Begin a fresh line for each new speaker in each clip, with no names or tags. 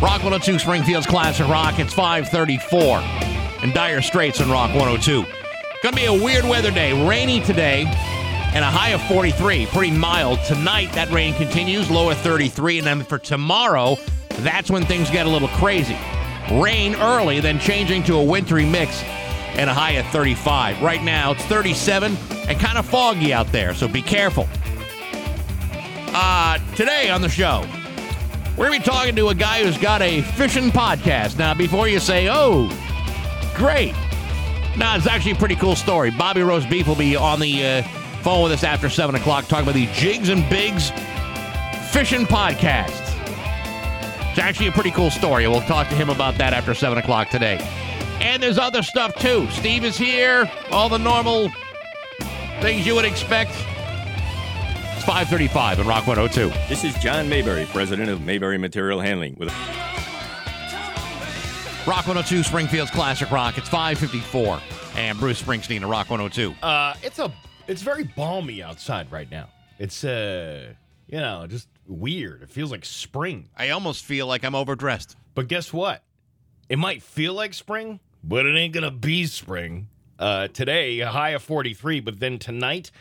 Rock 102 Springfield's Classic Rock. It's 534 in dire straits on Rock 102. Gonna be a weird weather day. Rainy today and a high of 43. Pretty mild. Tonight, that rain continues, low of 33. And then for tomorrow, that's when things get a little crazy. Rain early, then changing to a wintry mix and a high of 35. Right now, it's 37 and kind of foggy out there, so be careful. Uh, today on the show, we're going to be talking to a guy who's got a fishing podcast. Now, before you say, oh, great. No, it's actually a pretty cool story. Bobby Rose Beef will be on the uh, phone with us after 7 o'clock talking about the Jigs and Bigs Fishing Podcast. It's actually a pretty cool story. We'll talk to him about that after 7 o'clock today. And there's other stuff too. Steve is here, all the normal things you would expect. It's 535 in Rock 102.
This is John Mayberry, president of Mayberry Material Handling. With
Rock 102, Springfield's Classic Rock. It's 554. And Bruce Springsteen of Rock 102.
Uh, it's a it's very balmy outside right now. It's uh, you know, just weird. It feels like spring.
I almost feel like I'm overdressed.
But guess what? It might feel like spring, but it ain't gonna be spring. Uh, today a high of 43, but then tonight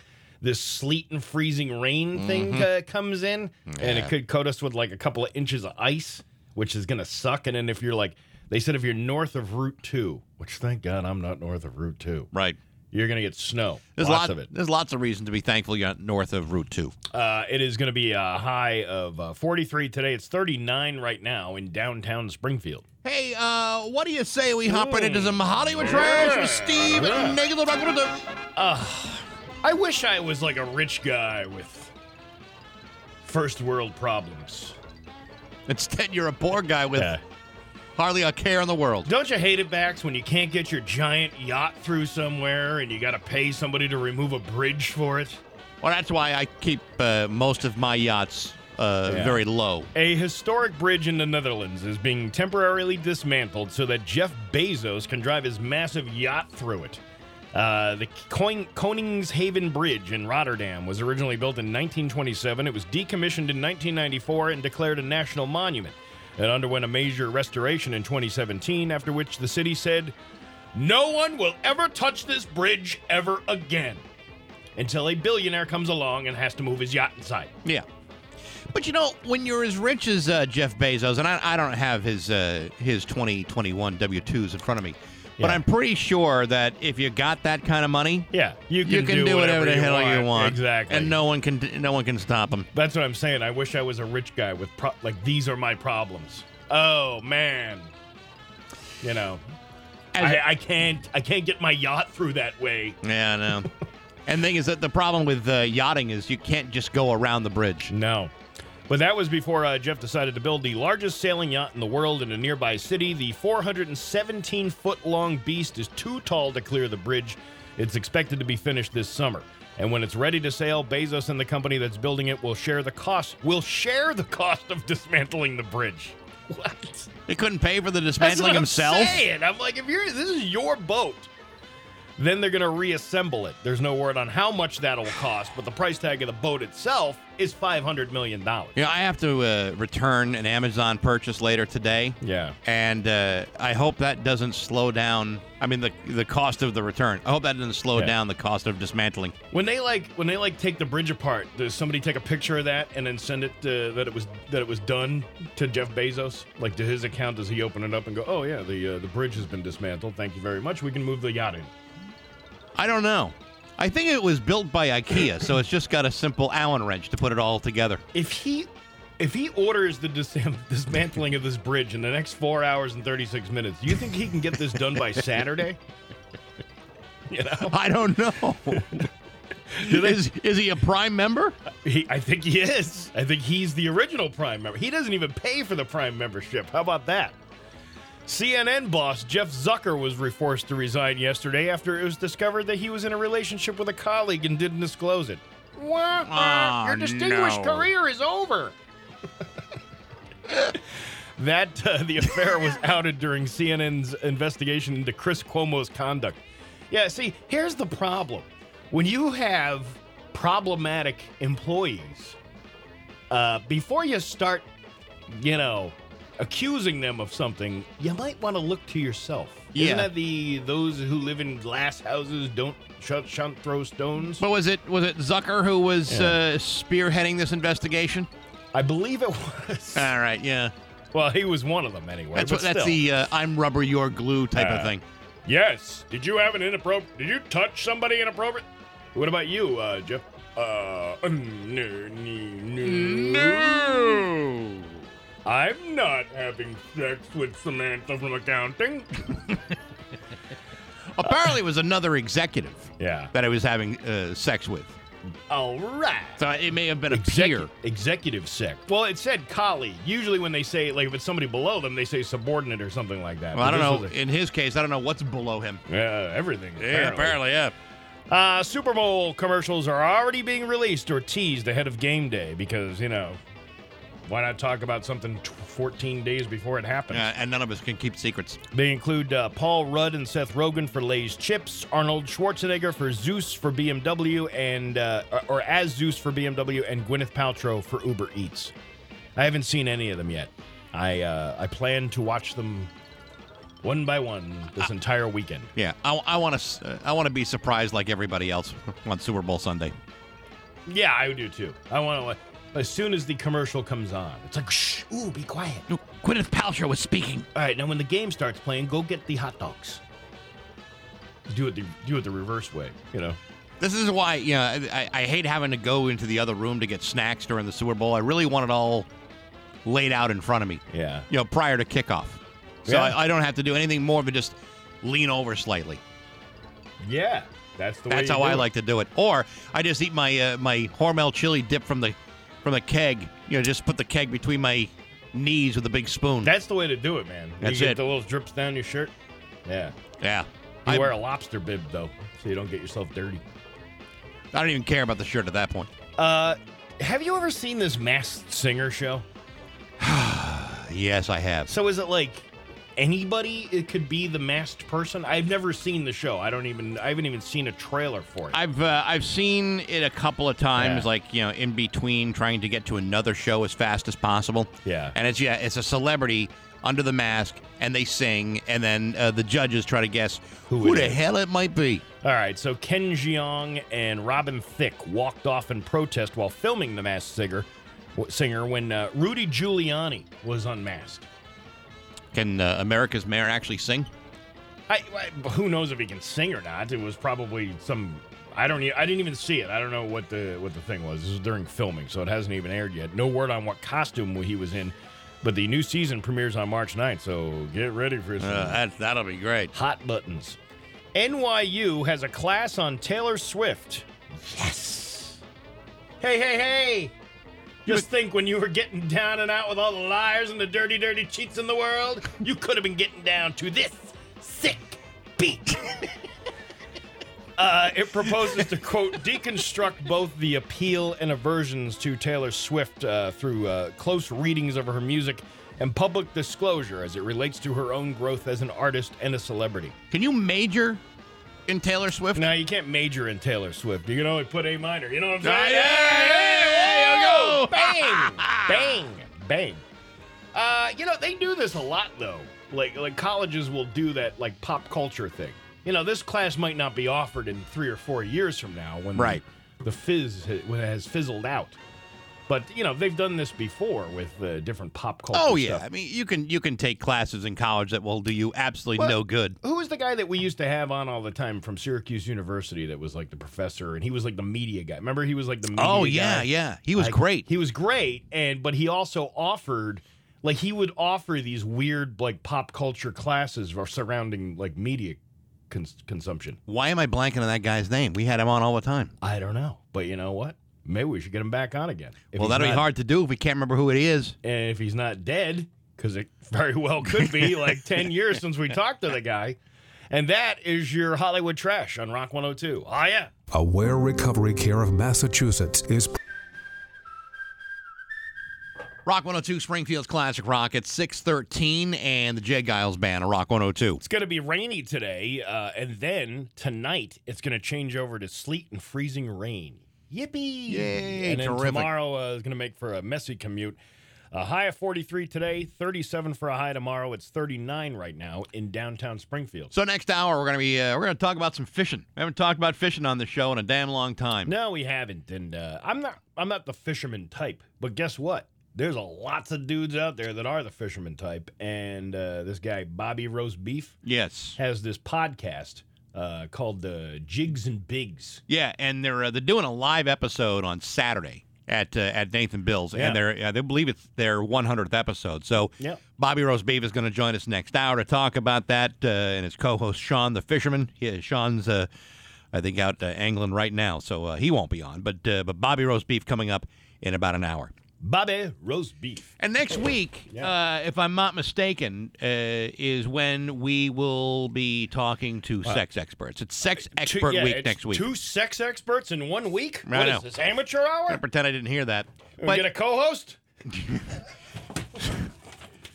this sleet and freezing rain
Mm-hmm.
thing uh, comes in, and it could coat us with like a couple of inches of ice, which is gonna suck. And then if you're like, they said if you're north of Route Two, which thank God I'm not north of Route Two,
Right.
you're gonna get snow.
There's
lots
lot-
of it.
There's lots of reason to be thankful you're north of Route 2.
Uh, it is going to be a high of uh, 43 today. It's 39 right now in downtown Springfield.
Hey, uh, what do you say we hop right into some Hollywood trash with Steve and Nigel of Rock 102?
I wish I was like a rich guy with first world problems.
Instead, you're a poor guy with
Yeah.
hardly a care in the world.
Don't you hate it, Bax, when you can't get your giant yacht through somewhere and you got to pay somebody to remove a bridge for it?
Well, that's why I keep uh, most of my yachts uh,
Yeah.
very low.
A historic bridge in the Netherlands is being temporarily dismantled so that Jeff Bezos can drive his massive yacht through it. Uh, the Koin- Koningshaven Bridge in Rotterdam was originally built in 1927. It was decommissioned in 1994 and declared a national monument. It underwent a major restoration in 2017, after which the city said, No one will ever touch this bridge ever again. Until a billionaire comes along and has to move his yacht inside.
Yeah. But you know, when you're as rich as uh, Jeff Bezos, and I, I don't have his uh, his 2021 W2s in front of me, but
Yeah.
I'm pretty sure that if you got that kind of money,
Yeah, you can,
you can do, whatever, the
you
hell
want.
you want.
Exactly.
And no one can no one can stop him.
that's what I'm saying. I wish I was a rich guy with pro- like these are my problems. Oh man, you know,
As-
I, I can't I can't get my yacht through that way.
yeah, I know. and the thing is that the problem with uh, yachting is you can't just go around the bridge.
No. But that was before uh, Jeff decided to build the largest sailing yacht in the world in a nearby city. The 417 foot long beast is too tall to clear the bridge. It's expected to be finished this summer. And when it's ready to sail, Bezos and the company that's building it will share the cost. Will share the cost of dismantling the bridge. What? That's
They couldn't pay for the
what
dismantling
I'm
himself.
saying. I'm like, if you're this is your boat, then they're gonna reassemble it. There's no word on how much that'll cost, but the price tag of the boat itself is 500 million dollars.
You know, I have to uh, return an Amazon purchase later today.
Yeah.
and uh, I hope that doesn't slow down. I mean, the the cost of the return. I hope that doesn't slow
Yeah.
down the cost of dismantling.
When they like when they like take the bridge apart, does somebody take a picture of that and then send it uh, that it was that it was done to Jeff Bezos? Like to his account, does he open it up and go, "Oh yeah, the uh, the bridge has been dismantled. Thank you very much. We can move the yacht in."
I don't know. I think it was built by IKEA, so it's just got a simple Allen wrench to put it all together.
If he if he orders the dis- dismantling of this bridge in the next four hours and thirty six minutes, do you think he can get this done by Saturday? You know,
I don't know. is, is he a prime member?
he, I think he is. I think he's the original Prime member. He doesn't even pay for the Prime membership. How about that? CNN boss Jeff Zucker was re- forced to resign yesterday after it was discovered that he was in a relationship with a colleague and didn't disclose it. Wah, wah,
Oh,
Your distinguished
no.
career is over. that uh, the affair was outed during CNN's investigation into Chris Cuomo's conduct. Yeah, see, here's the problem. When you have problematic employees, uh, before you start you know, accusing them of something, you might want to look to yourself.
Yeah.
Isn't that the those who live in glass houses don't shun, shun throw stones?
But was it was it Zucker who was
Yeah.
uh, spearheading this investigation?
I believe it was.
All right, yeah,
well, he was one of them anyway.
Uh, that's
but
what that's
still.
the uh, I'm rubber, you're glue type of
Uh,
thing.
Yes. Did you have an inappropriate? Did you touch somebody inappropriate? What about you, uh, Jeff? Uh, mm, no, no, no. I'm not having sex with Samantha from accounting.
Apparently, it was another executive
Yeah.
that I was having uh, sex with.
All right.
So it may have been a peer.
Executive sec. Well, it said colleague. Usually, when they say like if it's somebody below them, they say subordinate or something like that.
Well, I
But
don't know.
this was
In his case, I don't know what's below him.
a- Yeah, everything.
yeah.
Uh, Super Bowl commercials are already being released or teased ahead of game day because, you know, why not talk about something t- 14 days before it happens?
Uh, and none of us can keep secrets.
They include uh, Paul Rudd and Seth Rogen for Lay's Chips, Arnold Schwarzenegger for Zeus for BMW, and uh, or or as Zeus for BMW, and Gwyneth Paltrow for Uber Eats. I haven't seen any of them yet. I uh, I plan to watch them one by one this entire weekend.
Yeah, I, want to. I want to be surprised like everybody else on Super Bowl Sunday.
Yeah, I do too. I want to. As soon as the commercial comes on, it's like, shh, ooh, be quiet.
No, Gwyneth Paltrow was speaking.
All right, now when the game starts playing, go get the hot dogs. Do it the do it the reverse way, you know.
This is why, you know, I, I hate having to go into the other room to get snacks during the Super Bowl. I really want it all laid out in front of me,
Yeah.
you know, prior to kickoff, so
Yeah.
I, I don't have to do anything more than just lean over slightly.
Yeah, that's the.
That's
way
how
you do
I
it.
like to do it. Or I just eat my uh, my Hormel chili dip from the from the keg. You know, just put the keg between my knees with a big spoon.
That's the way to do it, man.
That's
you get
it.
the little drips down your shirt. Yeah.
yeah.
You
I,
wear a lobster bib though, so you don't get yourself dirty.
I don't even care about the shirt at that point.
Uh, have you ever seen this Masked Singer show? Uh,
Yes, I have.
So is it like anybody? It could be the masked person. I've never seen the show. I don't even. I haven't even seen a trailer for it.
I've uh, I've seen it a couple of times,
Yeah.
like you know, in between trying to get to another show as fast as possible.
Yeah.
and it's yeah, it's a celebrity under the mask, and they sing, and then uh, the judges try to guess who,
it
the
is.
hell it might be.
All right, so Ken Jeong and Robin Thicke walked off in protest while filming The Masked Singer, w- singer when uh, Rudy Giuliani was unmasked.
Can uh, America's mayor actually sing?
I, I who knows if he can sing or not. It was probably some I don't e- I didn't even see it. I don't know what the what the thing was. This was during filming, so it hasn't even aired yet. No word on what costume he was in. But the new season premieres on March 9th, so get ready for some
Uh, that that'll be great.
hot buttons. NYU has a class on Taylor Swift. Yes. Hey, hey, hey. Just think when you were getting down and out with all the liars and the dirty, dirty cheats in the world, you could have been getting down to this sick beat. Uh, it proposes to quote deconstruct both the appeal and aversions to Taylor Swift uh, through uh, close readings of her music and public disclosure as it relates to her own growth as an artist and a celebrity.
Can you major in Taylor Swift?
Now you can't major in Taylor Swift. You can only put A minor. You know what I'm saying?
Ah, yeah, yeah, yeah, there you go.
Bang, bang, bang. Uh, you know they do this a lot though. Like like colleges will do that like pop culture thing. You know this class might not be offered in three or four years from now when the-
Right.
the, fizz ha- when it has fizzled out. But you know they've done this before with uh, different pop culture.
Oh yeah,
stuff.
I mean you can you can take classes in college that will do you absolutely
Well-
no good.
Who was the guy that we used to have on all the time from Syracuse University that was like the professor and he was like the media guy? Remember he was like the media
Oh
guy?
yeah, yeah, he was
Like,
great.
He was great, and but he also offered like he would offer these weird like pop culture classes or surrounding like media cons- consumption.
Why am I blanking on that guy's name? We had him on all the time.
I don't know, but you know what? Maybe we should get him back on again. If
well,
he's
that'll be
not-
hard to do if we can't remember who it is.
And if he's not dead, because it very well could be like ten years since we talked to the guy. And that is your Hollywood trash on Rock 102. Oh yeah.
Aware Recovery Care of Massachusetts is
Rock 102 Springfield's Classic Rock at 613 and the Jay Giles Band on Rock 102.
It's going to be rainy today, uh, and then tonight it's going to change over to sleet and freezing rain. Yippee!
Yay,
And then
terrific.
tomorrow uh, is going to make for a messy commute. A high of 43 today, 37 for a high tomorrow. It's 39 right now in downtown Springfield.
So next hour we're gonna be uh, we're gonna talk about some fishing. We haven't talked about fishing on the show in a damn long time.
No, we haven't, and uh, I'm not. I'm not the fisherman type. But guess what? There's a lots of dudes out there that are the fisherman type, and uh, this guy Bobby Roast Beef
Yes.
has this podcast uh, called the Jigs and Bigs.
Yeah, and they're uh, they're doing a live episode on Saturday at uh, at Nathan Bill's,
Yeah.
and they're uh, they believe it's their 100th episode. So
Yeah.
Bobby Rose Beef is going to join us next hour to talk about that, uh, and his co-host Sean the Fisherman. He, Sean's uh, I think out uh, angling right now, so uh, he won't be on. But uh, but Bobby Rose Beef coming up in about an hour.
Bobby Roast Beef.
And next week,
Yeah.
uh, if I'm not mistaken, uh, is when we will be talking to sex experts. It's sex expert
Uh, Two- yeah,
week
it's
next week.
Two sex experts in one week.
I
What
know.
is this amateur
I
hour?
pretend I didn't hear that.
we get a co-host.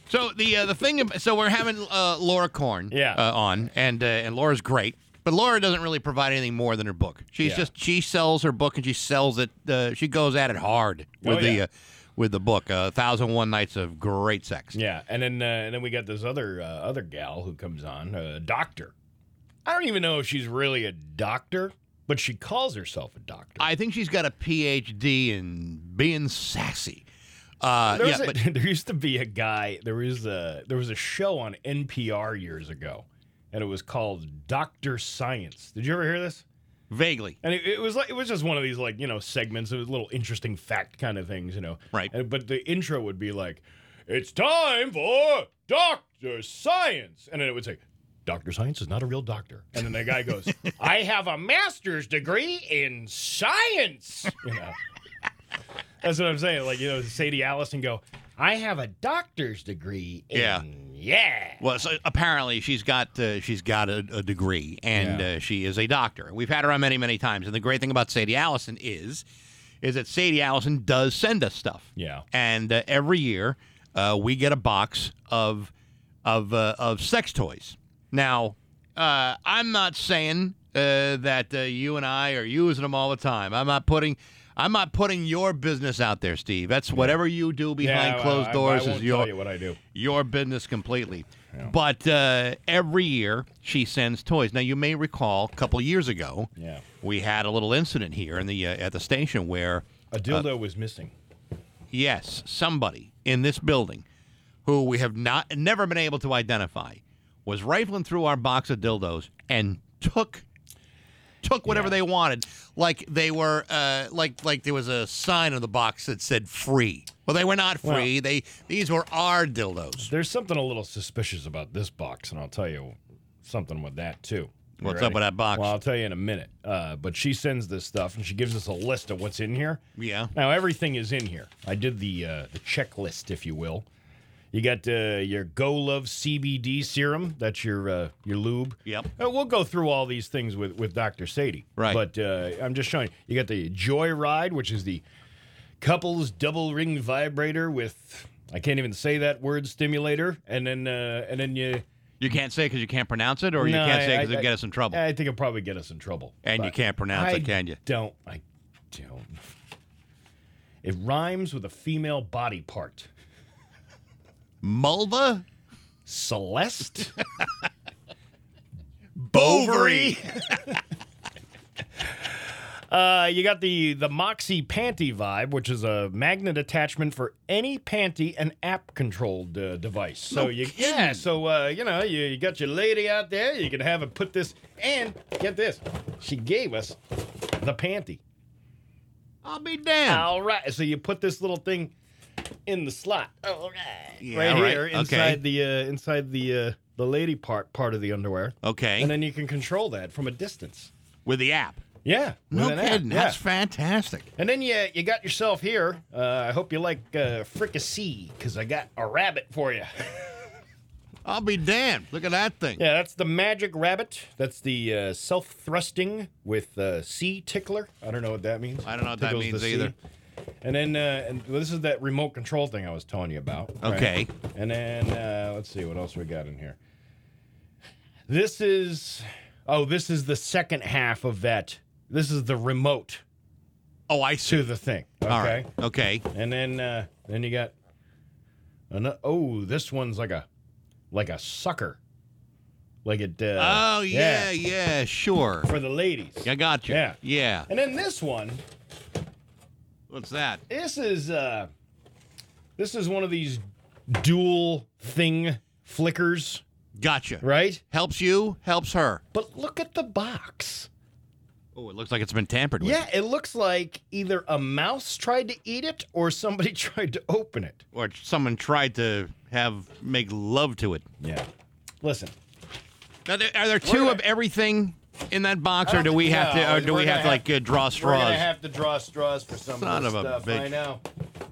So the uh, the thing, ab- so we're having uh, Laura Korn
Yeah.
uh, on, and uh, and Laura's great, but Laura doesn't really provide anything more than her book. She's
Yeah.
just she sells her book and she sells it. Uh, she goes at it hard with
Oh,
the
yeah.
uh, with the book, uh, Thousand One Nights of Great Sex.
Yeah, and then uh, and then we got this other uh, other gal who comes on, a doctor. I don't even know if she's really a doctor, but she calls herself a doctor.
I think she's got a PhD in being sassy. Uh,
there,
yeah,
was a-
but
there used to be a guy. There was a there was a show on NPR years ago, and it was called Doctor Science. Did you ever hear this?
vaguely.
And it, it was like it was just one of these like you know segments of little interesting fact kind of things, you know.
Right.
And, but the intro would be like, "It's time for Doctor Science," and then it would say, "Doctor Science is not a real doctor." And then the guy goes, "I have a master's degree in science." You know. That's what I'm saying. Like you know, Sadie Alice and go, "I have a doctor's degree in
Yeah.
yeah."
Well, so apparently she's got uh, she's got a, a degree, and
Yeah.
uh, she is a doctor. We've had her on many, many times, and the great thing about Sadie Allison is, is that Sadie Allison does send us stuff.
Yeah.
and uh, every year uh, we get a box of of uh, of sex toys. Now, uh, I'm not saying uh, that uh, you and I are using them all the time. I'm not putting. I'm not putting your business out there, Steve. That's whatever you do behind
Yeah,
closed
I- I-
doors
I won't
is your
tell you what I do.
your business completely. But uh, every year she sends toys. Now you may recall a couple years ago,
Yeah.
we had a little incident here in the uh, at the station where
A dildo
Uh,
was missing.
yes, somebody in this building who we have not never been able to identify was rifling through our box of dildos and took took whatever they wanted like they were uh, like like there was a sign on the box that said free well they were not free they these were our dildos
There's something a little suspicious about this box, and I'll tell you something with that too. You
What's up with that box?
Well, I'll tell you in a minute. Uh, but she sends this stuff, and she gives us a list of what's in here.
Yeah.
Now everything is in here. I did the uh, the checklist, if you will. You got uh, your Go Love CBD serum. That's your uh, your lube.
Yep.
Uh, we'll go through all these things with with Doctor Sadie.
Right.
But uh, I'm just showing you. You got the Joy Ride, which is the couples double ring vibrator with I can't even say that word stimulator, and then uh, and then you.
You can't say because you can't pronounce it, or you
No,
can't say
I-
because
I-
it'll get us in trouble.
I think it'll probably get us in trouble.
and you
But
can't pronounce
I
it, can you?
Don't I? Don't. It rhymes with a female body part.
Mulva
Celeste.
Bovary.
Uh, you got the the Moxie Panty Vibe, which is a magnet attachment for any panty and app controlled uh, device. So you yeah, so uh, you know you, you got your lady out there. You can have her put this and get this. She gave us the panty.
I'll be damned.
All right, so you put this little thing in the slot. All right,
Yeah,
right
all right,
here
okay.
inside the uh, inside the uh, the lady part part of the underwear,
Okay,
and then you can control that from a distance.
with the app.
Yeah,
No
with an app,
kidding.
yeah.
That's fantastic.
And then you you got yourself here. Uh, I hope you like uh, fricassee because I got a rabbit for you.
I'll be damned. Look at that thing.
yeah, that's the magic rabbit. That's the uh, self-thrusting with uh, sea tickler. I don't know what that means.
I don't know what that
Tickles the
means
sea.
either.
And then uh, and well, this is that remote control thing I was telling you about. right?
Okay.
And then uh, let's see what else we got in here. This is oh, this is the second half of that. This is the remote
Oh, I
to
see.
the thing. Okay.
All right. Okay.
And then uh, then you got An- oh, this one's like a like a sucker. Like it. Uh,
Oh yeah, yeah, sure.
For the ladies.
I got you.
Yeah.
yeah.
And then this one,
What's that?
this is uh, this is one of these dual thing flickers,
Gotcha.
right?
Helps you, helps her.
But look at the box.
Oh, it looks like it's been tampered with.
Yeah, it looks like either a mouse tried to eat it or somebody tried to open it.
Or someone tried to have make love to it.
Yeah. Listen,
Now, there, are there two
gonna-
of everything in that box, or
don't
do we have
think-
to, or
no,
do
we're
we have to
gonna
like uh, draw
we're
straws?
gonna have to draw straws for some
Son
of
of a
this stuff.
bitch.
I know.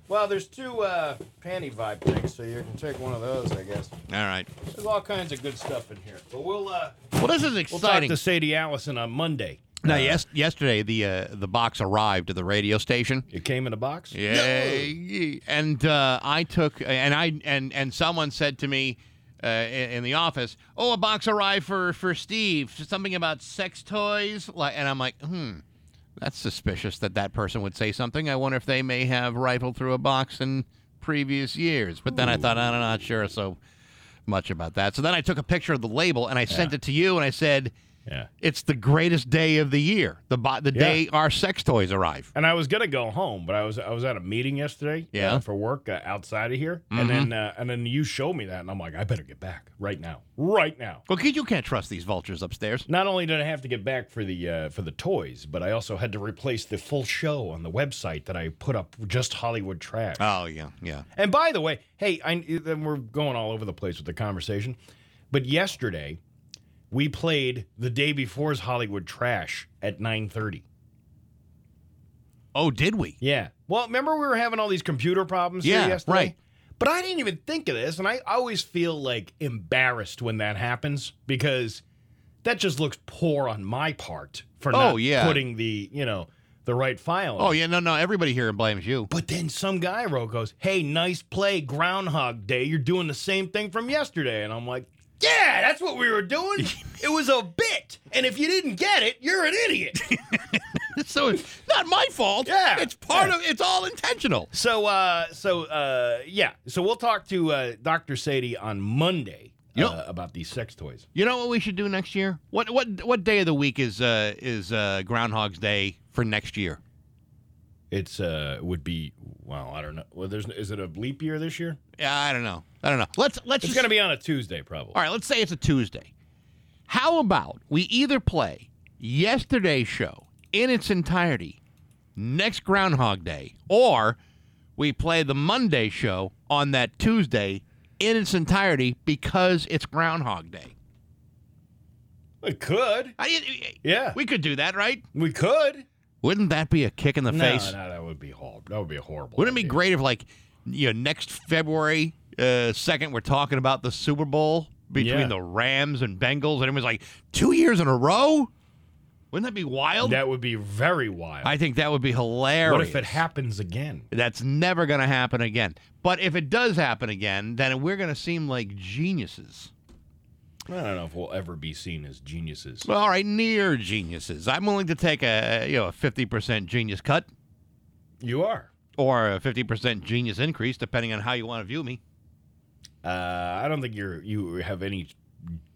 Well, there's two uh, panty vibe things, so you can take one of those, I guess.
All right.
There's all kinds of good stuff in here, but we'll uh,
Well, this is
we'll talk
exciting.
to Sadie Allison on Monday.
now, yes, yesterday the uh, the box arrived at the radio station.
It came in a box.
Yeah, and uh, I took and I and and someone said to me uh, in, in the office, "Oh, a box arrived for for Steve. Something about sex toys." Like, and I'm like, "Hmm, that's suspicious that that person would say something. I wonder if they may have rifled through a box in previous years." But then I thought, I'm not sure so much about that. So then I took a picture of the label and I sent it to you, and I said.
Yeah.
It's the greatest day of the year. The bo- the
Yeah.
day our sex toys arrive.
And I was gonna go home, but I was I was at a meeting yesterday.
Yeah. Mm-hmm.
uh, for work uh, outside of here, and then uh, and then you showed me that, and I'm like, I better get back right now, right now.
Well, kid, you can't trust these vultures upstairs.
Not only did I have to get back for the uh, for the toys, but I also had to replace the full show on the website that I put up just Hollywood trash.
Oh yeah, yeah.
And by the way, hey, I then we're going all over the place with the conversation, but yesterday we played the day before's Hollywood trash at 9:30.
Oh, did we?
Yeah. Well, remember we were having all these computer problems
Yeah,
here yesterday?
right.
But I didn't even think of this, and I always feel like embarrassed when that happens because that just looks poor on my part for
Oh,
not
yeah.
putting the, you know, the right file.
Oh yeah, no, no. Everybody here blames you.
But then some guy wrote goes, Hey, nice play, Groundhog Day. You're doing the same thing from yesterday. And I'm like, Yeah, that's what we were doing. it was a bit. And if you didn't get it, you're an idiot.
so it's not my fault.
Yeah.
it's part of. It's all intentional.
So, uh, so uh, yeah. So we'll talk to uh, Dr. Sadie on Monday
Yep.
uh, about these sex toys.
You know what we should do next year? What what what day of the week is uh, is uh, Groundhog's Day for next year?
It's uh, would be well, I don't know. Well, there's is it a leap year this year?
Yeah, I don't know. I don't know. Let's let's.
It's
just-
going to be on a Tuesday, probably.
All right. Let's say it's a Tuesday. How about we either play yesterday's show in its entirety next Groundhog Day, or we play the Monday show on that Tuesday in its entirety because it's Groundhog Day.
It could.
I-
Yeah, we,
we could do that, right?
could.
Wouldn't that be a kick in the
No,
face?
no, that would be horrible. That would be a horrible.
Wouldn't it be
idea.
great if, like, you know, next February uh, second, we're talking about the Super Bowl between
Yeah.
the Rams and Bengals, and it was like two years in a row. Wouldn't that be wild?
That would be very wild.
I think that would be hilarious.
what if it happens again?
That's never going to happen again. But if it does happen again, then we're going to seem like geniuses.
I don't know if we'll ever be seen as geniuses.
Well, all right, near geniuses. I'm willing to take a you know a 50% genius cut
You are.
or a 50% genius increase, depending on how you want to view me.
Uh, I don't think you're you have any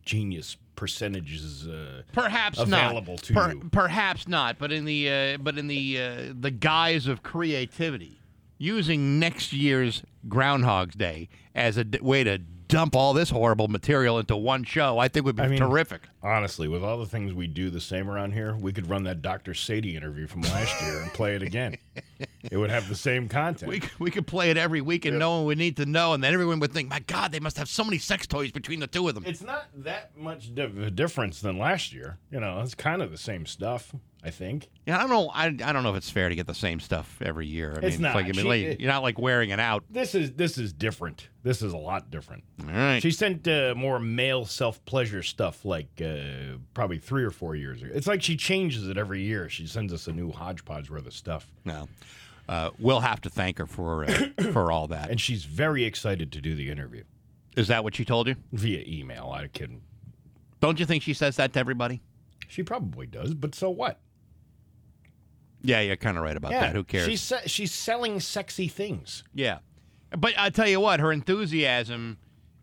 genius percentages. Uh,
Perhaps
Available
not.
to you.
Perhaps not. But in the uh, but in the uh, the guise of creativity, using next year's Groundhog's Day as a d- way to dump all this horrible material into one show, I think would be
I mean-
terrific.
Honestly, with all the things we do the same around here, we could run that Dr. Sadie interview from last year and play it again. It would have the same content.
We, c- we could play it every week and no one would need to know, and then everyone would think, my God, they must have so many sex toys between the two of them.
it's not that much di- of a difference than last year. You know, it's kind of the same stuff, I think.
Yeah, I don't know. I, I don't know if it's fair to get the same stuff every year. I mean,
not.
like, I mean,
She-
like, you're not like wearing it out.
This is this is different. This is a lot different.
All right.
She sent uh, more male self pleasure stuff like uh, probably three or four years ago. It's like she changes it every year. She sends us a new hodgepodge worth of stuff.
no. Uh, we'll have to thank her for uh, for all that.
And she's very excited to do the interview
Is that what she told you?
via email. I can.
Don't you think she says that to everybody?
She probably does, but so what?
Yeah, you're kind of right about that. Who cares?
She's se- she's selling sexy things.
Yeah. But I tell you what, her enthusiasm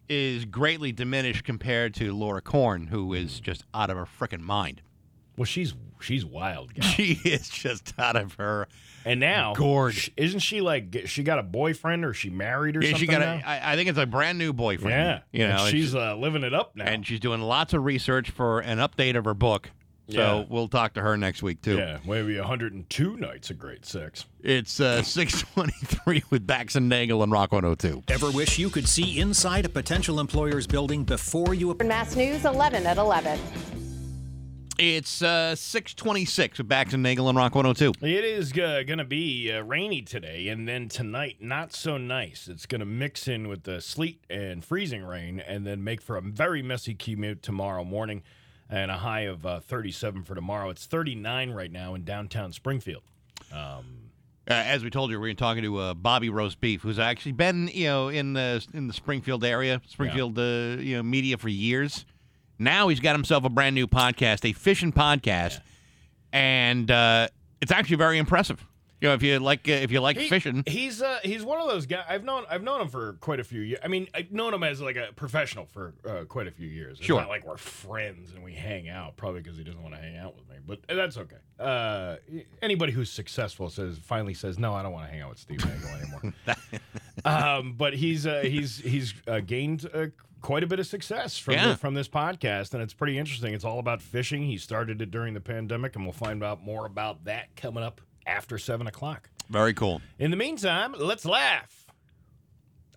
is greatly diminished compared to Laura Korn, who is just out of her freaking mind.
Well, she's she's wild, guy.
She is just out of her.
And now,
Gorge.
sh- isn't she like she got a boyfriend or she married or
Yeah,
something?
she got a,
now?
I, I think it's a brand new boyfriend.
yeah,
you know,
and
and
she's uh, living it up now.
and she's doing lots of research for an update of her book. So
Yeah.
we'll talk to her next week too.
yeah, maybe 102 nights of great sex.
It's uh, six twenty-three with Bax and Dangle and Rock one hundred two.
Ever wish you could see inside a potential employer's building before you?
Mass News 11 at 11.
It's uh, six twenty-six with Bax and Dangle and Rock one hundred two.
It is uh, going to be uh, rainy today, and then tonight, not so nice. It's going to mix in with the sleet and freezing rain, and then make for a very messy commute tomorrow morning, and a high of uh, 37 for tomorrow. It's 39 right now in downtown Springfield.
Uh, as we told you, we were talking to uh, Bobby Roast Beef, who's actually been, you know, in the in the Springfield area, Springfield, uh, you know, media for years. Now he's got himself a brand new podcast, a fishing podcast, and uh, it's actually very impressive. You know, if you like, uh, if you like
He-
fishing,
He's uh, he's one of those guys. I've known I've known him for quite a few years. I mean, I've known him as like a professional for uh, quite a few years. It's
Sure.
not like we're friends and we hang out, probably because he doesn't want to hang out with me. But that's okay. Uh, anybody who's successful says finally says no, I don't want to hang out with Steve Dangle anymore. um, but he's uh, he's he's uh, gained uh, quite a bit of success from
Yeah.
the- from this podcast, and it's pretty interesting. It's all about fishing. He started it during the pandemic, and we'll find out more about that coming up after seven o'clock.
very cool.
In the meantime, let's laugh.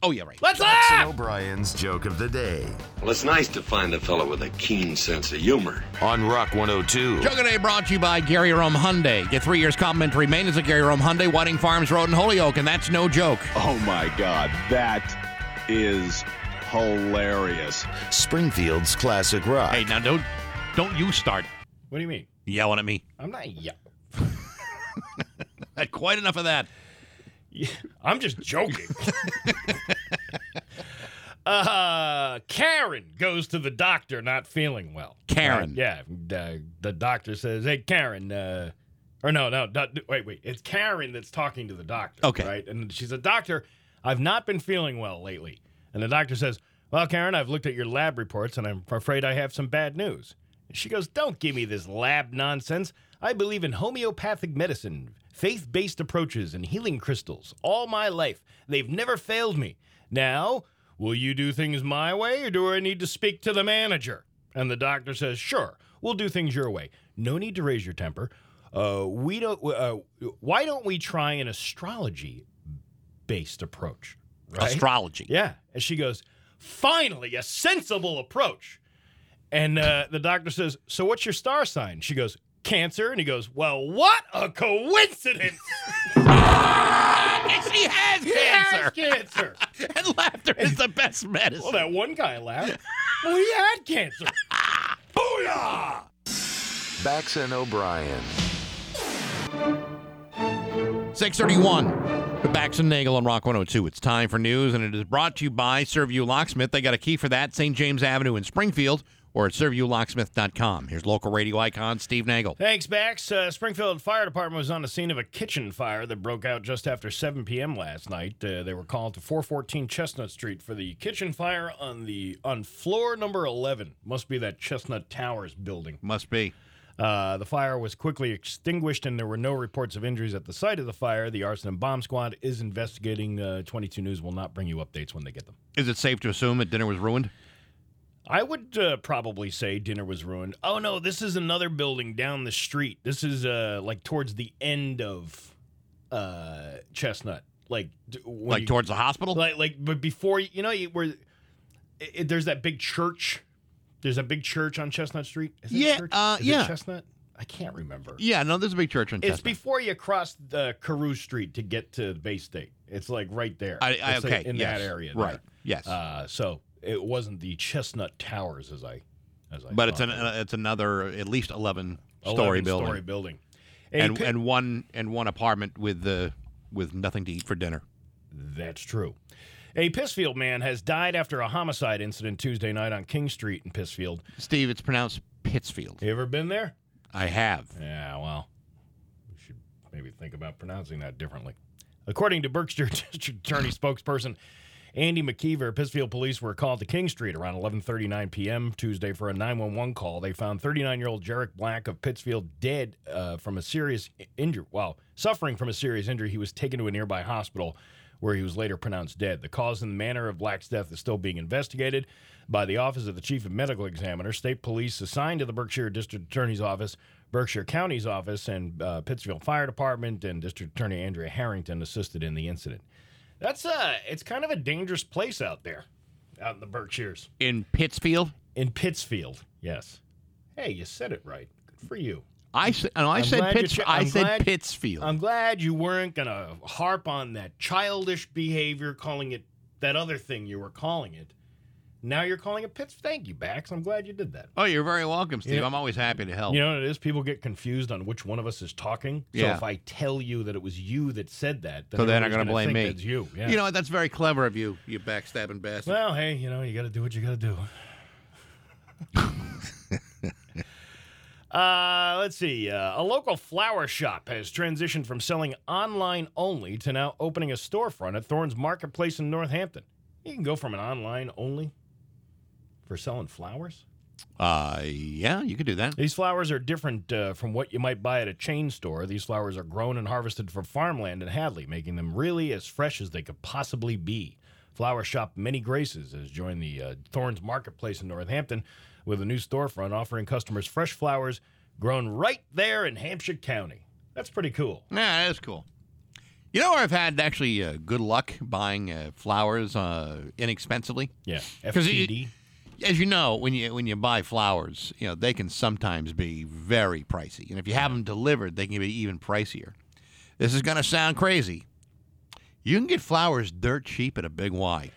Oh yeah, right.
Let's
Jackson
laugh!
O'Brien's joke of the day
Well, it's nice to find a fellow with a keen sense of humor.
on Rock 102.
Show today brought to you by Gary Rome Hyundai. Get three years complimentary maintenance at Gary Rome Hyundai, Whiting Farms Road in Holyoke, and that's no joke.
Oh my God, that is hilarious.
Springfield's classic rock.
Hey, now don't don't you start
What do you mean?
yelling at me.
I'm not. Yeah.
Had quite enough of that.
I'm just joking. uh, Karen goes to the doctor, not feeling well.
Karen.
Yeah. The, the doctor says, "Hey, Karen." Uh, or no, no. doc- Wait, wait. It's Karen that's talking to the doctor.
Okay.
Right, and she's a doctor. I've not been feeling well lately, and the doctor says, "Well, Karen, I've looked at your lab reports, and I'm afraid I have some bad news." She goes, "Don't give me this lab nonsense. I believe in homeopathic medicine, faith-based approaches, and healing crystals all my life. They've never failed me. Now, will you do things my way, or do I need to speak to the manager?" And the doctor says, "Sure, we'll do things your way. No need to raise your temper. Uh, we don't. Uh, why don't we try an astrology-based approach?" Right?
Astrology.
Yeah. And she goes, finally, a sensible approach. And uh, the doctor says, So what's your star sign? She goes, Cancer. And he goes, Well, what a coincidence.
And she has
He has
cancer.
cancer.
And laughter is the best medicine.
Well, that one guy laughed. Well, he had cancer. Booyah!
Bax and O'Brien.
631. The Bax and Nagel on Rock 102. It's time for news, and it is brought to you by Serview Locksmith. They got a key for that, St. James Avenue in Springfield, or at serviewlocksmith.com. Here's local radio icon Steve Nagel.
Thanks, Bax. Uh, Springfield Fire Department was on the scene of a kitchen fire that broke out just after 7 p.m. last night. Uh, they were called to 414 Chestnut Street for the kitchen fire on the on floor number 11. Must be that Chestnut Towers building.
Must be.
Uh, the fire was quickly extinguished, and there were no reports of injuries at the site of the fire. The arson and bomb squad is investigating. Uh, 22 News will not bring you updates when they get them.
Is it safe to assume that dinner was ruined?
I would uh, probably say dinner was ruined. Oh no, this is another building down the street. This is uh like towards the end of uh Chestnut. Like d- when
Like
you-
towards the hospital?
like like but before you know you were it, it- there's that big church. There's a big church on Chestnut Street. Is it
Yeah,
church?
uh,
Is it
yeah.
Chestnut. I can't remember.
yeah, no, there's a big church in
It's
Chestnut.
before you cross the Carew Street to get to Bay State. It's like right there.
I- I-
It's, like,
okay,
in
yes,
that area. there.
Right, yes.
Uh, so it wasn't the Chestnut Towers as I, as I.
but it's,
thought.
an, uh, it's another at least 11 story
11
building.
Story building. A
And,
pi-
and one and one apartment with the with nothing to eat for dinner.
that's true. A Pittsfield man has died after a homicide incident Tuesday night on King Street in Pittsfield.
Steve, it's pronounced Pittsfield.
You ever been there?
I have.
Yeah. Well, we should maybe think about pronouncing that differently. According to Berkshire District Attorney spokesperson Andy McKeever, Pittsfield police were called to King Street around 11:39 p.m. Tuesday for a 911 call. They found 39-year-old Jarek Black of Pittsfield dead uh, from a serious i- injury. Well, suffering from a serious injury, he was taken to a nearby hospital where he was later pronounced dead. The cause and manner of Black's death is still being investigated by the Office of the Chief of Medical Examiner, state police assigned to the Berkshire District Attorney's Office, Berkshire County's Office, and uh, Pittsfield Fire Department, and District Attorney Andrea Harrington assisted in the incident. That's uh it's kind of a dangerous place out there, out in the Berkshires.
in Pittsfield.
In Pittsfield, yes. Hey, you said it right. Good for you.
I said, no, I
I'm
said
glad you
Pitts,
che-
I
I'm
said
glad-
Pittsfield.
I'm glad you weren't gonna harp on that childish behavior, calling it that other thing you were calling it. Now you're calling it Pitts. Thank you, Bax. I'm glad you did that.
oh, you're very welcome, Steve.
Yeah.
I'm always happy to help.
You know what it is? People get confused on which one of us is talking. So
Yeah.
if I tell you that it was you that said that, then
so they're not
going to
blame me.
It's you. Yeah.
You know what? That's very clever of you, you backstabbing bastard.
Well, hey, you know, you got to do what you got to do. uh, let's see. Uh, a local flower shop has transitioned from selling online only to now opening a storefront at Thorne's Marketplace in Northampton. You can go from an online only for selling flowers.
Uh, yeah, you could do that.
These flowers are different uh, from what you might buy at a chain store. These flowers are grown and harvested from farmland in Hadley, making them really as fresh as they could possibly be. Flower shop Many Graces has joined the uh, Thorns Marketplace in Northampton with a new storefront offering customers fresh flowers grown right there in Hampshire County. That's pretty cool.
Yeah, that is cool. You know where I've had actually uh, good luck buying uh, flowers uh, inexpensively?
Yeah.
'Cause it-
FTD.
As you know, when you when you buy flowers, you know they can sometimes be very pricey, and if you have them delivered, they can be even pricier. This is gonna sound crazy. You can get flowers dirt cheap at a Big Y,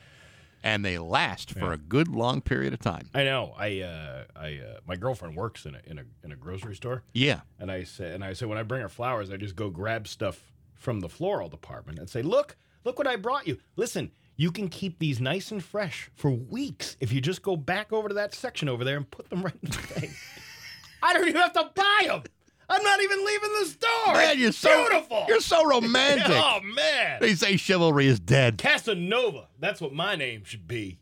and they last for a good long period of time.
I know. I uh, I uh, my girlfriend works in a in a in a grocery store.
Yeah,
And I say, and I say, when I bring her flowers, I just go grab stuff from the floral department and say, look, look what I brought you. Listen, you can keep these nice and fresh for weeks if you just go back over to that section over there and put them right in the thing. I don't even have to buy them. I'm not even leaving the store.
man,
It's
you're so
beautiful.
You're so romantic.
oh man,
They say chivalry is dead.
Casanova. That's what my name should be.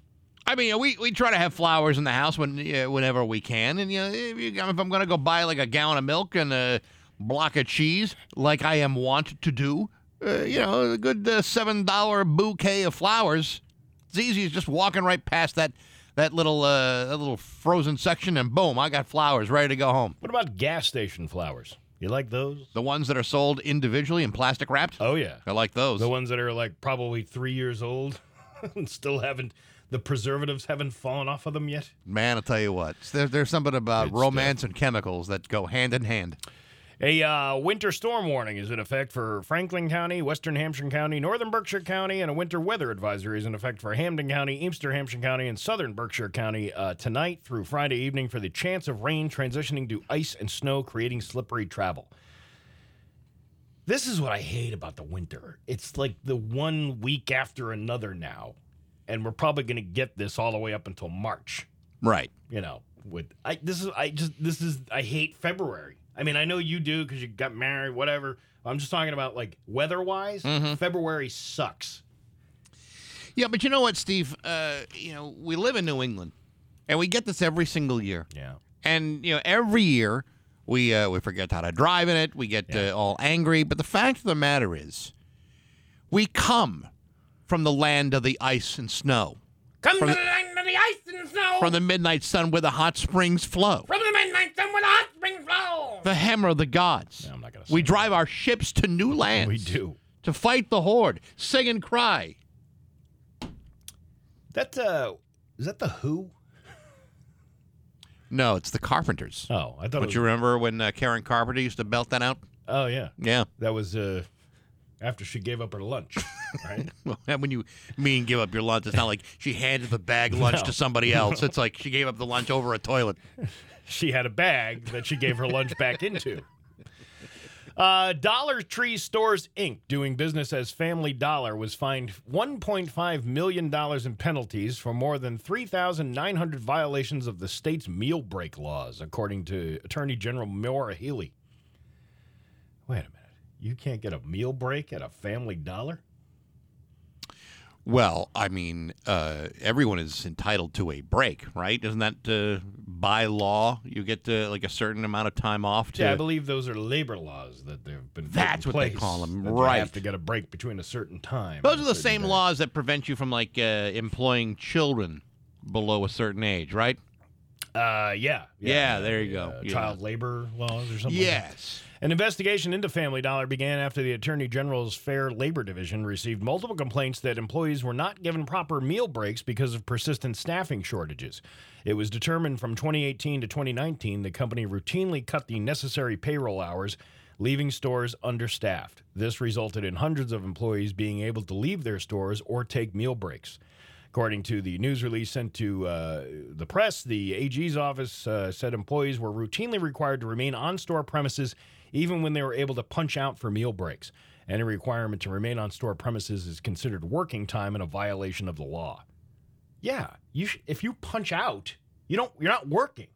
I mean, we, we try to have flowers in the house when yeah, whenever we can, and you know, if, you, if I'm going to go buy like a gallon of milk and a block of cheese, like I am wont to do, uh, you know, a good uh, seven dollar bouquet of flowers, it's easy as just walking right past that that little uh, that little frozen section, and boom, I got flowers ready to go home.
What about gas station flowers? You like those?
The ones that are sold individually and plastic wrapped,
Oh yeah.
I like those.
The ones that are like probably three years old and still haven't, the preservatives haven't fallen off of them yet.
Man, I'll tell you what, there, there's something about
uh,
romance and chemicals that go hand in hand.
A uh, winter storm warning is in effect for Franklin County, Western Hampshire County, Northern Berkshire County, and a winter weather advisory is in effect for Hamden County, Eamster Hampshire County, and Southern Berkshire County uh, tonight through Friday evening for the chance of rain transitioning to ice and snow, creating slippery travel. This is what I hate about the winter. It's like the one week after another now, and we're probably going to get this all the way up until March
Right.
you know with i this is i just this is i hate february i mean i know you do because you got married whatever i'm just talking about like weather wise february sucks
Yeah, but you know what, Steve? Uh, you know, we live in New England, and we get this every single year.
yeah
And you know, every year we uh, we forget how to drive in it. We get uh, all angry. But the fact of the matter is, we come from the land of the ice and snow,
come to the land of the ice and snow
from the midnight sun where the hot springs flow,
from the midnight sun with a hot spring flow
the hammer of the gods.
i'm not gonna
we drive our ships to new lands.
we do
to fight the horde, sing and cry.
that uh is that the who
No, it's the Carpenters.
oh i thought it
But
was,
you remember when uh, Karen Carpenter used to belt that out?
oh yeah
Yeah.
that was uh after she gave up her lunch right
Well, and when you mean give up your lunch, it's not like she handed the bag lunch
No.
to somebody else. It's like she gave up the lunch over a toilet.
she had a bag that she gave her lunch back into. Uh, Dollar Tree Stores Inc., doing business as Family Dollar, was fined $1.5 million in penalties for more than 3,900 violations of the state's meal break laws, according to Attorney General Maura Healy. Wait a minute. You can't get a meal break at a family dollar?
Well, I mean, uh, everyone is entitled to a break, right? Isn't that uh, by law? You get to, like a certain amount of time off to.
Yeah, I believe those are labor laws that they've been. put in
That's what they
place,
call 'em,
that They
right.
have to get a break between a certain time.
Those
and
are
a
the
certain
same
day.
laws that prevent you from like uh, employing children below a certain age, right?
Uh, yeah,
Yeah, there you go.
Uh,
Yeah.
Child labor laws or something. like that.
Yes.
An investigation into Family Dollar began after the Attorney General's Fair Labor Division received multiple complaints that employees were not given proper meal breaks because of persistent staffing shortages. It was determined from 2018 to 2019 the company routinely cut the necessary payroll hours, leaving stores understaffed. This resulted in hundreds of employees being able to leave their stores or take meal breaks. According to the news release sent to uh, the press, the AG's office uh, said employees were routinely required to remain on store premises even when they were able to punch out for meal breaks. Any requirement to remain on store premises is considered working time and a violation of the law. Yeah, you sh- if you punch out, you don't you're not working.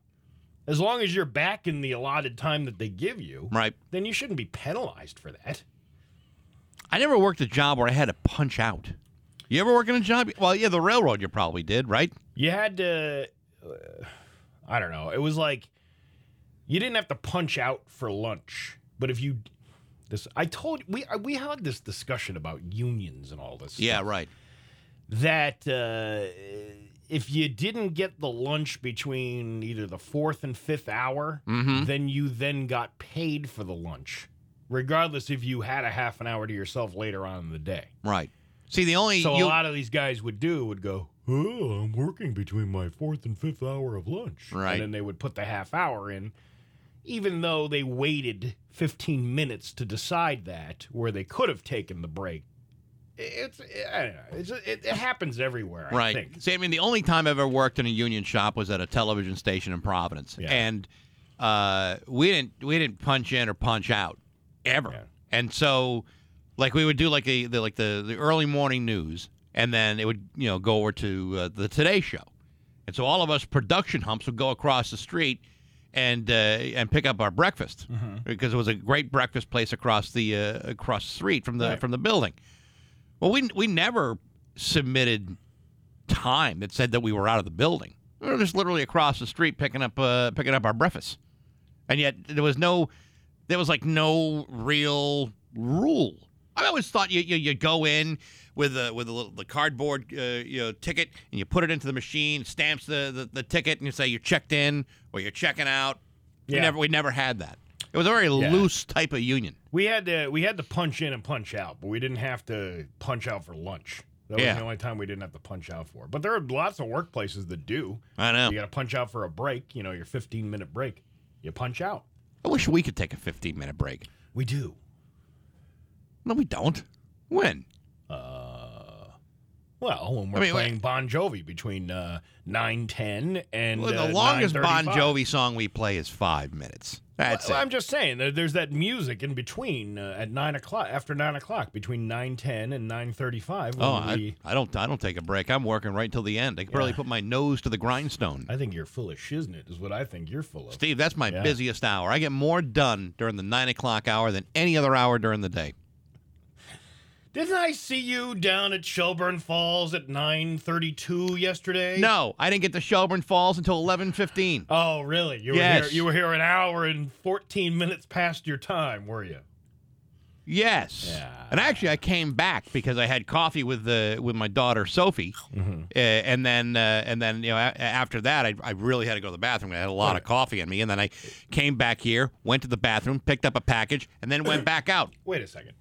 As long as you're back in the allotted time that they give you,
Right.
then you shouldn't be penalized for that.
I never worked a job where I had to punch out. You ever work in a job? Well, yeah, the railroad you probably did, right?
you had to uh, i don't know it was like you didn't have to punch out for lunch but if you this i told we I- we had this discussion about unions and all this
Yeah,
stuff,
right.
that uh, if you didn't get the lunch between either the fourth and fifth hour
Mm-hmm.
then you then got paid for the lunch regardless if you had a half an hour to yourself later on in the day
Right. See, the only
so
you-
a lot of these guys would do would go, "Oh, I'm working between my fourth and fifth hour of lunch,"
Right.
And then they would put the half hour in, even though they waited 15 minutes to decide that where they could have taken the break. It's I don't know. It's, it, it happens everywhere. I
right.
think.
See, I mean, the only time I ever worked in a union shop was at a television station in Providence,
Yeah.
and uh, we didn't we didn't punch in or punch out ever.
Yeah.
And so, like, we would do like a, the like the, the early morning news, and then it would you know go over to uh, the Today Show, and so all of us production humps would go across the street. And uh, and pick up our breakfast
Mm-hmm.
because it was a great breakfast place across the uh, across the street from the from the building. Well, we we never submitted time that said that we were out of the building. We were just literally across the street picking up uh, picking up our breakfast, and yet there was no there was like no real rule. I always thought you you, you go in with a, with a little, the cardboard uh, you know, ticket and you put it into the machine, it stamps the, the, the ticket, and you say you checked in or you're checking out. We
Yeah.
never we never had that. It was a very loose type of union.
We had to we had to punch in and punch out, but we didn't have to punch out for lunch. That was
Yeah.
the only time we didn't have to punch out for. But there are lots of workplaces that do.
I know.
You got to punch out for a break. You know, your 15 minute break. You punch out.
I wish we could take a 15 minute break.
We do.
No, we don't. When?
Uh, Well, when we're
I mean,
playing Bon Jovi between uh, nine ten and
Well,
uh,
the longest Bon
9:35.
Jovi song we play is five minutes. That's
Well,
it.
I'm just saying, there- there's that music in between uh, at nine o'clock, after nine o'clock, between nine ten and nine thirty-five.
Oh, I, I don't. I don't take a break. I'm working right till the end. I can barely put my nose to the grindstone.
I think you're full of shiznit, is what I think you're full of.
Steve, that's my
Yeah.
busiest hour. I get more done during the nine o'clock hour than any other hour during the day.
Didn't I see you down at Shelburne Falls at nine thirty-two yesterday?
No, I didn't get to Shelburne Falls until eleven fifteen.
Oh, really? You were
Yes.
here, you were here an hour and fourteen minutes past your time, were you?
Yes.
Yeah.
And actually, I came back because I had coffee with the with my daughter Sophie,
Mm-hmm.
uh, and then uh, and then you know a- after that, I, I really had to go to the bathroom. I had a lot of coffee in me, and then I came back here, went to the bathroom, picked up a package, and then went back out.
Wait a second.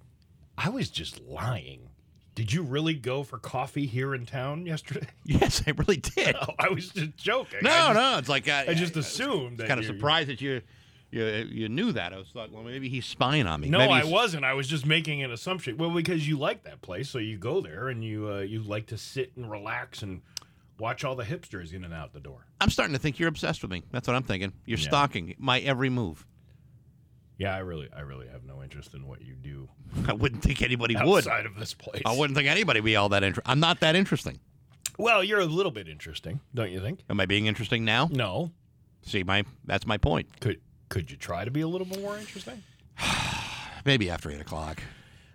I was just lying. Did you really go for coffee here in town yesterday?
Yes, I really did.
Oh, I was just joking.
No,
I just,
no, it's like uh, I,
I just assumed that
kind of
you-
surprised that you, you you knew that. I was thought, well, maybe he's spying on me.
No,
Maybe
I
he's-
wasn't. I was just making an assumption. Well, because you like that place, so you go there and you uh, you like to sit and relax and watch all the hipsters in and out the door.
I'm starting to think you're obsessed with me. That's what I'm thinking. You're
Yeah.
stalking my every move.
Yeah, I really, I really have no interest in what you do
I wouldn't think anybody would.
outside of this place.
I wouldn't think anybody would be all that interesting. I'm not that interesting.
Well, you're a little bit interesting, don't you think?
Am I being interesting now?
No.
See, my that's my point.
Could could you try to be a little bit more interesting?
maybe after eight o'clock.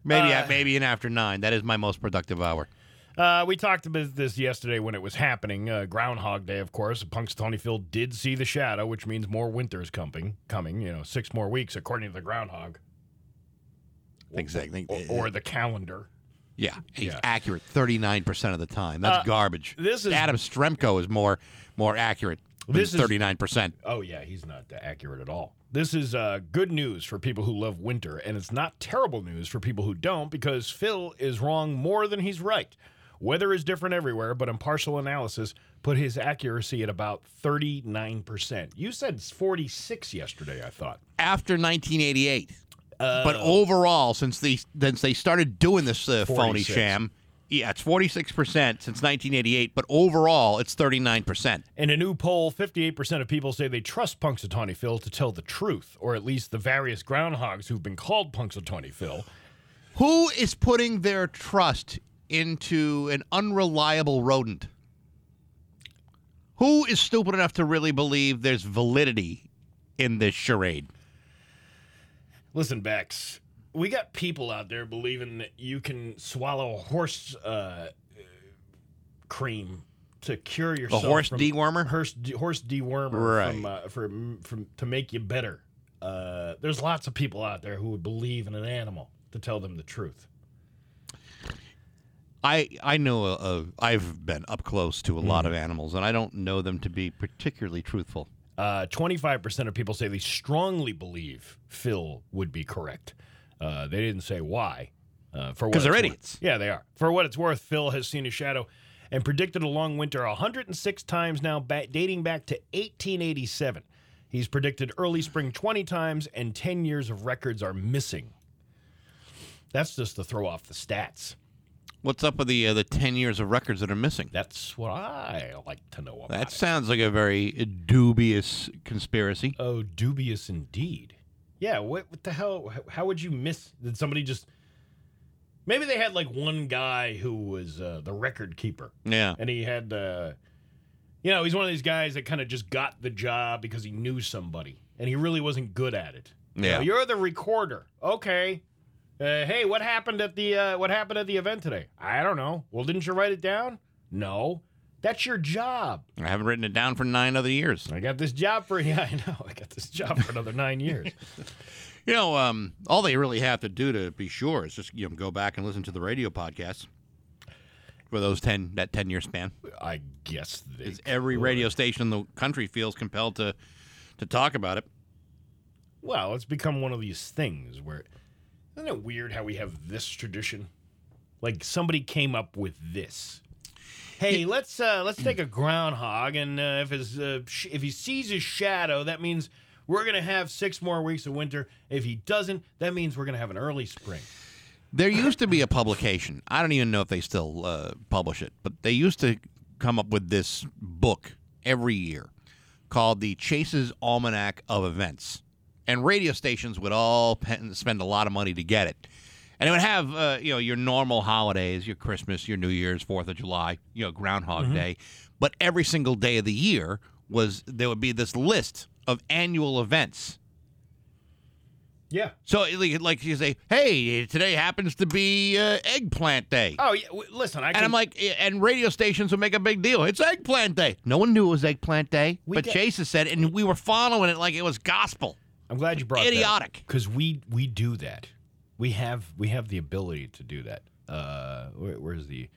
Maybe
Uh,
maybe in after nine. That is my most productive hour.
Uh, we talked about this yesterday when it was happening. Uh, Groundhog Day, of course. Punxsutawneyfield did see the shadow, which means more winters coming. Coming, you know, six more weeks according to the groundhog
I think, so. I think-
or, or the calendar.
yeah, he's
yeah.
accurate thirty nine percent of the time. That's
Uh,
garbage.
this is-
Adam Stremko is more more accurate.
This is-
thirty nine percent.
Oh yeah, he's not that accurate at all. This is uh, good news for people who love winter, and it's not terrible news for people who don't because Phil is wrong more than he's right. Weather is different everywhere, but impartial analysis put his accuracy at about 39%. You said 46 yesterday, I thought.
After nineteen eighty eight.
Uh,
but overall, since they since they started doing this uh, phony
46.
sham, yeah, it's forty six percent since nineteen eighty eight. But overall, it's thirty nine percent.
In a new poll, 58% of people say they trust Punxsutawney Phil to tell the truth, or at least the various groundhogs who've been called Punxsutawney Phil.
Who is putting their trust into an unreliable rodent? Who is stupid enough to really believe there's validity in this charade?
Listen, Bex, we got people out there believing that you can swallow horse uh, cream to cure yourself.
horse
from-
dewormer?
Horse, de- horse dewormer
Right.
from, uh, from, from, to make you better. Uh, there's lots of people out there who would believe in an animal to tell them the truth.
I I know a, a, I've been up close to a lot of animals, and I don't know them to be particularly truthful.
Uh, 25% of people say they strongly believe Phil would be correct. Uh, they didn't say why. uh, for what
'Cause they're
it's worth.
idiots.
Yeah, they are. For what it's worth, Phil has seen a shadow and predicted a long winter 106 times now, ba- dating back to 1887. He's predicted early spring 20 times, and 10 years of records are missing. That's just to throw off the stats.
What's up with the uh, the ten years of records that are missing?
That's what I like to know about.
That
it.
sounds like a very dubious conspiracy.
Oh, dubious indeed. Yeah, what, what the hell? How, how would you miss? Did somebody just. Maybe they had like one guy who was uh, the record keeper.
Yeah.
And he had, uh, you know, he's one of these guys that kind of just got the job because he knew somebody and he really wasn't good at it. You know,
Yeah.
You're the recorder. Okay. Uh, hey, what happened at the uh, what happened at the event today? I don't know. Well, didn't you write it down? No. That's your job.
I haven't written it down for nine other years.
I got this job for yeah, I know. I got this job for another nine years.
You know, um, all they really have to do to be sure is just you know go back and listen to the radio podcasts for those ten that ten year span.
I guess they
Because every radio station in the country feels compelled to to talk about it.
Well, it's become one of these things where isn't it weird how we have this tradition? Like somebody came up with this. Hey, let's uh let's take a groundhog, and uh, if his uh, sh- if he sees his shadow, that means we're gonna have six more weeks of winter. If he doesn't, that means we're gonna have an early spring.
There used to be a publication. I don't even know if they still uh, publish it, but they used to come up with this book every year called the Chase's Almanac of Events. And radio stations would all pen- spend a lot of money to get it. And it would have, uh, you know, your normal holidays, your Christmas, your New Year's, Fourth of July, you know, Groundhog Day. But every single day of the year was there would be this list of annual events
Yeah.
so, like, like you say, hey, today happens to be uh, eggplant day.
Oh yeah. W- listen, I can,
and I'm like, eh, and radio stations would make a big deal. It's eggplant day. No one knew it was eggplant day,
We
but
get-
Chase has said, and we were following it like it was gospel.
I'm glad you brought
Idiotic.
because we we do that. We have we have the ability to do that. Uh, where, where's the?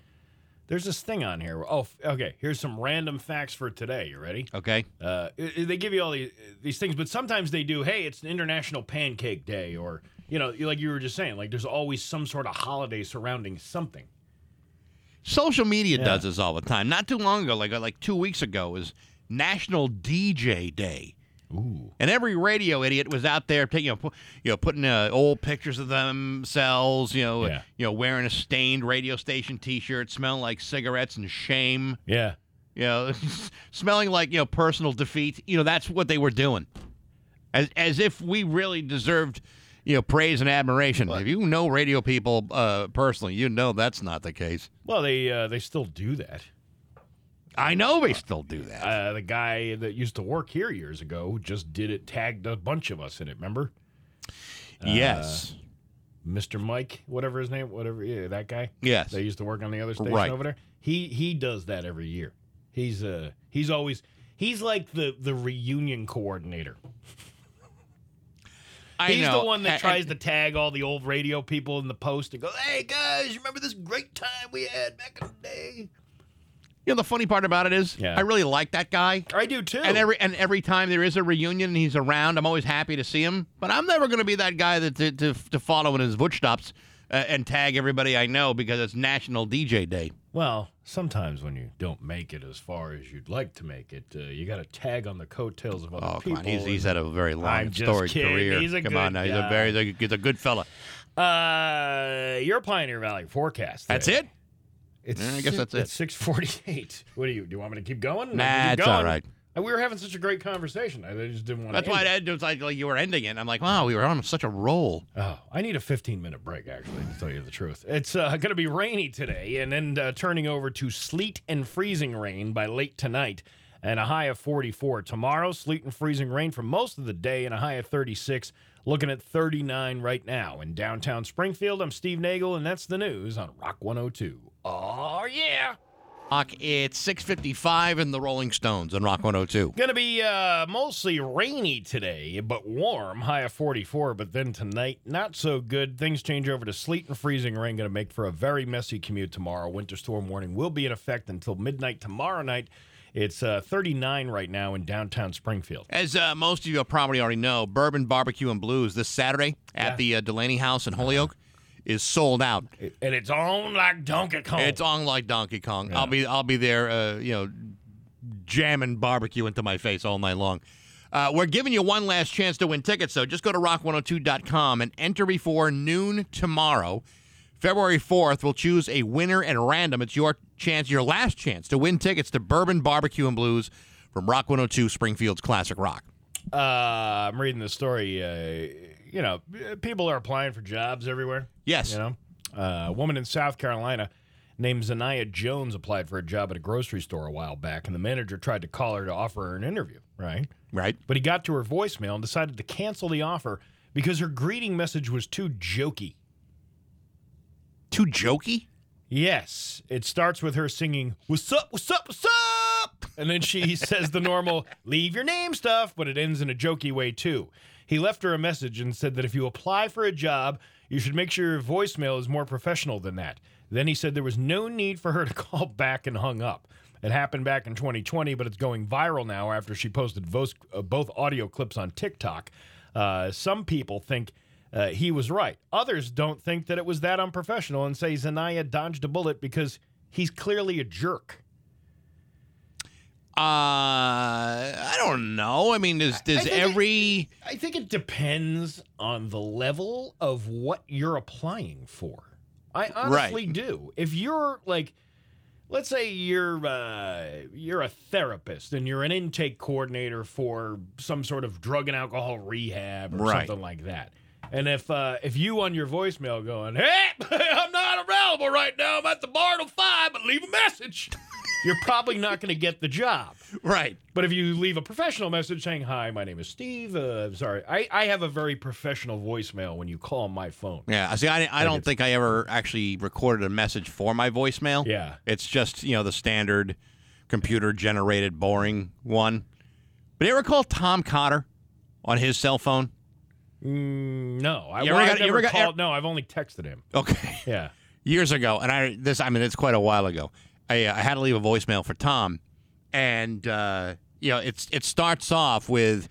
There's this thing on here. Oh, f- okay. Here's some random facts for today. You ready?
Okay.
Uh, i- i- they give you all these, these things, but sometimes they do. Hey, it's an International Pancake Day, or you know, like you were just saying, like there's always some sort of holiday surrounding something.
Social media does this all the time. Not too long ago, like like two weeks ago, was National DJ Day. Ooh. And every radio idiot was out there, taking, you know, pu- you know, putting uh, old pictures of themselves, you know,
Yeah.
you know, wearing a stained radio station T-shirt, smelling like cigarettes and shame.
Yeah.
you know, smelling like you know personal defeat. You know, that's what they were doing, as as if we really deserved you know praise and admiration. If you know radio people uh, personally, you know that's not the case.
Well, they uh, they still do that.
I know they still do that.
uh, the guy that used to work here years ago who just did it tagged a bunch of us in it remember
yes,
Mr. Mike, whatever his name, whatever yeah, that guy.
Yes.
They used to work on the other station
Right.
over there. He he does that every year. He's uh he's always he's like the the reunion coordinator.
I
He's
know.
the one that
And-
tries to tag all the old radio people in the post and go, "Hey guys, remember this great time we had back in the day?"
You know the funny part about it is,
Yeah.
I really like that guy.
I do too.
And every and every time there is a reunion and he's around, I'm always happy to see him. But I'm never going to be that guy that to, to, to follow in his footsteps uh, and tag everybody I know because it's National DJ Day.
Well, sometimes when you don't make it as far as you'd like to make it, uh, you got to tag on the coattails of other
Oh, come
people.
on. He's, he's
and-
had a very long
I'm
and
just
storied
kidding.
career.
He's a
come
good
on now. He's a
guy.
very he's a, he's a good fella.
uh, your Pioneer Valley forecast.
That's
today.
it?
It's
Yeah, I guess
si-
that's it.
It's six forty-eight. What do you do? You want me to keep going? I can
Nah,
keep
it's all
going.
right.
Uh, We were having such a great conversation. I just didn't want
That's
to.
why it was like, like you were ending it. I'm like, wow, we were on such a roll.
Oh, I need a 15 minute break, actually, to tell you the truth. It's uh, going to be rainy today and then uh, turning over to sleet and freezing rain by late tonight and a high of 44. Tomorrow, sleet and freezing rain for most of the day and a high of 36. Looking at 39 right now in downtown Springfield. I'm Steve Nagel, and that's the news on Rock 102. Oh, yeah.
Hawk, it's 6.55 in the Rolling Stones on Rock 102.
Going to be uh, mostly rainy today, but warm, high of 44. But then tonight, not so good. Things change over to sleet and freezing rain, going to make for a very messy commute tomorrow. Winter storm warning will be in effect until midnight tomorrow night. It's uh, 39 right now in downtown Springfield.
As uh, most of you probably already know, Bourbon Barbecue and Blues this Saturday at
Yeah.
the uh, Delaney House in Holyoke is sold out.
And it's on like Donkey Kong.
It's on like Donkey Kong. I'll be I'll be there, uh, you know, jamming barbecue into my face all night long. Uh, we're giving you one last chance to win tickets, so just go to rock102.com and enter before noon tomorrow. February 4th, we'll choose a winner at random. It's your chance, your last chance to win tickets to Bourbon Barbecue and Blues from Rock 102 Springfield's Classic Rock.
uh, I'm reading the story. Uh, you know, people are applying for jobs everywhere.
Yes.
You know, uh, a woman in South Carolina named Zania Jones applied for a job at a grocery store a while back, and the manager tried to call her to offer her an interview, right?
Right?
But he got to her voicemail and decided to cancel the offer because her greeting message was too jokey.
Too jokey?
Yes, it starts with her singing, What's up, what's up, what's up? And then she says the normal, Leave your name stuff, but it ends in a jokey way too. He left her a message and said that if you apply for a job, you should make sure your voicemail is more professional than that. Then he said there was no need for her to call back and hung up. It happened back in 2020, but it's going viral now after she posted vos- uh, both audio clips on TikTok. Uh, some people think uh, he was right. Others don't think that it was that unprofessional and say Zania dodged a bullet because he's clearly a jerk.
Uh, I don't know. I mean, does,
I
does
think it-
every.
I think it depends on the level of what you're applying for. I honestly do. If you're like, let's say you're uh, you're a therapist and you're an intake coordinator for some sort of drug and alcohol rehab or
Right.
something like that. And if uh, if you on your voicemail going, hey, I'm not available right now. I'm at the bar till five, but leave a message. You're probably not going to get the job.
Right.
But if you leave a professional message saying, "Hi, my name is Steve," uh, I'm sorry, I, I have a very professional voicemail when you call my phone.
Yeah, see, I, I don't think I ever actually recorded a message for my voicemail.
Yeah.
It's just, you know, the standard computer generated boring one. But you ever call Tom Cotter on his cell phone?
Mm, no, I,
You
well,
ever
I've
got- you
never
ever got-
called. no, I've only texted him.
Okay.
Yeah,
Years ago, and I, this, I mean, it's quite a while ago. I, uh, I had to leave a voicemail for Tom, and, uh, you know, it's, it starts off with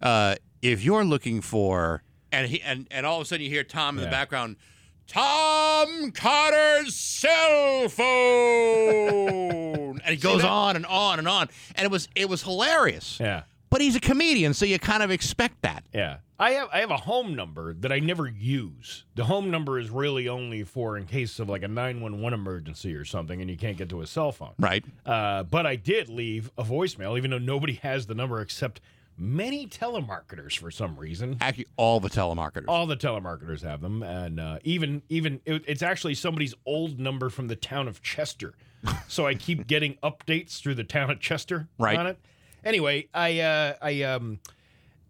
uh, if you're looking for, and, he, and, and all of a sudden you hear Tom in the
Yeah.
background, Tom Cotter's cell phone, and it goes on and on and on, and it was it was hilarious.
yeah,
But he's a comedian, so you kind of expect that.
yeah. I have I have a home number that I never use. The home number is really only for in case of like a nine one one emergency or something, and you can't get to a cell phone.
Right.
Uh, but I did leave a voicemail, even though nobody has the number except many telemarketers for some reason.
Actually, all the telemarketers.
All the telemarketers have them, and uh, even even it, it's actually somebody's old number from the town of Chester. so I keep getting updates through the town of Chester
Right.
on it. Anyway, I uh, I um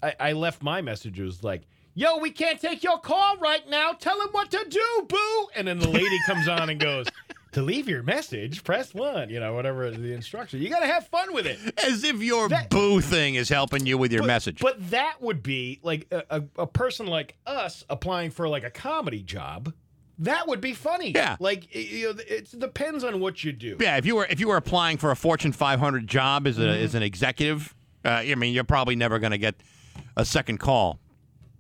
I, I left my messages like yo, we can't take your call right now. Tell him what to do, boo. And then the lady comes on and goes, to leave your message, press one. You know, whatever the instruction. You got to have fun with it.
As if your
That-
boo thing is helping you with your
But-
message.
But that would be like a, a, a person like us applying for like a comedy job. That would be funny.
Yeah.
Like it, you know, it depends on what you do.
yeah, if you were if you were applying for a Fortune 500 job as a,
Mm-hmm.
as an executive, uh, I mean, you're probably never going to get a second call.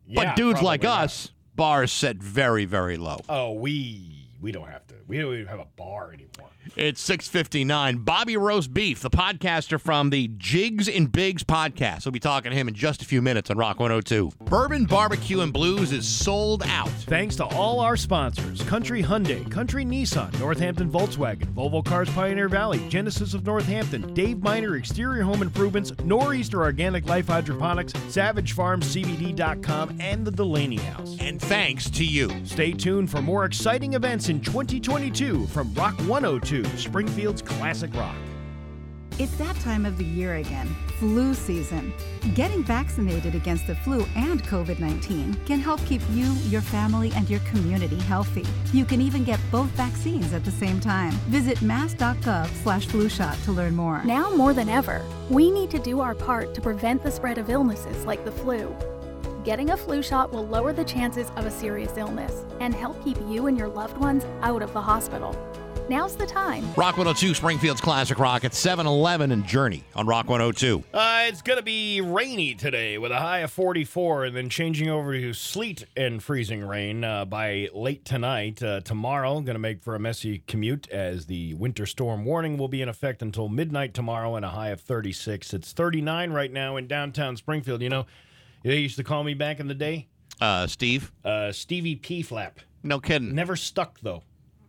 Yeah,
but dudes like
probably not.
us, bars set very very low.
Oh, we we don't have to. We don't even have a bar anymore.
It's 659. Bobby Roast Beef, the podcaster from the Jigs and Bigs podcast. We'll be talking to him in just a few minutes on Rock 102. Bourbon Barbecue and Blues is sold out.
Thanks to all our sponsors Country Hyundai, Country Nissan, Northampton Volkswagen, Volvo Cars Pioneer Valley, Genesis of Northampton, Dave Miner Exterior Home Improvements, Nor'easter Organic Life Hydroponics, Savage Farms CBD.com, and the Delaney House.
And thanks to you.
Stay tuned for more exciting events in 2022 from Rock 102, Springfield's Classic Rock.
It's that time of the year again, flu season. Getting vaccinated against the flu and COVID 19 can help keep you, your family, and your community healthy. You can even get both vaccines at the same time. Visit mass.gov slash flu shot to learn more.
Now more than ever, we need to do our part to prevent the spread of illnesses like the flu. Getting a flu shot will lower the chances of a serious illness and help keep you and your loved ones out of the hospital. Now's the time.
Rock 102, Springfield's Classic Rock at 7 Eleven and Journey on Rock 102.
Uh, it's gonna be rainy today with a high of 44, and then changing over to sleet and freezing rain uh, by late tonight. Uh, tomorrow, gonna make for a messy commute as the winter storm warning will be in effect until midnight tomorrow, and a high of 36. It's 39 right now in downtown Springfield. You know, they used to call me back in the day
Uh, Steve,
uh, Stevie P Flap.
no kidding.
Never stuck though.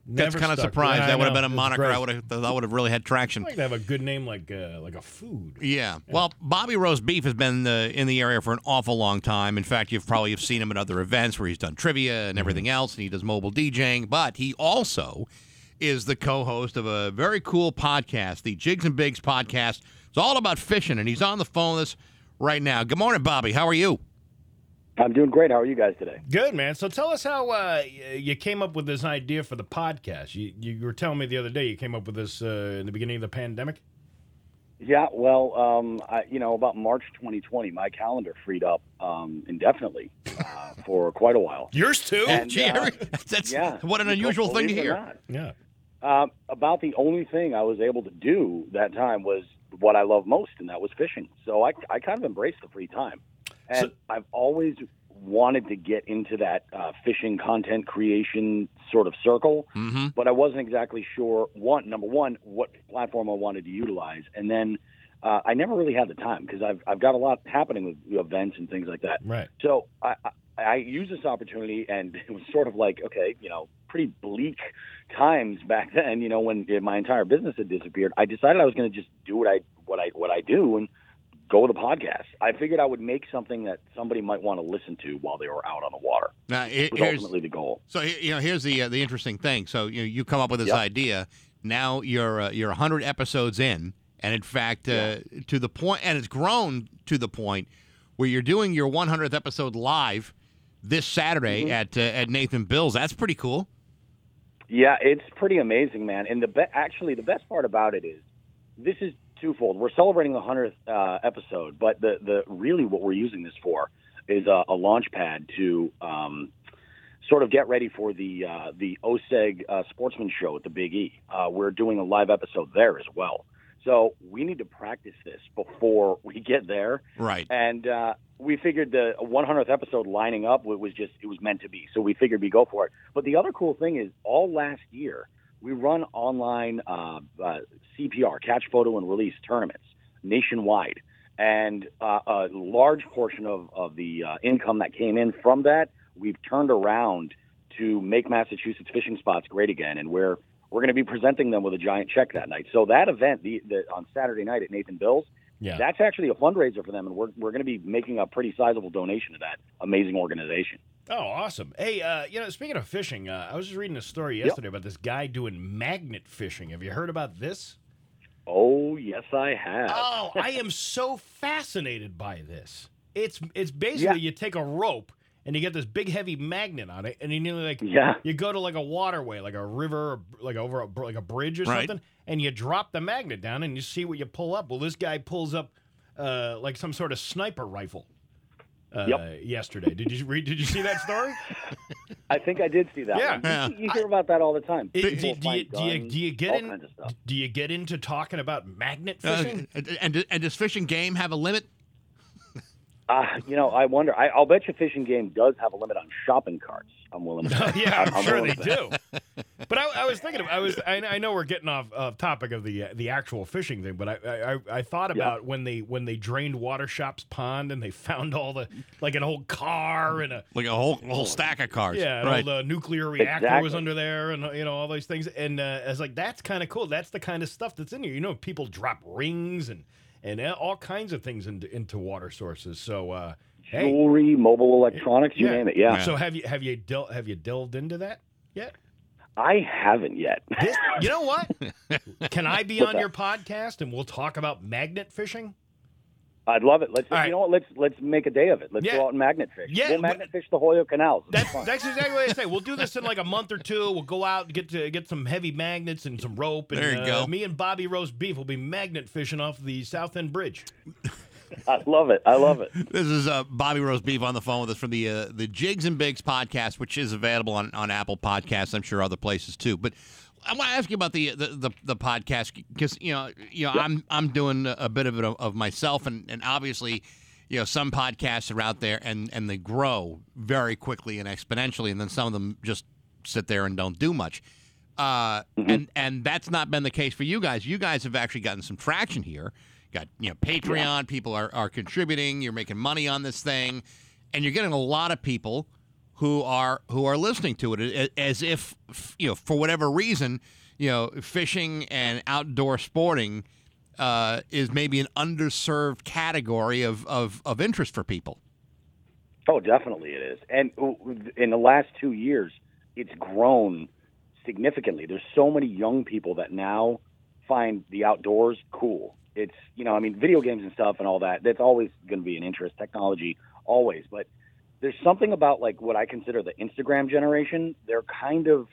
That's
Never
kind of
stuck.
surprised.
Yeah, I
That would have
know.
been a
It's
moniker.
great.
I would have that would have really had traction.
I'd like to have a good name like uh, like a food.
Yeah. Well, Bobby Roast Beef has been uh, in the area for an awful long time. In fact, you've probably have seen him at other events where he's done trivia
Mm-hmm.
and everything else, and he does mobile DJing. But he also is the co-host of a very cool podcast, the Jigs and Bigs podcast. It's all about fishing, and he's on the phone with us right now. Good morning, Bobby. How are you?
I'm doing great. How are you guys today?
Good man. So tell us how uh, y- you came up with this idea for the podcast. You, you were telling me the other day you came up with this uh, in the beginning of the pandemic.
Yeah, well, um, I, you know, about March 2020, my calendar freed up um, indefinitely uh, for quite a while.
Yours too.
And,
Gee,
uh,
Harry, that's
yeah,
what an
you don't
unusual thing to
believe it or
hear.
not.
Yeah.
Um, about the only thing I was able to do that time was what I love most, and that was fishing. So I, I kind of embraced the free time. And I've always wanted to get into that uh, fishing content creation sort of circle,
Mm-hmm.
but I wasn't exactly sure one number one what platform I wanted to utilize, and then uh, I never really had the time because I've I've got a lot happening with events and things like that.
Right.
So I, I I used this opportunity, and it was sort of like okay, you know, pretty bleak times back then. You know, when my entire business had disappeared, I decided I was going to just do what I what I what I do and go with a podcast. I figured I would make something that somebody might want to listen to while they were out on the water.
Now, he-
Was
here's-
ultimately the goal.
So he- you know, here's the uh, the interesting thing. So you you come up with this
Yep.
idea. Now you're uh, you're 100 episodes in, and in fact, uh, to the point, and it's grown to the point where you're doing your 100th episode live this
Mm-hmm.
Saturday at uh, at Nathan Bill's. That's pretty cool.
Yeah, it's pretty amazing, man. And the be- actually the best part about it is this is twofold. We're celebrating the hundredth uh, episode, but the the really what we're using this for is a, a launch pad to um, sort of get ready for the uh, the OSEG uh, Sportsman Show at the Big E. Uh, we're doing a live episode there as well. So we need to practice this before we get there
Right.
and uh, we figured the 100th episode lining up wa- was just it was meant to be so we figured we go for it but the other cool thing is all last year we run online uh, uh, cpr catch photo and release tournaments nationwide and uh, a large portion of, of the uh, income that came in from that we've turned around to make massachusetts fishing spots great again and we're we're going to be presenting them with a giant check that night so that event the, the on saturday night at nathan bill's
Yeah.
that's actually a fundraiser for them, and we're, we're going to be making a pretty sizable donation to that amazing organization.
Oh, awesome. Hey, uh, you know, speaking of fishing, uh, I was just reading a story
Yep.
yesterday about this guy doing magnet fishing. Have you heard about this?
Oh, yes, I have.
Oh, I am so fascinated by this. It's it's basically you take a rope and you get this big heavy magnet on it, and you nearly like
Yeah.
you go to like a waterway, like a river, or like over a, br- like a bridge or
Right.
something, and you drop the magnet down, and you see what you pull up. Well, this guy pulls up uh, like some sort of sniper rifle. Uh, Yesterday, did you read? Did you see that story?
I think I did see that.
Yeah.
one. You- You, hear about that all the time.
It-
People
do, do you,
find
do, you, do you
guns,
get
all
in?
kinds of stuff.
Do you get into talking about magnet
Uh,
fishing?
and, and and does fishing game have a limit?
Uh, you know, I wonder. I, I'll bet you fishing game does have a limit on shopping carts. I'm willing to. bet.
yeah, I'm, sure they
willing to bet.
do. But I, I was thinking, of, I was, I, I know we're getting off, off topic of the uh, the actual fishing thing, but I I, I, I thought
Yeah.
about when they when they drained Water Shop's pond and they found all the like an old car and a
Like a whole
Oh,
whole stack of cars.
yeah, and
right.
all the nuclear reactor was
Exactly.
under there, and uh, you know all those things. And uh, I was like, that's kind of cool. That's the kind of stuff that's in here. You know, people drop rings and and uh, all kinds of things into into water sources. So uh, hey,
Jewelry, mobile electronics, you
Yeah.
name it. Yeah.
So have you have you del- have you delved into that yet?
I haven't yet.
This- you know what? Can I be
What's
on
that?
your podcast and we'll talk about magnet fishing?
I'd love it. Let's.
All right.
You know what? Let's let's make a day of it. Let's
Yeah.
go out and magnet fish.
Yeah,
We'll
but-
magnet fish the Hoyo canals. It'll be
That's
fun.
that's exactly what I say. We'll do this in like a month or two. We'll go out and get to get some heavy magnets and some rope. And,
There you
uh,
go.
Me and Bobby Roast Beef will be magnet fishing off the South End Bridge.
I love it. I love it.
This is uh, Bobby Rose Beef on the phone with us from the uh, the Jigs and Bigs podcast, which is available on, on Apple Podcasts. I'm sure other places too. But I want to ask you about the the, the, the podcast because you know you know I'm I'm doing a bit of it of, of myself, and, and obviously you know some podcasts are out there and and they grow very quickly and exponentially, and then some of them just sit there and don't do much. Uh, and and that's not been the case for you guys. You guys have actually gotten some traction here. Got you know Patreon, people are are contributing. You're making money on this thing, and you're getting a lot of people who are who are listening to it a- as if f- you know for whatever reason you know fishing and outdoor sporting uh, is maybe an underserved category of, of of interest for people.
Oh, definitely it is. And in the last two years, it's grown significantly. There's so many young people that now find the outdoors cool. It's, you know, I mean, video games and stuff and all that, that's always going to be an interest, technology, always. But there's something about like what I consider the Instagram generation. They're kind of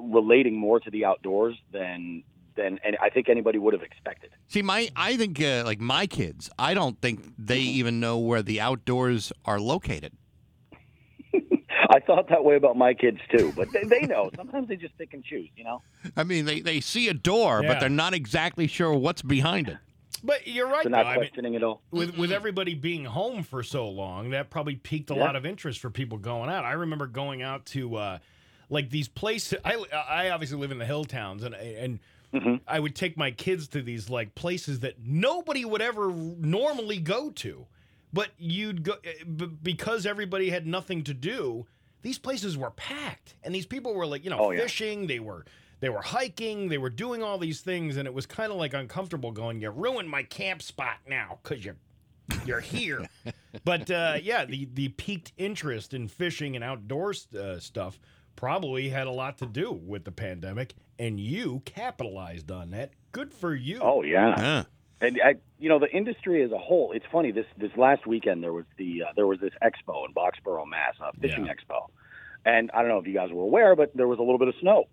relating more to the outdoors than, than and I think anybody would have expected.
See, my I think uh, like my kids, I don't think they even know where the outdoors are located.
I thought that way about my kids too, but they, they know. Sometimes they just pick and choose, you know?
I mean, they, they see a door,
Yeah.
but they're not exactly sure what's behind it.
But you're right,
They're
though.
not
I mean,
questioning it all.
with with everybody being home for so long, that probably piqued a
Yeah.
lot of interest for people going out. I remember going out to uh, like these places. I I obviously live in the hill towns, and and I would take my kids to these like places that nobody would ever normally go to, but you'd go eh, b- because everybody had nothing to do. These places were packed, and these people were like you know
Oh, yeah.
fishing. They were. They were hiking, they were doing all these things, and it was kind of like uncomfortable going, You ruined my camp spot now because you you're here. but uh, yeah, the the peaked interest in fishing and outdoor uh, stuff probably had a lot to do with the pandemic, and you capitalized on that. Good for you.
Oh yeah,
Huh.
and I, you know the industry as a whole. It's funny this this last weekend there was the uh, there was this expo in Boxborough, Mass, a fishing expo, and I don't know if you guys were aware, but there was a little bit of snow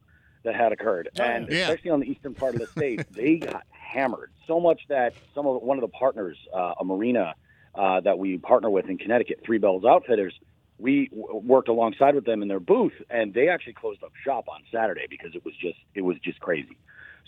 that had occurred, and
Yeah.
especially on the eastern part of the state, they got hammered so much that some of one of the partners, uh, a marina uh, that we partner with in Connecticut, Three Bells Outfitters. We w- worked alongside with them in their booth, and they actually closed up shop on Saturday because it was just it was just crazy.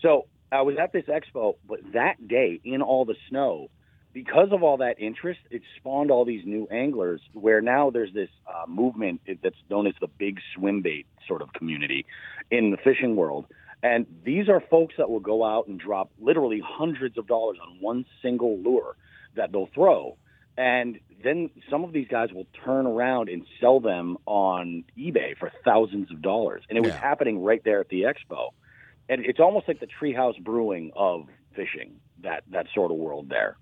So I was at this expo, but that day in all the snow, because of all that interest, it spawned all these new anglers. Where now there's this uh, movement that's known as the big swim bait sort of community in the fishing world, and these are folks that will go out and drop literally hundreds of dollars on one single lure that they'll throw. And then some of these guys will turn around and sell them on eBay for thousands of dollars. And it was
Yeah.
happening right there at the expo and it's almost like the treehouse brewing of fishing that that sort of world there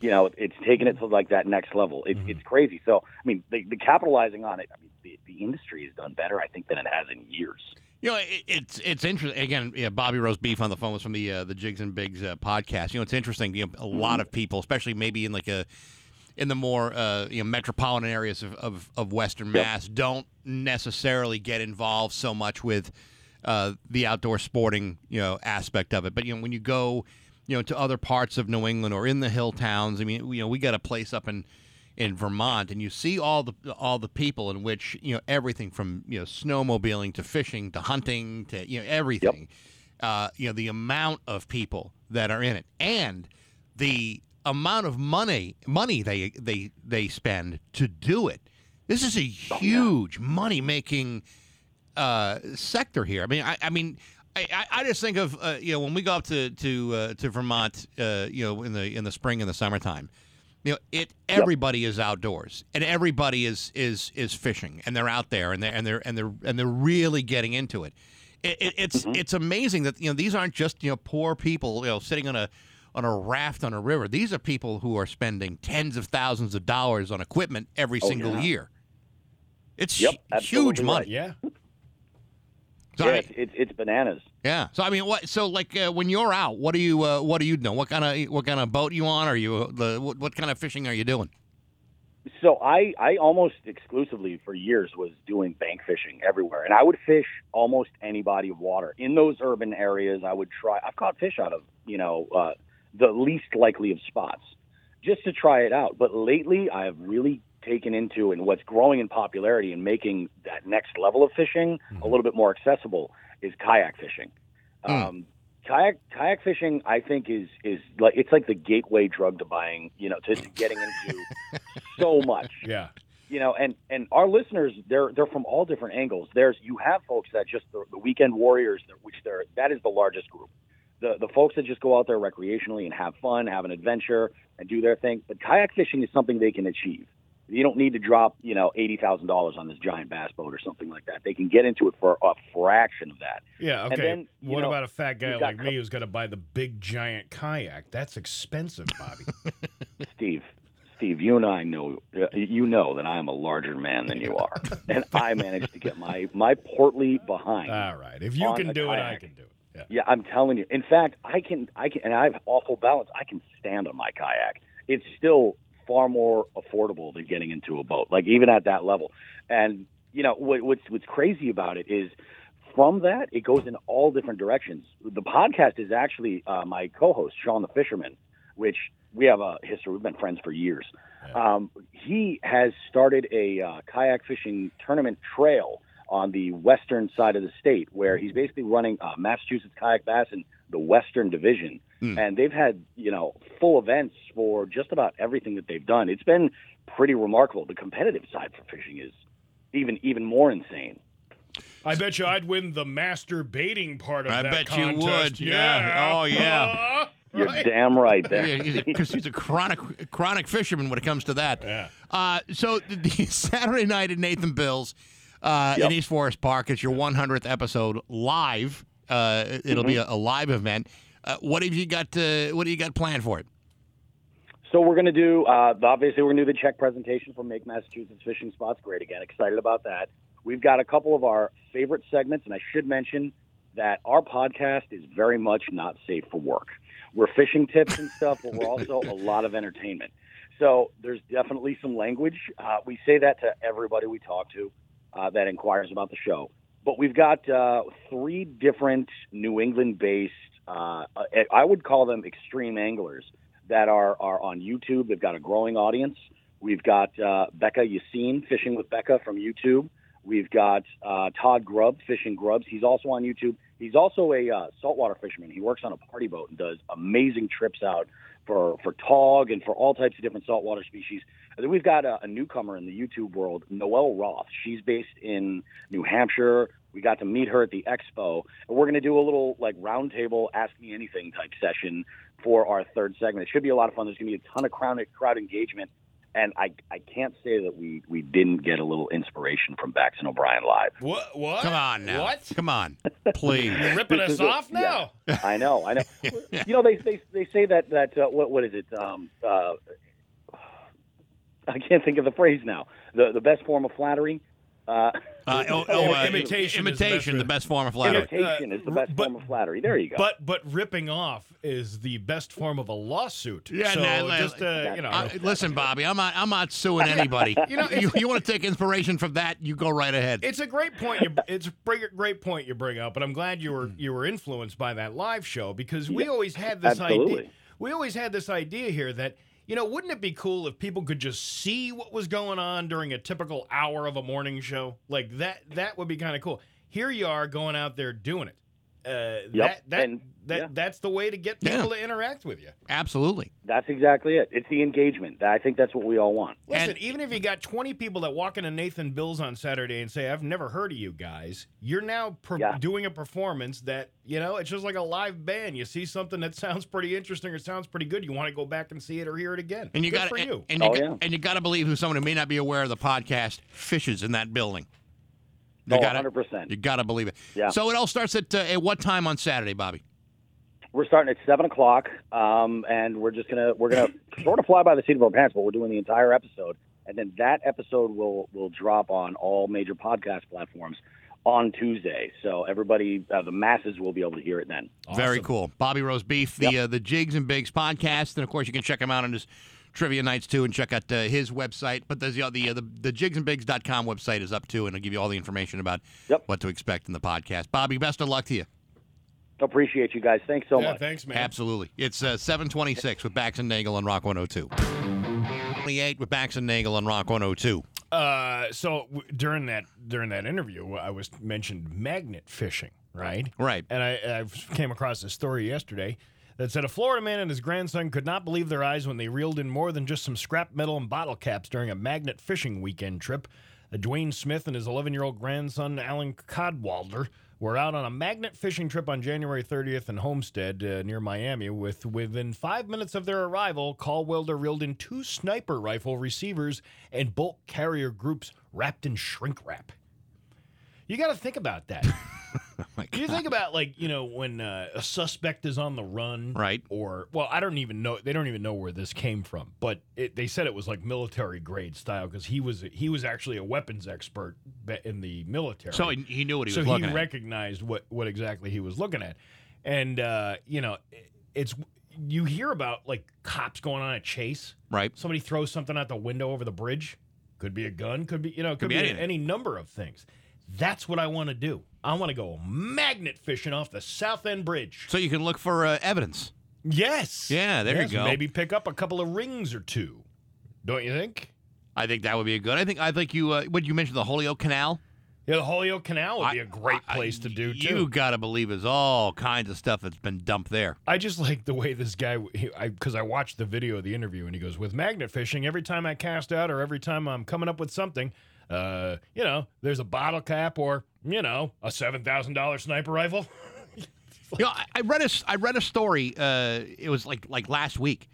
you know it's taken it to like that next level it's it's crazy so i mean the, the capitalizing on it i mean the, the industry has done better i think than it has in years
You know, it, it's it's interesting. Again, yeah, Bobby Rose Beef on the phone was from the uh, the Jigs and Bigs uh, podcast. You know, it's interesting. You know, a lot of people, especially maybe in like a in the more uh, you know, metropolitan areas of, of, of Western Mass don't necessarily get involved so much with uh, the outdoor sporting you know aspect of it. But you know when you go you know to other parts of New England or in the hill towns, I mean you know we got a place up in in Vermont, and you see all the all the people in which you know everything from you know snowmobiling to fishing to hunting to you know everything. Uh, you know the amount of people that are in it, and the amount of money money they they they spend to do it. This is a huge money making uh, sector here. I mean, I, I mean, I, I- I just think of uh, you know when we go up to to uh, to Vermont, uh, you know, in the in the spring and the summertime, you know, it everybody is outdoors and everybody is is is fishing and they're out there and they're and they're and they're and they're really getting into it. It, it it's
Mm-hmm.
it's amazing that you know these aren't just you know poor people you know sitting on a on a raft on a river. These are people who are spending tens of thousands of dollars on equipment every
Oh,
single
yeah.
year. It's
Yep,
hu- huge
absolutely
money.
right. Yeah.
So, I
Yeah,
mean-
it's, it's, it's bananas.
Yeah. So I mean, what? So like, uh, when you're out, what do you uh, what do you know? What kind of what kind of boat you on? Are you uh, the what, what kind of fishing are you doing?
So I, I almost exclusively for years was doing bank fishing everywhere, and I would fish almost any body of water in those urban areas. I would try. I've caught fish out of you know uh, the least likely of spots just to try it out. But lately, I have really taken into and what's growing in popularity and making that next level of fishing a little bit more accessible is kayak fishing. Um, kayak kayak fishing, I think, is is like it's like the gateway drug to buying. You know, to, to getting into so much.
Yeah.
You know, and and our listeners, they're they're from all different angles. There's you have folks that just the, the weekend warriors, that- which they're that is the largest group. The the folks that just go out there recreationally and have fun, have an adventure, and do their thing. But kayak fishing is something they can achieve. You don't need to drop you know eighty thousand dollars on this giant bass boat or something like that. They can get into it for a fraction of that.
Yeah.
And
Okay.
then, you
what
know,
about a fat guy
you've got
like me who's got to buy the big giant kayak? That's expensive, Bobby.
Steve, Steve, you and I know uh, you know that I am a larger man than you are, and I managed to get my my portly behind.
All right. If you
on
can
a
do it, I
kayak.
can do it.
Yeah. I'm telling you. In fact, I can I can, and I have awful balance. I can stand on my kayak. It's still far more affordable than getting into a boat, like even at that level. And you know what, what's what's crazy about it is from that, it goes in all different directions. The podcast is actually uh, my co-host Sean the Fisherman, which we have a history. We've been friends for years. Um, he has started a uh, kayak fishing tournament trail on the western side of the state, where he's basically running uh, Massachusetts Kayak Bass in the Western Division, and they've had you know full events for just about everything that they've done. It's been pretty remarkable. The competitive side for fishing is even even more insane.
I bet you I'd win the masturbating part of
I
that
bet you would,
contest.
yeah. Oh, yeah.
You're damn right there.
Yeah, he's a, 'cause he's a chronic chronic fisherman when it comes to that.
Yeah.
Uh, so the, the Saturday night at Nathan Bill's uh, in East Forest Park is your 100th episode live. Uh, it- it'll be a, a live event. Uh, what have you got? Uh, what do you got planned for it?
So we're going to do, uh, obviously, we're going to do the check presentation from Make Massachusetts Fishing Spots Great Again. Excited about that. We've got a couple of our favorite segments, and I should mention that our podcast is very much not safe for work. We're fishing tips and stuff, but we're also a lot of entertainment. So there's definitely some language. Uh, we say that to everybody we talk to uh, that inquires about the show. But we've got uh, three different New England based, uh, I would call them extreme anglers that are, are on YouTube. They've got a growing audience. We've got uh, Becca Yassine, Fishing with Becca from YouTube. We've got uh, Todd Grubb, Fishing Grubs. He's also on YouTube. He's also a uh, saltwater fisherman. He works on a party boat and does amazing trips out for, for tog and for all types of different saltwater species. And then we've got a, a newcomer in the YouTube world, Noelle Roth. She's based in New Hampshire. We got to meet her at the expo, and we're going to do a little like roundtable, ask me anything type session for our third segment. It should be a lot of fun. There's going to be a ton of crowd, crowd engagement, and I, I can't say that we, we didn't get a little inspiration from Bax and O'Brien live.
What? What?
Come on now.
What?
Come on, please.
You're ripping
This
us
is a-
off now.
I know, I know. you know, they they they say that that uh, what what is it? Um, uh, I can't think of the phrase now. The the best form of flattery. Uh,
Uh, oh, oh, uh, imitation, the best form of flattery.
Imitation is the best form of flattery. There you go.
Uh, But but ripping off is the best form of a lawsuit.
Yeah,
so
nah, nah,
just uh, you know,
I- listen, Bobby, I'm not, I'm not suing anybody. you know, you, want to take inspiration from that, you go right ahead.
It's a great point. You, it's a bring- great point you bring up, and I'm glad you were you were influenced by that live show because we
Mm-hmm. Yeah,
always had this idea.
absolutely.
We always had this idea here that you know, wouldn't it be cool if people could just see what was going on during a typical hour of a morning show? Like that that would be kind of cool. Here you are going out there doing it. Uh,
Yep,
That that
and-
that
yeah.
that's the way to get
Yeah.
people to interact with you.
Absolutely.
That's exactly it. It's the engagement. I think that's what we all want.
Listen, even if you got 20 people that walk into Nathan Bills on Saturday and say, I've never heard of you guys, you're now per-
Yeah.
doing a performance that, you know, it's just like a live band. You see something that sounds pretty interesting or sounds pretty good. You want to go back and see it or hear it again.
And you
Good
got
for you.
and
Oh,
you, got- and you got to believe who someone who may not be aware of the podcast fishes in that building. You
Oh,
gotta-
100%.
You got to believe it.
Yeah.
So it all starts at uh, at what time on Saturday, Bobby?
We're starting at seven o'clock, um, and we're just gonna we're gonna sort of fly by the seat of our pants, but we're doing the entire episode, and then that episode will will drop on all major podcast platforms on Tuesday. So everybody, uh, the masses, will be able to hear it then.
Very cool. Bobby Rose Beef, the uh, the Jigs and Bigs podcast, and of course you can check him out on his trivia nights too, and check out uh, his website. But there's the uh, the, uh, the the jigsandbigs.com website is up too, and it'll give you all the information about what to expect in the podcast. Bobby, best of luck to you.
Appreciate you guys. Thanks so
Yeah,
much.
thanks, man.
Absolutely. It's uh, 726 with Bax and Nagel on Rock 102. 28 with Bax and Nagel on Rock 102.
Uh, so w- during that during that interview, I was mentioned magnet fishing, right?
Right.
And I, I came across this story yesterday that said a Florida man and his grandson could not believe their eyes when they reeled in more than just some scrap metal and bottle caps during a magnet fishing weekend trip. Uh, Dwayne Smith and his 11 year old grandson Alan Codwalder were out on a magnet fishing trip on January 30th in Homestead uh, near Miami. With within five minutes of their arrival, Caldwelder reeled in two sniper rifle receivers and bulk carrier groups wrapped in shrink wrap. You got to think about that.
Oh
You think about like you know when uh, a suspect is on the run,
Right.
Or well, I don't even know. They don't even know where this came from, but it, they said it was like military grade style because he was he was actually a weapons expert ba- in the military.
So he, he knew what he
so
was
he
looking at.
recognized what what exactly he was looking at, and uh, you know it- it's you hear about like cops going on a chase,
Right.
Somebody throws something out the window over the bridge. Could be a gun. Could be you know. Could,
be
be,
anything.
any number of things. That's what I want to do. I want to go magnet fishing off the South End Bridge.
So you can look for uh, evidence.
Yes.
Yeah, there you
Yes,
go.
Maybe pick up a couple of rings or two. Don't you think?
I think that would be a good. I think I think you uh, would you mention the Holyoke Canal?
Yeah, the Holyoke Canal would
I-
be a great
I-
place to do too.
You gotta believe there's all kinds of stuff that's been dumped there.
I just like the way this guy, he- I because I watched the video of the interview, and he goes, "With magnet fishing, every time I cast out or every time I'm coming up with something, uh, you know, there's a bottle cap or you know, a seven thousand dollar sniper rifle."
You know, I, I read a s- I read a story. Uh, it was like like last week,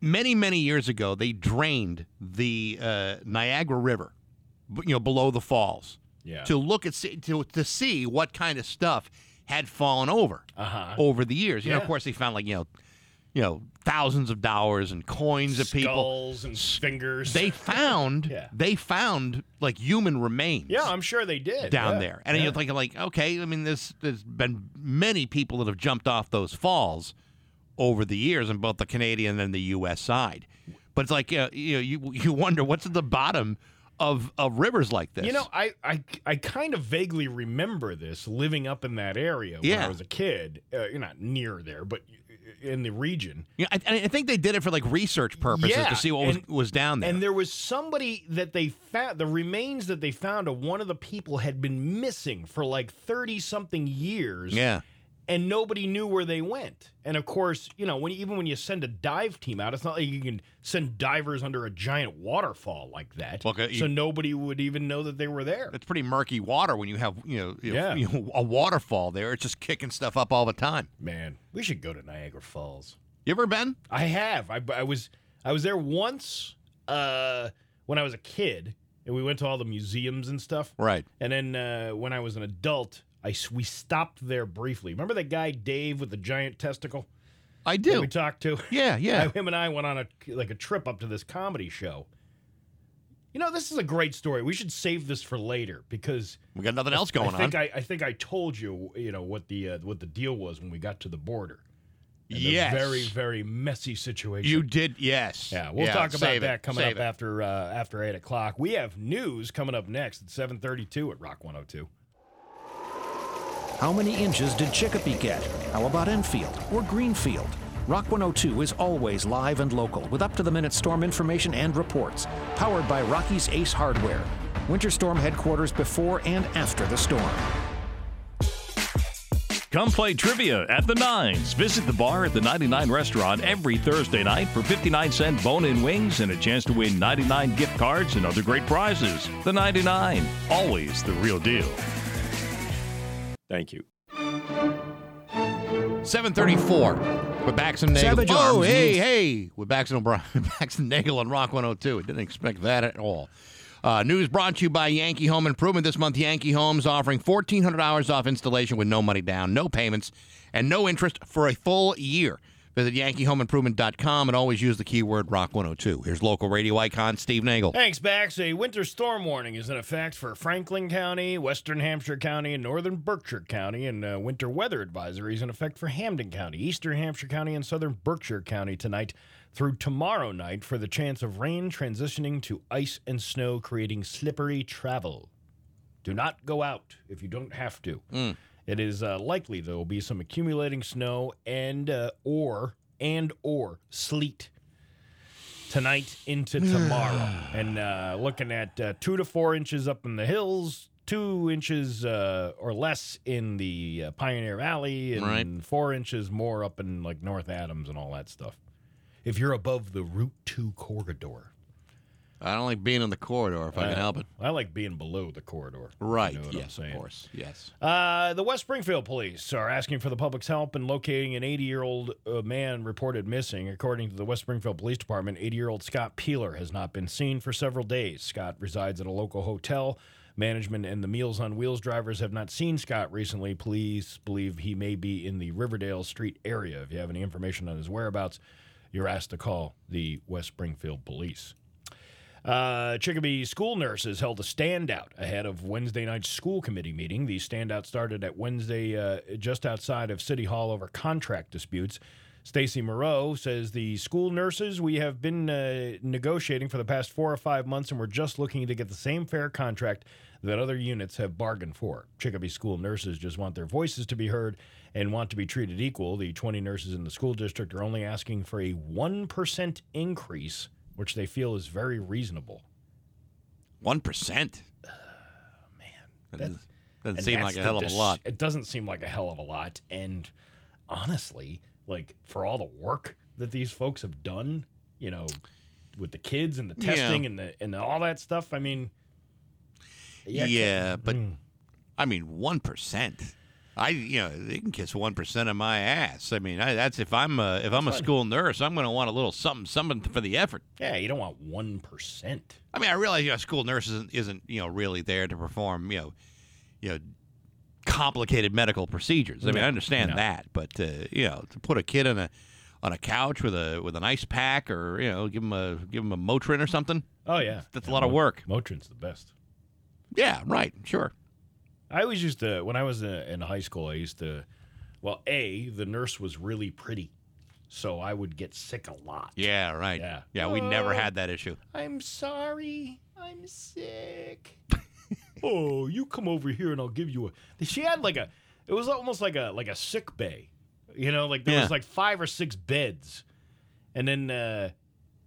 many many years ago. They drained the uh, Niagara River, b- you know, below the falls,
Yeah.
to look at see, to to see what kind of stuff had fallen over
Uh-huh.
over the years. You know, of
Yeah.
course, they found like you know, you know, thousands of dollars and coins of people.
Skulls and fingers.
They found
Yeah.
they found like human remains
yeah, I'm sure they did
down
Yeah.
there. And
Yeah.
you're thinking like, okay, I mean, there's there's been many people that have jumped off those falls over the years on both the Canadian and the U.S. side. But it's like uh, you know, you you wonder what's at the bottom of of rivers like this.
You know, I, I, I kind of vaguely remember this living up in that area when
Yeah.
I was a kid. Uh, you're not near there, but in the region.
You know, I, I think they did it for like research purposes
Yeah,
to see what was,
and-
was down there.
And there was somebody that they found, the remains that they found of one of the people had been missing for like 30 something years.
yeah,
And nobody knew where they went. And of course, you know, when even when you send a dive team out, it's not like you can send divers under a giant waterfall like that.
Well, 'cause you-
so nobody would even know that they were there.
it's pretty murky water when you have you know, you know,
Yeah.
you know, a waterfall there. It's just kicking stuff up all the time.
Man, we should go to Niagara Falls.
You ever been?
I have. I, I was I was there once uh, when I was a kid, and we went to all the museums and stuff.
Right.
And then uh, when I was an adult, I s- we stopped there briefly. Remember that guy Dave with the giant testicle
I
that
do.
we talked to?
yeah, yeah.
Him and I went on a like a trip up to this comedy show. You know, this is a great story. We should save this for later because
we got nothing else going
I think
on.
I, I think I told you, you know, what the uh, what the deal was when we got to the border. And the
Yes.
very very messy situation.
You did, yes.
Yeah, we'll talk about
save it,
that coming
save
up
it.
after uh, after eight o'clock. We have news coming up next at seven thirty two at Rock one hundred two.
How many inches did Chicopee get? How about Enfield or Greenfield? Rock 102 is always live and local with up to the minute storm information and reports, powered by Rocky's Ace Hardware. Winter storm headquarters before and after the storm.
Come play trivia at the Nines. Visit the bar at the 99 restaurant every Thursday night for 59 cent bone in wings and a chance to win 99 gift cards and other great prizes. The 99, always the real deal.
Thank you.
734 with Bax and Nagel.
Savage
oh,
Arms
hey,
needs-
hey, with Bax and O'Brien, Bax and Nagel on Rock 102. I didn't expect that at all. Uh, news brought to you by Yankee Home Improvement. This month, Yankee Homes offering $1,400 off installation with no money down, no payments, and no interest for a full year. Visit yankeehomeimprovement.com and always use the keyword Rock 102. Here's local radio icon Steve Nagel.
Thanks, Bax. A winter storm warning is in effect for Franklin County, Western Hampshire County, and Northern Berkshire County, and uh, winter weather advisory is in effect for Hampden County, Eastern Hampshire County, and Southern Berkshire County tonight through tomorrow night for the chance of rain transitioning to ice and snow, creating slippery travel. Do not go out if you don't have to. It is uh, likely there will be some accumulating snow and uh, or and or sleet tonight into tomorrow. and uh, looking at uh, two to four inches up in the hills, two inches uh, or less in the uh, Pioneer Valley, and
Right.
four inches more up in like North Adams and all that stuff. If you're above the Route 2 corridor,
I don't like being in the corridor if I can
Uh,
help it.
I like being below the corridor.
Right.
You know what I'm
yes, of
saying?
course. Yes.
Uh, the West Springfield police are asking for the public's help in locating an 80 year old uh, man reported missing. According to the West Springfield Police Department, 80 year old Scott Peeler has not been seen for several days. Scott resides at a local hotel. Management and the Meals on Wheels drivers have not seen Scott recently. Police believe he may be in the Riverdale Street area. If you have any information on his whereabouts, you're asked to call the West Springfield Police. Uh, Chicopee school nurses held a standout ahead of Wednesday night's school committee meeting. The standout started at Wednesday uh, just outside of City Hall over contract disputes. Stacy Moreau says the school nurses we have been uh, negotiating for the past four or five months, and we're just looking to get the same fair contract that other units have bargained for. Chicopee school nurses just want their voices to be heard and want to be treated equal. The 20 nurses in the school district are only asking for a 1% increase which they feel is very reasonable.
One percent. man, that doesn't- doesn't
Oh, And
seem
that's
like a
the
hell of a
dis-
lot.
It doesn't seem like a hell of a lot. And honestly, like for all the work that these folks have done, you know, with the kids and the
Yeah.
testing and the and all that stuff, I mean,
Yeah,
it can't- Mm.
but I mean, one percent. I you know they can kiss one percent of my ass. I mean, I, that's if I'm a, if I'm a
That's right.
school nurse, I'm going to want a little something something for the effort.
yeah, you don't want one percent.
I mean, I realize you know school nurse isn't, isn't you know really there to perform you know you know complicated medical procedures. I mean, I
No,
understand
no.
that, but uh, you know to put a kid on a on a couch with a with an ice pack or you know give him a give him a Motrin or something.
Oh yeah,
that's a
Yeah,
lot of
Mot-
work.
Motrin's the best.
Yeah, right. Sure.
I always used to when I was uh, in high school. I used to, well, a the nurse was really pretty, so I would get sick a lot.
Yeah, right.
Yeah.
yeah we never had that issue.
I'm sorry. I'm sick. oh, you come over here and I'll give you a. She had like a. It was almost like a like a sick bay, you know. Like there
Yeah.
was like five or six beds, and then uh,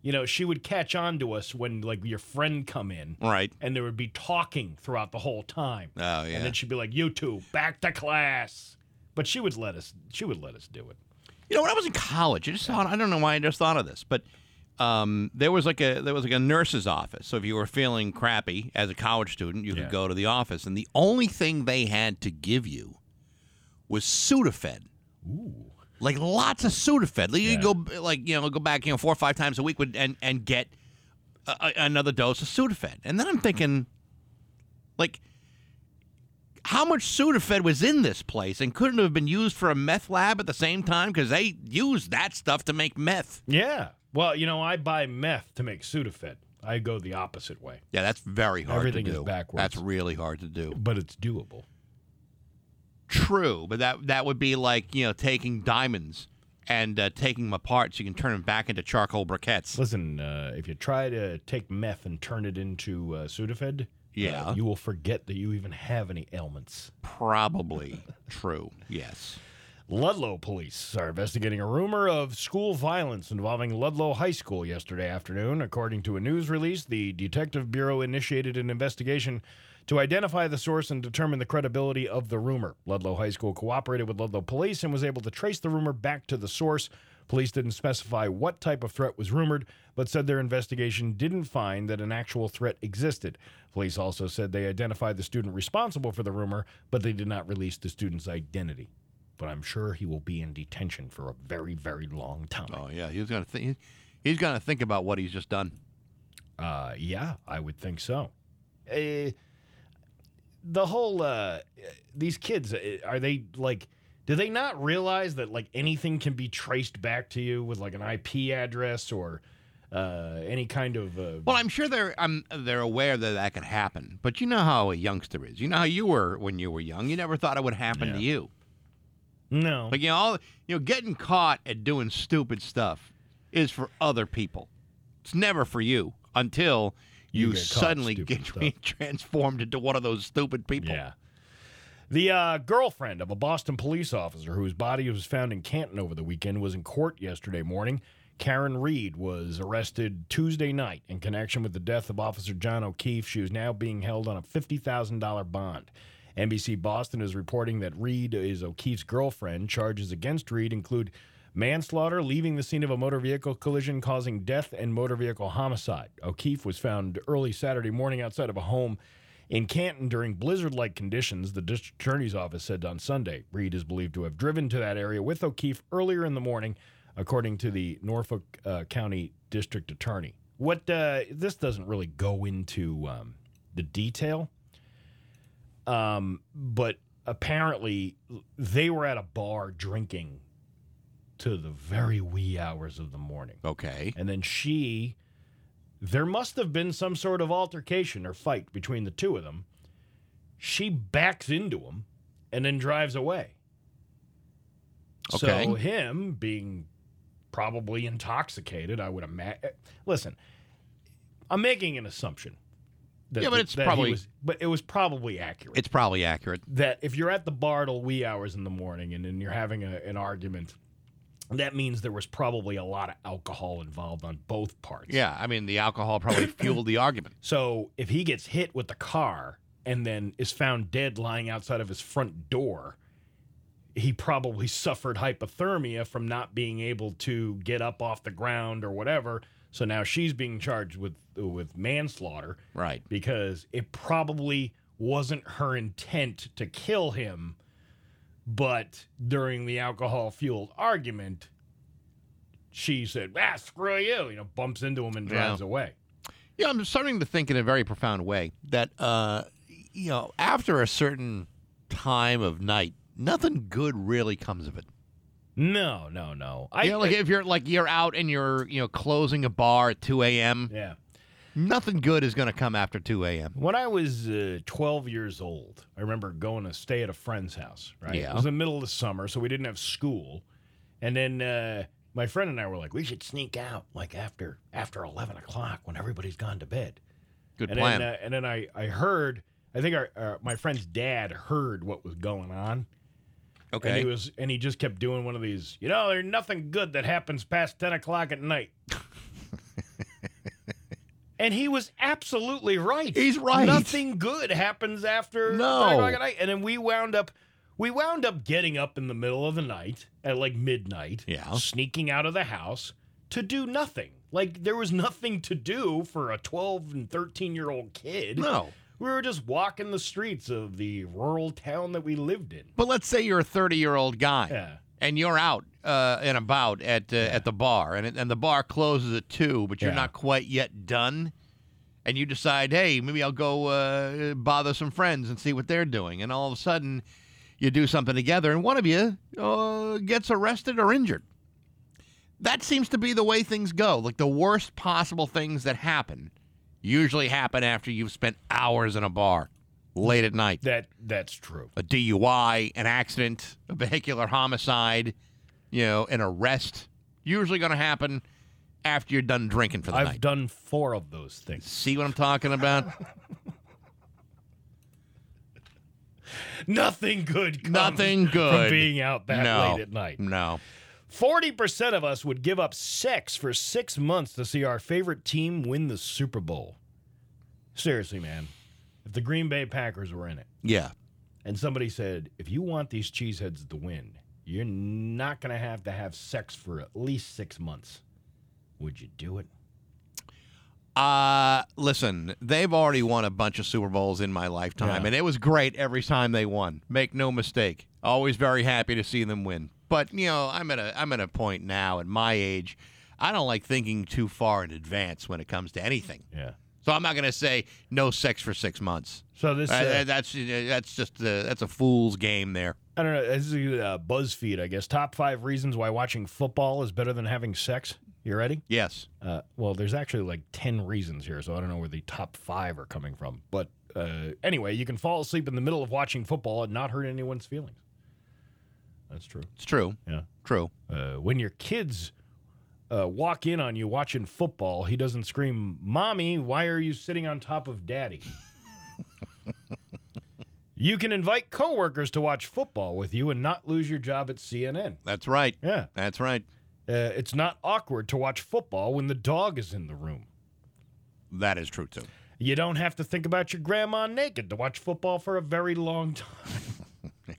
you know she would catch on to us when like your friend come in,
Right.
and there would be talking throughout the whole time.
Oh yeah.
And then she'd be like, "You two, back to class." But she would let us. She would let us do it.
You know, when I was in college, I just thought I don't know why I just thought of this, but um, there was like a there was like a nurse's office. So if you were feeling crappy as a college student, you
Yeah.
could go to the office, and the only thing they had to give you was Sudafed.
Ooh.
Like lots of Sudafed. Like, You could go like you know go back you know four or five times a week with, and and get a, a- another dose of Sudafed. And then I'm thinking, like. How much Sudafed was in this place and couldn't have been used for a meth lab at the same time? Because they used that stuff to make meth.
Yeah. Well, you know, I buy meth to make Sudafed. I go the opposite way.
Yeah, that's very hard
Everything
to
is
do.
backwards.
That's really hard to do.
But it's doable.
True, but that that would be like you know taking diamonds and uh, taking them apart so you can turn them back into charcoal briquettes.
Listen, uh, if you try to take meth and turn it into uh, Sudafed, uh,
Yeah.
you will forget that you even have any ailments.
Probably true. Yes.
Ludlow police are investigating a rumor of school violence involving Ludlow High School yesterday afternoon. According to a news release, the Detective Bureau initiated an investigation to identify the source and determine the credibility of the rumor. Ludlow High School cooperated with Ludlow police and was able to trace the rumor back to the source. Police didn't specify what type of threat was rumored, but said their investigation didn't find that an actual threat existed. Police also said they identified the student responsible for the rumor, but they did not release the student's identity. But I'm sure he will be in detention for a very, very long time.
Oh yeah, he's gonna think. He's gonna think about what he's just done.
Uh, yeah, I would think so. Uh, the whole uh, these kids uh, are they like? Do they not realize that like anything can be traced back to you with like an IP address or uh, any kind of uh,
Well, I'm sure they're I'm they're aware that that could happen, but you know how a youngster is. You know how you were when you were young. You never thought it would happen to you.
No.
Like you know, all, you know, getting caught at doing stupid stuff is for other people. It's never for you until
You
you,
get caught
suddenly
stupid
get
stuff.
transformed into one of those stupid people.
Yeah. The uh, girlfriend of a Boston police officer whose body was found in Canton over the weekend was in court yesterday morning. Karen Reed was arrested Tuesday night in connection with the death of Officer John O'Keefe. She is now being held on a $50,000 bond. NBC Boston is reporting that Reed is O'Keefe's girlfriend. Charges against Reed include manslaughter, leaving the scene of a motor vehicle collision causing death, and motor vehicle homicide. O'Keefe was found early Saturday morning outside of a home in Canton during blizzard like conditions, the district attorney's office said on Sunday. Reed is believed to have driven to that area with O'Keefe earlier in the morning, according to the Norfolk uh, County District Attorney. What uh, this doesn't really go into um, the detail, um, but apparently they were at a bar drinking to the very wee hours of the morning.
Okay.
And then she, there must have been some sort of altercation or fight between the two of them. She backs into him and then drives away.
Okay.
So him being probably intoxicated, I would imagine. Listen, I'm making an assumption.
Yeah, but it's
he
probably-
was- but it was probably accurate
It's probably accurate.
that if you're at the bar till wee hours in the morning and then you're having a, an argument, that means there was probably a lot of alcohol involved on both parts.
Yeah, I mean the alcohol probably fueled the argument.
So if he gets hit with the car and then is found dead lying outside of his front door, he probably suffered hypothermia from not being able to get up off the ground or whatever. So now she's being charged with with manslaughter.
Right.
Because it probably wasn't her intent to kill him, but during the alcohol fueled argument, she said, "Ah, screw you," you know, bumps into him and
Yeah.
drives away.
Yeah, I'm starting to think in a very profound way that uh, you know, after a certain time of night, nothing good really comes of it.
No, no, no. I
you know, like if you're like you're out and you're you know closing a bar at 2 a.m.
Yeah.
Nothing good is going to come after 2 a.m.
When I was uh, 12 years old, I remember going to stay at a friend's house, right?
Yeah.
It was the middle of the summer, so we didn't have school. And then uh, my friend and I were like, we should sneak out like after after 11 o'clock when everybody's gone to bed.
Good
and
plan.
Then, uh, and then I, I heard, I think our, uh, my friend's dad heard what was going on. And
okay.
he was, and he just kept doing one of these. You know, there's nothing good that happens past ten o'clock at night. and he was absolutely right.
He's right.
Nothing good happens after
No.
10 o'clock at night. And then we wound up, we wound up getting up in the middle of the night at like midnight.
Yeah.
Sneaking out of the house to do nothing. Like there was nothing to do for a twelve and thirteen year old kid.
No.
We were just walking the streets of the rural town that we lived in.
But let's say you're a 30 year old guy
Yeah.
and you're out uh, and about at uh, at the bar and it, and the bar closes at two, but you're
Yeah.
not quite yet done. And you decide, hey, maybe I'll go uh, bother some friends and see what they're doing. And all of a sudden, you do something together, and one of you uh, gets arrested or injured. That seems to be the way things go. Like the worst possible things that happen usually happen after you've spent hours in a bar late at night.
That that's true.
A DUI, an accident, a vehicular homicide, you know, an arrest. Usually going to happen after you're done drinking for the
I've
night.
done four of those things.
See what I'm talking about?
Nothing good. comes
Nothing good
from being out that
No.
late at night.
No.
Forty percent of us would give up sex for six months to see our favorite team win the Super Bowl. Seriously, man, if the Green Bay Packers were in it,
Yeah.
and somebody said, "If you want these cheeseheads to win, you're not going to have to have sex for at least six months," would you do it?
Uh listen, they've already won a bunch of Super Bowls in my lifetime,
Yeah.
and it was great every time they won. Make no mistake. Always very happy to see them win. But you know, I'm at a I'm at a point now at my age, I don't like thinking too far in advance when it comes to anything.
Yeah.
So I'm not going to say no sex for six months.
So this,
Uh,
uh,
that's uh, that's just uh, that's a fool's game there.
I don't know. This is uh, BuzzFeed, I guess. Top five reasons why watching football is better than having sex. You ready?
Yes.
Uh, well, there's actually like 10 reasons here, so I don't know where the top five are coming from. But uh, anyway, you can fall asleep in the middle of watching football and not hurt anyone's feelings. That's true.
It's true.
Yeah.
True.
Uh, when your kids uh, walk in on you watching football, he doesn't scream, Mommy, why are you sitting on top of daddy? you can invite coworkers to watch football with you and not lose your job at CNN.
That's right.
Yeah.
That's right.
Uh, it's not awkward to watch football when the dog is in the room.
That is true too.
You don't have to think about your grandma naked to watch football for a very long time.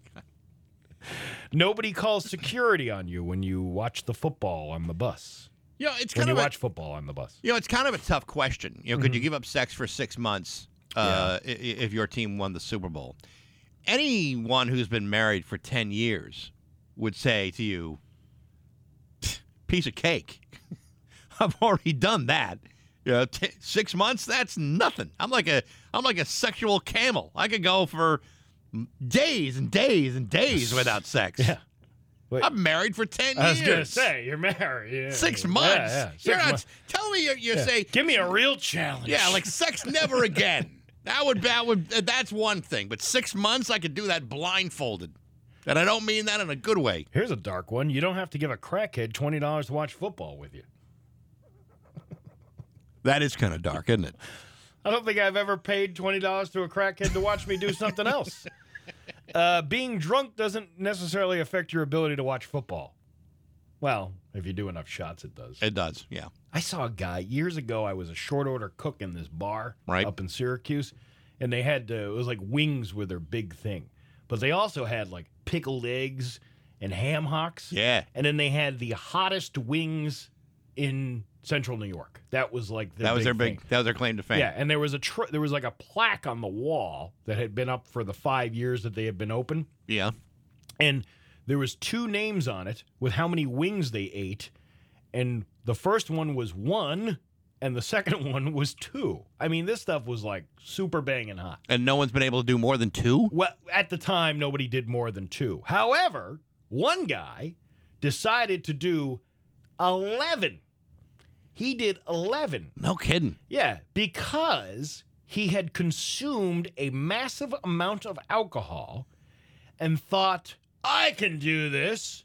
Nobody calls security on you when you watch the football on the bus.
You know, it's
When
kind
you
of a-
watch football on the bus.
You know, it's kind of a tough question. You know,
Mm-hmm.
could you give up sex for six months uh, i- i- if your team won the Super Bowl? Anyone who's been married for ten years would say to you, "Pfft, "Piece of cake. I've already done that. You know, t- six months—that's nothing. I'm like a, I'm like a sexual camel. I could go for days and days and days without sex.
Yeah.
I'm married for ten
I was
years.
gonna say you're married. yeah.
Six
Yeah,
months.
yeah,
You're
six
not-
months.
Tell me you, you
Yeah.
say
Give me a real challenge.
yeah, like sex never again. That would that would that's one thing, but six months I could do that blindfolded, and I don't mean that in a good way.
Here's a dark one. You don't have to give a crackhead twenty dollars to watch football with you.
That is kind of dark, isn't it?
I don't think I've ever paid twenty dollars to a crackhead to watch me do something else. Uh, being drunk doesn't necessarily affect your ability to watch football. Well, if you do enough shots, it does.
It does, yeah.
I saw a guy years ago. I was a short order cook in this bar
Right.
up in Syracuse, and they had uh, it was like wings were their big thing, but they also had like pickled eggs and ham hocks.
Yeah.
and then they had the hottest wings in Central New York. That was like their
that was their
thing.
big that was their claim to fame.
Yeah, and there was a tr- there was like a plaque on the wall that had been up for the five years that they had been open,
yeah.
and there was two names on it with how many wings they ate, and the first one was one, and the second one was two. I mean, this stuff was like super banging hot.
And no one's been able to do more than two.
Well, at the time, nobody did more than two. However, one guy decided to do eleven. He did eleven.
No kidding.
Yeah, because he had consumed a massive amount of alcohol and thought, I can do this,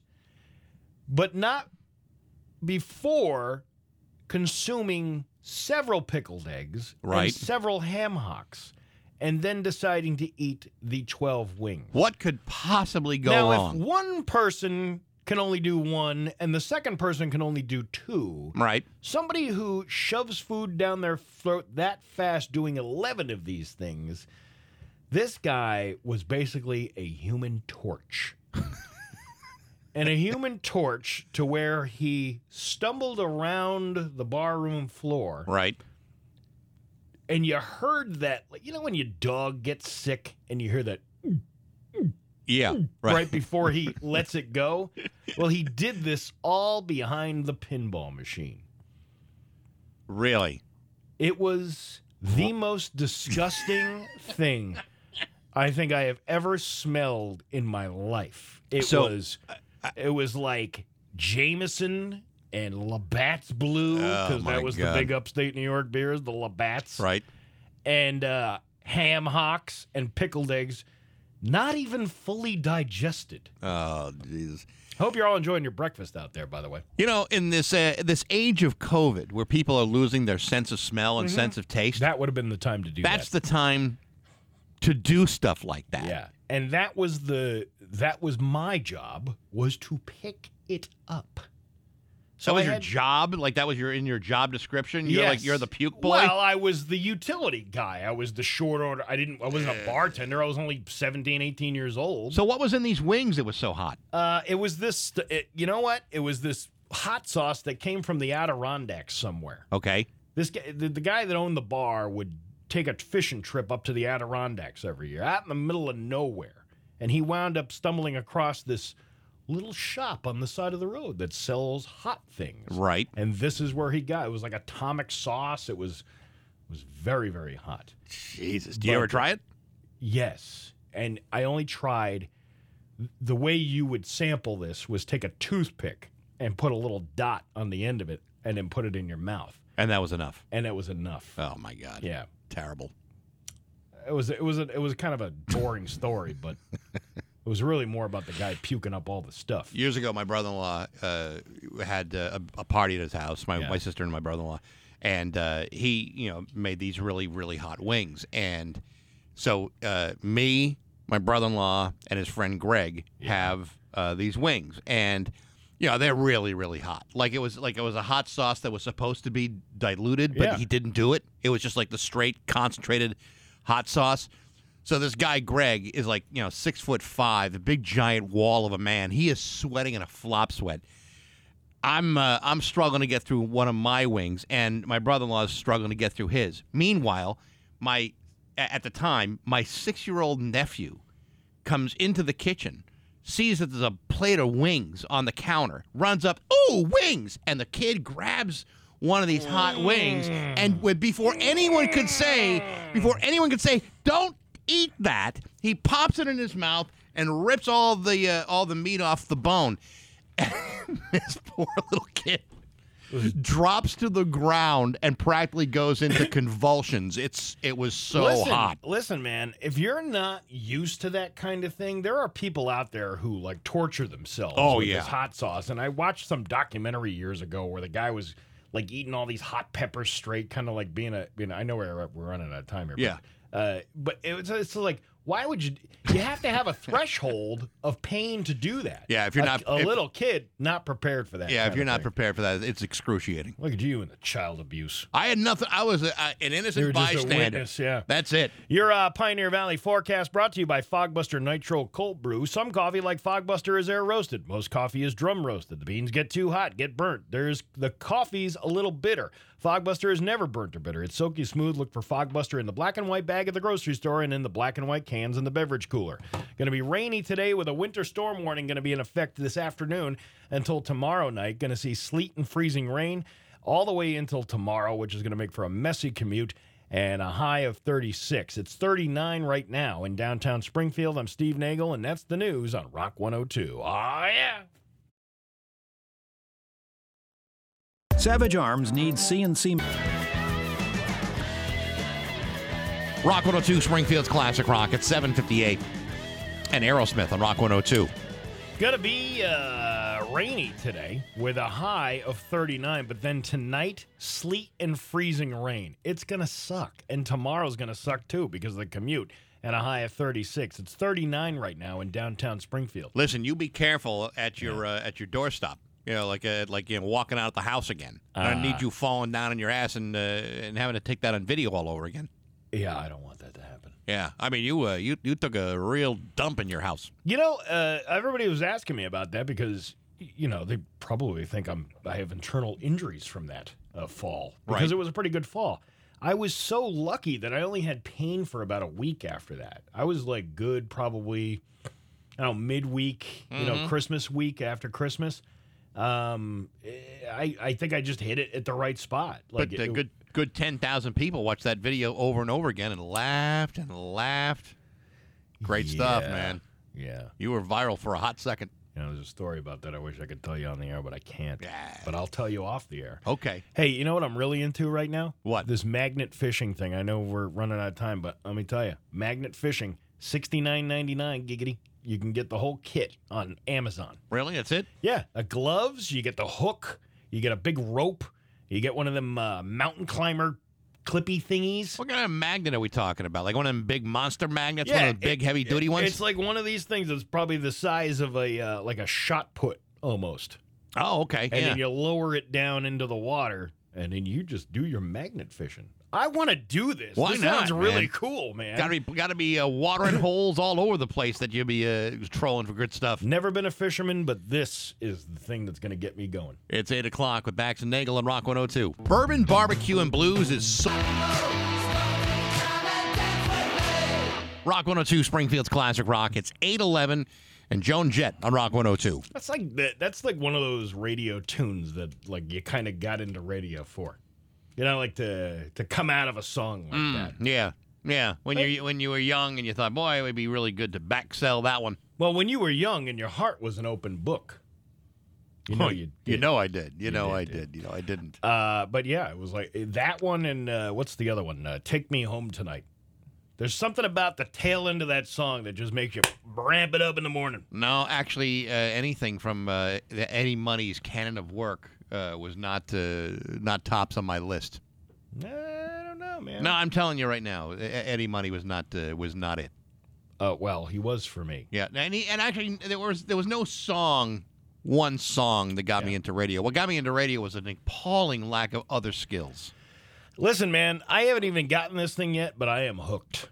but not before consuming several pickled eggs
Right.
and several ham hocks and then deciding to eat the 12 wings.
What could possibly go
now,
wrong?
if one person can only do one and the second person can only do two,
right.
Somebody who shoves food down their throat that fast, doing 11 of these things, this guy was basically a human torch. and a human torch to where he stumbled around the barroom floor.
Right.
And you heard that, like, you know, when your dog gets sick and you hear that
Yeah.
right,
Right.
before he lets it go? Well, he did this all behind the pinball machine.
Really.
It was the most disgusting thing I think I have ever smelled in my life. It
So,
was it was like Jameson and Labatt's Blue because
Oh my
that was
God.
the big upstate New York beers, the Labatt's,
Right.
and uh, ham hocks and pickled eggs, not even fully digested.
Oh, jeez.
Hope you're all enjoying your breakfast out there, by the way.
You know, in this uh, this age of COVID, where people are losing their sense of smell and
Mhm.
sense of taste,
that would have been the time to do
That's the time to do stuff like that.
Yeah. And that was the that was my job was to pick it up.
So that was
I
your
had-
job, like that was your in your job description. You're like
Yes.
you're the puke boy.
Well, I was the utility guy. I was the short order. I didn't I wasn't a bartender. I was only 17, 18 years old.
so what was in these wings? It was so hot.
Uh, it was this. It, you know what? It was this hot sauce that came from the Adirondacks somewhere.
Okay.
This guy, the, the guy that owned the bar, would take a fishing trip up to the Adirondacks every year, out in the middle of nowhere, and he wound up stumbling across this little shop on the side of the road that sells hot things.
Right.
And this is where he got. It was like atomic sauce. It was it was very very hot.
Jesus. Do you ever try it?
Yes. And I only tried the way you would sample this was take a toothpick and put a little dot on the end of it and then put it in your mouth.
And that was enough.
And that was enough.
Oh my God.
Yeah.
Terrible.
It was it was a, it was kind of a boring story, but it was really more about the guy puking up all the stuff.
Years ago, my brother-in-law uh, had uh, a, a party at his house. My, my sister and my brother-in-law, and uh, he, you know, made these really really hot wings. And so, uh, me, my brother-in-law, and his friend Greg have uh, these wings, and you know, they're really really hot. Like it was like it was a hot sauce that was supposed to be diluted, but
Yeah.
he didn't do it. It was just like the straight concentrated hot sauce. So this guy Greg is like you know six foot five, a big giant wall of a man. He is sweating in a flop sweat. I'm uh, I'm struggling to get through one of my wings, and my brother-in-law is struggling to get through his. Meanwhile, my a- at the time my six-year-old nephew comes into the kitchen, sees that there's a plate of wings on the counter, runs up, ooh, wings! And the kid grabs one of these hot wings, and with- before anyone could say, before anyone could say, don't eat that, he pops it in his mouth and rips all the uh, all the meat off the bone. this poor little kid drops to the ground and practically goes into convulsions. It's it was so
listen,
hot.
Listen, man, if you're not used to that kind of thing, there are people out there who like torture themselves
Oh,
with
yeah.
this hot sauce. And I watched some documentary years ago where the guy was like eating all these hot peppers straight, kind of like being a. You know, I know we're we're running out of time here.
Yeah.
But, uh, but it was it's like. Why would you? You have to have a threshold of pain to do that.
Yeah, if you're
A-
not-
a
if-
little kid, not prepared for that.
Yeah,
kind
if
of
you're not
thing.
prepared for that, it's excruciating.
Look at you and the child abuse.
I had nothing. I was a, a- an innocent
You're just a
bystander.
witness, yeah.
That's it.
Your uh, Pioneer Valley forecast brought to you by Fogbuster Nitro Cold Brew. Some coffee, like Fogbuster, is air roasted. Most coffee is drum roasted. The beans get too hot, get burnt. There's the coffee's a little bitter. Fogbuster is never burnt or bitter. It's silky smooth. Look for Fogbuster in the black and white bag at the grocery store and in the black and white cans in the beverage cooler. Going to be rainy today with a winter storm warning going to be in effect this afternoon until tomorrow night. Going to see sleet and freezing rain all the way until tomorrow, which is going to make for a messy commute and a high of 36. It's 39 right now in downtown Springfield. I'm Steve Nagel, and that's the news on Rock 102. Ah, yeah.
Savage Arms needs CNC.
Rock 102, Springfield's Classic Rock at 758. And Aerosmith on Rock 102.
Going to be uh, rainy today with a high of 39, but then tonight, sleet and freezing rain. It's going to suck. And tomorrow's going to suck too because of the commute and a high of 36. It's 39 right now in downtown Springfield.
Listen, you be careful at your uh, at your doorstop. You know, like uh, like you know, walking out of the house again. I don't
Ah.
need you falling down on your ass and uh, and having to take that on video all over again.
Yeah, I don't want that to happen.
Yeah, I mean, you uh, you you took a real dump in your house.
You know, uh, everybody was asking me about that because y- you know they probably think I'm I have internal injuries from that uh, fall because
Right.
it was a pretty good fall. I was so lucky that I only had pain for about a week after that. I was like good probably I don't know, midweek, you know,
Mhm.
Christmas week after Christmas. Um, eh, I I think I just hit it at the right spot. Like
but uh,
it-
good good ten thousand people watched that video over and over again and laughed and laughed. Great stuff,
Yeah.
man.
Yeah.
You were viral for a hot second.
You know, there's a story about that I wish I could tell you on the air, but I can't. But I'll tell you off the air.
Okay.
Hey, you know what I'm really into right now?
What?
uh, This magnet fishing thing. I know we're running out of time, but let me tell you, magnet fishing, sixty nine ninety nine giggity. You can get the whole kit on Amazon.
Really? That's it?
Yeah, a gloves. You get the hook. You get a big rope. You get one of them uh, mountain climber clippy thingies.
What kind of magnet are we talking about? Like one of them big monster magnets, one of the big
it-
heavy duty
it-
ones?
It's like one of these things that's probably the size of a uh, like a shot put almost.
Oh, okay.
And then
yeah.
you lower it down into the water, and then you just do your magnet fishing. I want to do this.
Why
this
not?
sounds really
man?
cool, man.
Gotta be, gotta be uh, watering holes all over the place that you'll be uh, trolling for good stuff.
Never been a fisherman, but this is the thing that's going to get me going.
It's 8 o'clock with Bax and Nagel on Rock 102. Bourbon, barbecue, and blues is so. Rock 102, Springfield's Classic Rock. It's 811 and Joan Jett on Rock 102.
That's like that. That's like one of those radio tunes that like you kind of got into radio for. You know, like to to come out of a song like
Mm.
that.
Yeah. Yeah. When you when you were young and you thought, boy, it would be really good to back sell that one.
Well, when you were young and your heart was an open book, you know you
Oh, You know I did. You, know I did. You know I didn't.
Uh, but yeah, it was like that one and uh, what's the other one? Uh, Take Me Home Tonight. There's something about the tail end of that song that just makes you ramp it up in the morning.
No, actually, uh, anything from uh, the Eddie Money's canon of work uh, was not uh, not tops on my list.
I don't know, man.
No, I'm telling you right now, E- Eddie Money was not uh, was not it.
Uh, well, he was for me.
Yeah, and he, and actually there was there was no song, one song that got me into radio. What got me into radio was an appalling lack of other skills.
Listen, man, I haven't even gotten this thing yet, but I am hooked.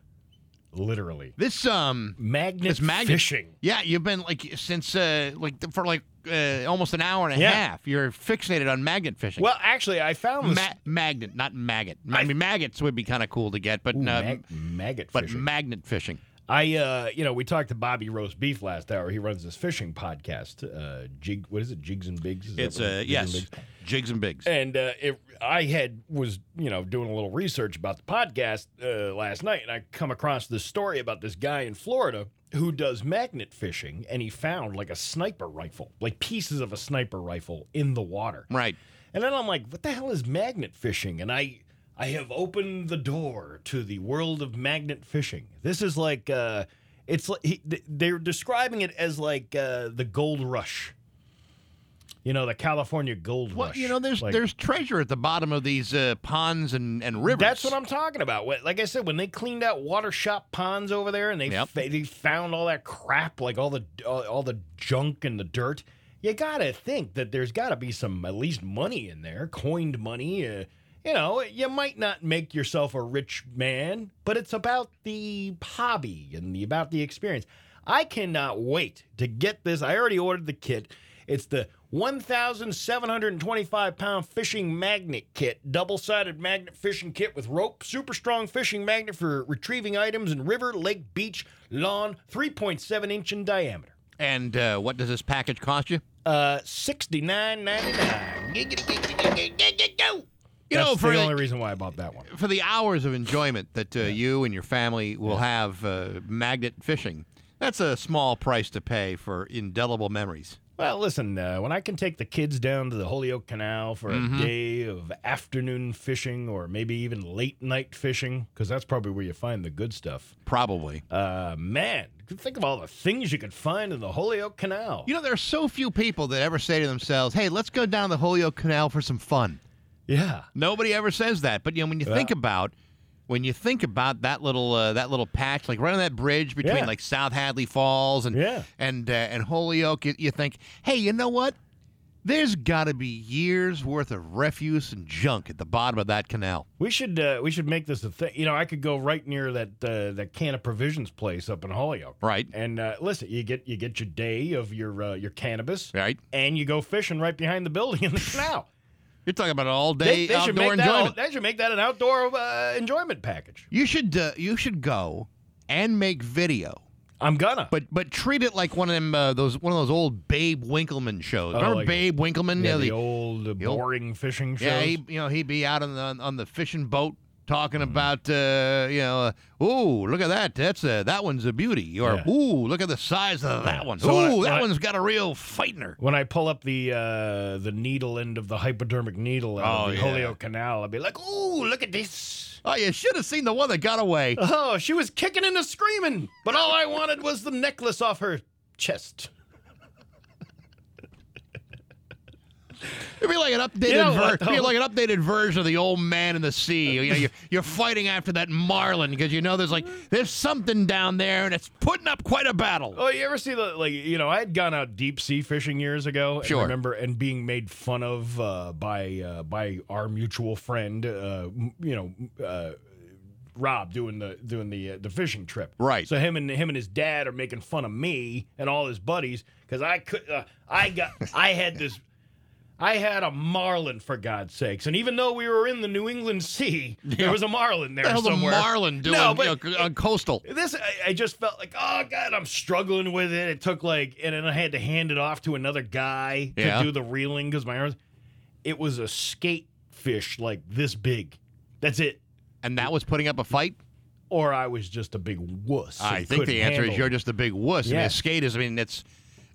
Literally.
This um
magnet,
this magnet
fishing.
Yeah, you've been like since uh like th- for like uh, almost an hour and a
Yeah.
half. You're fixated on magnet fishing.
Well, actually, I found this.
Ma- magnet, not maggot. I mean, maggots would be kind of cool to get, but
Ooh,
no,
mag- maggot
but
fishing.
magnet fishing.
I, uh, you know, we talked to Bobby Roast Beef last hour. He runs this fishing podcast, uh, Jig. What is it? Jigs and Bigs. Is that
It's
what it-
uh,
Jigs and
yes,
Bigs?
jigs and bigs.
And uh, it, I had was you know doing a little research about the podcast uh, last night, and I come across this story about this guy in Florida who does magnet fishing, and he found like a sniper rifle, like pieces of a sniper rifle in the water.
Right.
And then I'm like, what the hell is magnet fishing? And I I have opened the door to the world of magnet fishing. This is like uh, it's like he, th- they're describing it as like uh, the gold rush. You know, the California gold
Well,
rush.
you know, there's
Like-
there's treasure at the bottom of these uh, ponds and, and rivers.
That's what I'm talking about. What- Like I said, when they cleaned out water shop ponds over there, and they
Yep.
fa- they found all that crap, like all the all, all the junk and the dirt. You gotta think that there's gotta be some at least money in there, coined money. Uh, you know, you might not make yourself a rich man, but it's about the hobby and the about the experience. I cannot wait to get this. I already ordered the kit. It's the 1,725 pound fishing magnet kit, double sided magnet fishing kit with rope, super strong fishing magnet for retrieving items in river, lake, beach, lawn, 3.7 inch in diameter.
And uh, what does this package cost you?
Uh, $69.99. Giggity, giggity, giggity, giggity, go.
You
That's
know, for
the
the-
only reason why I bought that one.
For the hours of enjoyment that uh, you and your family will have uh, magnet fishing, that's a small price to pay for indelible memories.
Well, listen, uh, when I can take the kids down to the Holyoke Canal for
Mhm.
a day of afternoon fishing or maybe even late night fishing, because that's probably where you find the good stuff.
Probably.
Uh, man, think of all the things you could find in the Holyoke Canal.
You know, there are so few people that ever say to themselves, "Hey, let's go down the Holyoke Canal for some fun."
Yeah.
Nobody ever says that, but you know, when you think about when you think about that little uh, that little patch, like right on that bridge between
Yeah.
like South Hadley Falls and and uh, and Holyoke, you, you think, hey, you know what? There's got to be years worth of refuse and junk at the bottom of that canal.
We should uh, we should make this a thing. You know, I could go right near that uh, that can of provisions place up in Holyoke.
Right.
And uh, listen, you get you get your day of your uh, your cannabis.
Right.
And you go fishing right behind the building in the canal.
You're talking about all day
should
outdoor
make that-
enjoyment.
they should make that an outdoor uh, enjoyment package.
You should uh, you should go and make video.
I'm gonna.
But but treat it like one of them uh, those one of those old Babe Winkelman shows.
Oh,
Remember
like-
Babe Winkelman?
Yeah,
You know,
the, old uh,
the old-
boring fishing shows. Mm-hmm.
Yeah, he, you know he'd be out on the on the fishing boat talking about uh, you know, uh, ooh, look at that. That's a, that one's a beauty. Or
Yeah.
ooh, look at the size of that one.
So when I-
ooh,
when
that
I-
one's got a real fight in her.
When I pull up the uh, the needle end of the hypodermic needle out
Oh,
of the
yeah.
Holyoke Canal, I'll be like, "Ooh, look at this!
Oh, you should have seen the one that got away.
Oh, she was kicking and a screaming, but all I wanted was the necklace off her chest."
It'd be like an updated,
You know what,
ver- it'd be
though?
like an updated version of the old man in the sea. You know, you're, you're fighting after that marlin because you know there's like there's something down there and it's putting up quite a battle.
Mm-hmm. Oh, you ever see the like? You know, I had gone out deep sea fishing years ago. And
Sure.
remember and being made fun of uh, by uh, by our mutual friend. Uh, m- you know. Uh, Rob doing the doing the uh, the fishing trip,
Right.
So him and him and his dad are making fun of me and all his buddies because I could uh, I got I had this I had a marlin for God's sakes, and even though we were in the New England Sea, there was a marlin there
the hell's a
somewhere.
marlin doing
No,
you
but
know, c- on coastal?
this I, I just felt like oh god i'm struggling with it it took like and then i had to hand it off to another guy
Yeah.
to do the reeling because my arms it was a skate fish like this big that's it
And that was putting up a fight.
or i was just a big wuss
I
and
think
couldn't
the answer
handle
is you're
it.
just a big wuss. I
Yeah.
mean, skaters, I mean, it's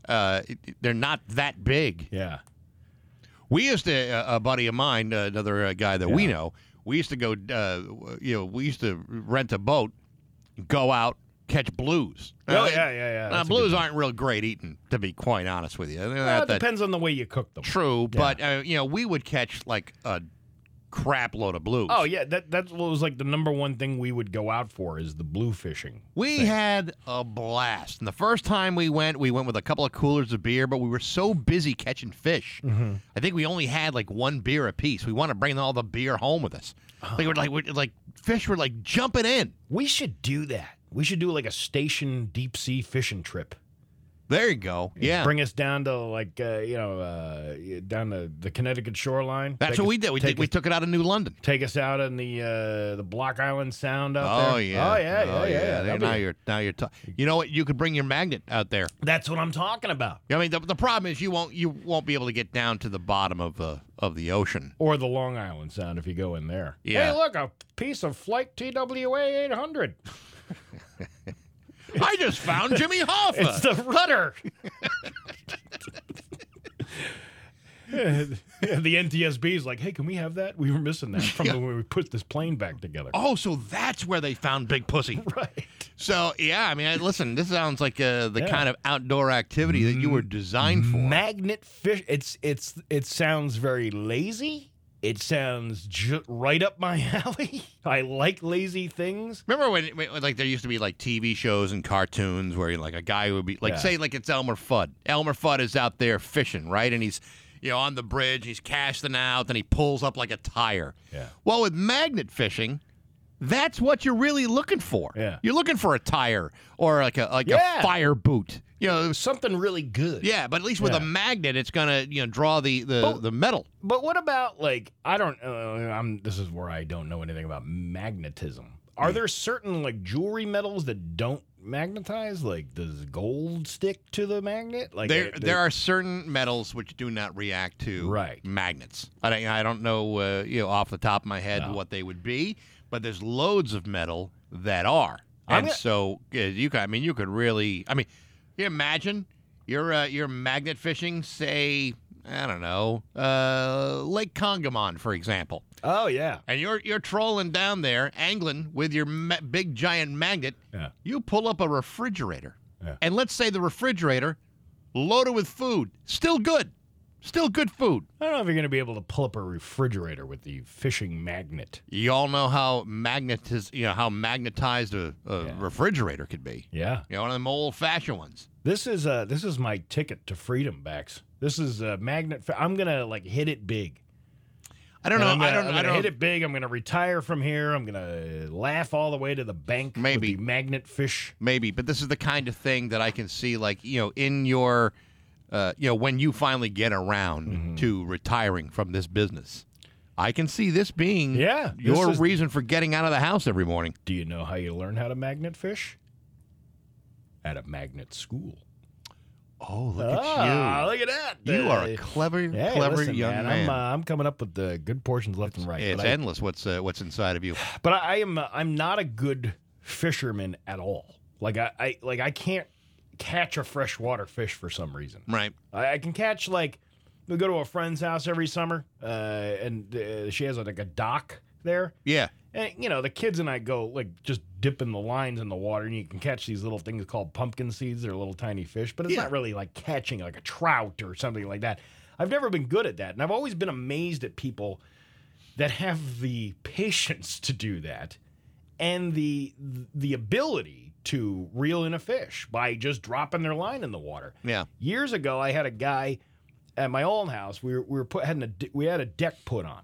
uh, it- it- they're not that big.
Yeah.
We used to uh, a buddy of mine, uh, another uh, guy that we know. We used to go, uh, you know, we used to rent a boat, go out, catch blues.
Oh,
Uh,
yeah, yeah, yeah.
now,
That's a good
blues aren't real great eating, to be quite honest with you. They're
well,
not
it
that
depends on the way you cook them
true, but uh, you know, we would catch like a crap load of blues.
oh yeah that that was like the number one thing we would go out for is the blue fishing
We had a blast. And the first time we went, we went with a couple of coolers of beer, but we were so busy catching fish.
Mm-hmm.
I think we only had like one beer apiece. We want to bring all the beer home with us. Like, we're like, we're, like fish were like jumping in.
we should do that we should do like a station deep sea fishing trip
There you go. Yeah.
Bring us down to like uh, you know uh, down the, the Connecticut shoreline.
That's
Take
what
us-
we did. We,
take
did, we
us-
took it out of New London.
take us out in the uh, the Block Island Sound out there.
Oh yeah.
oh yeah, yeah,
Oh,
yeah.
There-
That'd
Now
be-
you're now you're ta- You know what? You could bring your magnet out there.
That's what I'm talking about.
I mean, the, the problem is you won't you won't be able to get down to the bottom of the of the ocean.
Or the Long Island Sound if you go in there.
Yeah.
Hey, look, a piece of Flight TWA 800.
I just found Jimmy Hoffa.
It's the rudder. the NTSB is like, hey, can we have that? We were missing that from when we put this plane back together.
Oh, so that's where they found Big Pussy.
Right.
So yeah, I mean, I, listen, this sounds like uh, the
Yeah. Mm,
kind of outdoor activity that you were designed for.
magnet fish it's it's it sounds very lazy it sounds ju- right up my alley i like lazy things
Remember when, when, like, there used to be like TV shows and cartoons where like a guy would be like,
Yeah.
say, like it's Elmer Fudd. Elmer Fudd is out there fishing, right? And he's, you know, on the bridge, he's casting out, and he pulls up like a tire.
Yeah.
Well, with magnet fishing. That's what you're really looking for.
Yeah.
You're looking for a tire or like a like
Yeah.
a fire boot. You know,
something really good
Yeah, but at least with a
Yeah.
magnet, it's gonna you know draw the the, the metal.
but what about like i don't uh, i'm this is where i don't know anything about magnetism
Hmm.
are there certain like jewelry metals that don't magnetize like does gold stick to the magnet like
there
uh,
there are certain metals which do not react to
Right.
magnets. I don't, I don't know uh, you know off the top of my head
No.
what they would be, but there's loads of metal that are,
I'm
and
gonna-
so uh, you could I mean you could really I mean, you imagine you're uh, you're magnet fishing say I don't know uh, Lake Congamon for example.
oh yeah
and you're you're trolling down there, angling with your ma- big giant magnet.
Yeah.
You pull up a refrigerator,
Yeah.
and let's say the refrigerator, loaded with food, still good, still good food.
i don't know if you're gonna be able to pull up a refrigerator with the fishing magnet
You all know how magnetiz- you know how magnetized a, a
Yeah.
refrigerator could be.
yeah
You know, one of them old fashioned ones.
This is uh this is my ticket to freedom, Bax. This is a magnet. Fa- I'm gonna like hit it big.
I don't know.
I'm gonna,
I don't.
I'm
I
gonna
don't.
hit it big. I'm gonna retire from here. I'm gonna laugh all the way to the bank. with
Maybe.
the magnet fish.
Maybe, but this is the kind of thing that I can see, like you know, in your, uh, you know, when you finally get around
Mm-hmm.
to retiring from this business, I can see this being
Yeah, this
your
is-
reason for getting out of the house every morning.
Do you know how you learn how to magnet fish? At a magnet school.
Oh, look at
Ah,
you!
look at that.
You are
Uh,
a clever,
hey,
clever
listen,
young
man.
man.
I'm, uh, I'm coming up with the good portions left and right.
it's
but I-
endless. What's uh, what's inside of you?
but I, I am uh, I'm not a good fisherman at all. Like I, I like I can't catch a freshwater fish for some reason.
Right.
I, I can catch like we go to a friend's house every summer, uh, and uh, she has like a dock there.
Yeah.
And you know the kids and I go like just dipping the lines in the water, and you can catch these little things called pumpkin seeds. They're little tiny fish, but it's not really like catching like a trout or something like that. I've never been good at that, and I've always been amazed at people that have the patience to do that and the the ability to reel in a fish by just dropping their line in the water.
Yeah.
Years ago, I had a guy at my own house. We were, we were put, had a we had a deck put on,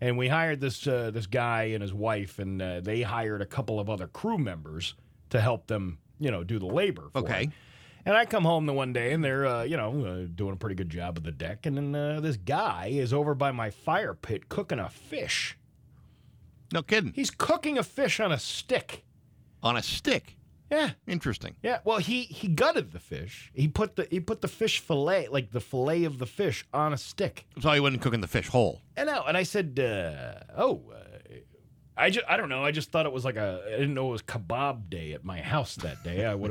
and we hired this uh, this guy and his wife, and uh, they hired a couple of other crew members to help them, you know, do the labor. For
Okay.
it. And I come home the one day, and they're, uh, you know, uh, doing a pretty good job of the deck. And then uh, this guy is over by my fire pit cooking a fish.
No kidding.
He's cooking a fish on a stick.
On a stick.
Yeah.
Interesting.
Yeah. Well, he he gutted the fish. He put the he put the fish fillet, like the fillet of the fish, on a stick.
So he wasn't cooking the fish whole.
And I, and I said, uh, oh, uh, I just I don't know. I just thought it was like a I didn't know it was kebab day at my house that day. I would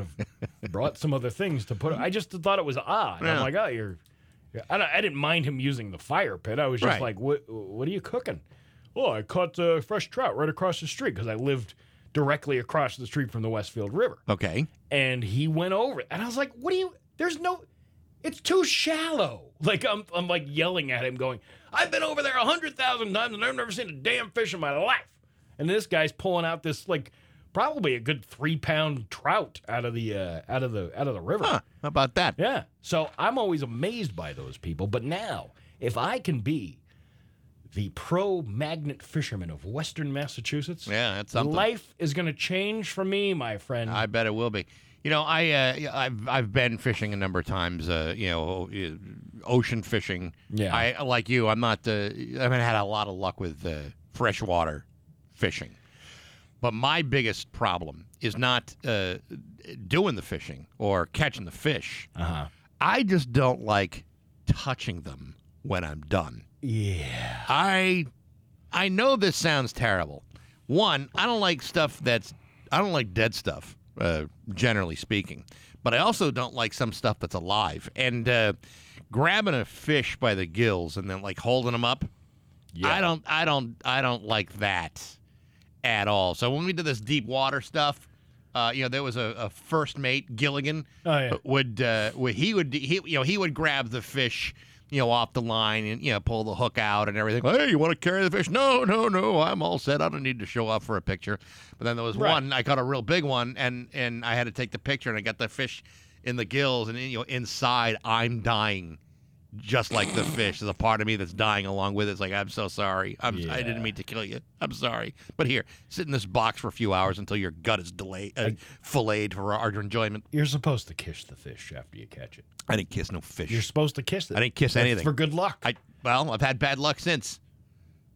have brought some other things to put. I just thought it was odd.
Yeah.
I'm like, oh, you're. I, don't- I didn't mind him using the fire pit. I was just
Right.
like, what What are you cooking? Oh, I caught uh, fresh trout right across the street because I lived directly across the street from the Westfield River
Okay.
and he went over it. And I was like, what do you, there's no, it's too shallow. Like I'm, I'm like yelling at him going, I've been over there a hundred thousand times and I've never seen a damn fish in my life. And this guy's pulling out this like probably a good three pound trout out of the, uh, out of the, out of the river.
How about that?
Yeah. So I'm always amazed by those people. But now if I can be the pro magnet fisherman of Western Massachusetts,
Yeah, that's something.
life is going to change for me, my friend.
I bet it will be. You know, I uh, I've I've been fishing a number of times. Uh, you know, o- ocean fishing.
Yeah.
I like you. I'm not. Uh, I haven't had a lot of luck with uh, freshwater fishing. But my biggest problem is not uh, doing the fishing or catching the fish.
Uh-huh.
I just don't like touching them when I'm done.
Yeah.
I I know this sounds terrible. One, I don't like stuff that's I don't like dead stuff, uh, generally speaking. But I also don't like some stuff that's alive. And uh, grabbing a fish by the gills and then like holding them up, I don't I don't I don't like that at all. So when we did this deep water stuff, uh, you know, there was a, a first mate Gilligan.
Oh, yeah.
Would uh, would he would he you know he would grab the fish you know off the line and you know pull the hook out and everything. Hey, you want to carry the fish? No, no, no. I'm all set. I don't need to show up for a picture. But then there was
Right.
one I caught a real big one and and I had to take the picture and I got the fish in the gills and you know inside I'm dying. Just like the fish, there's a part of me that's dying along with it. It's like I'm so sorry. I'm, I didn't mean to kill you. I'm sorry. But here, sit in this box for a few hours until your gut is delayed, uh, filleted for our enjoyment.
You're supposed to kiss the fish after you catch it.
I didn't kiss no fish.
You're supposed to kiss it.
I didn't kiss
That's
anything
for good luck.
I well, I've had bad luck since,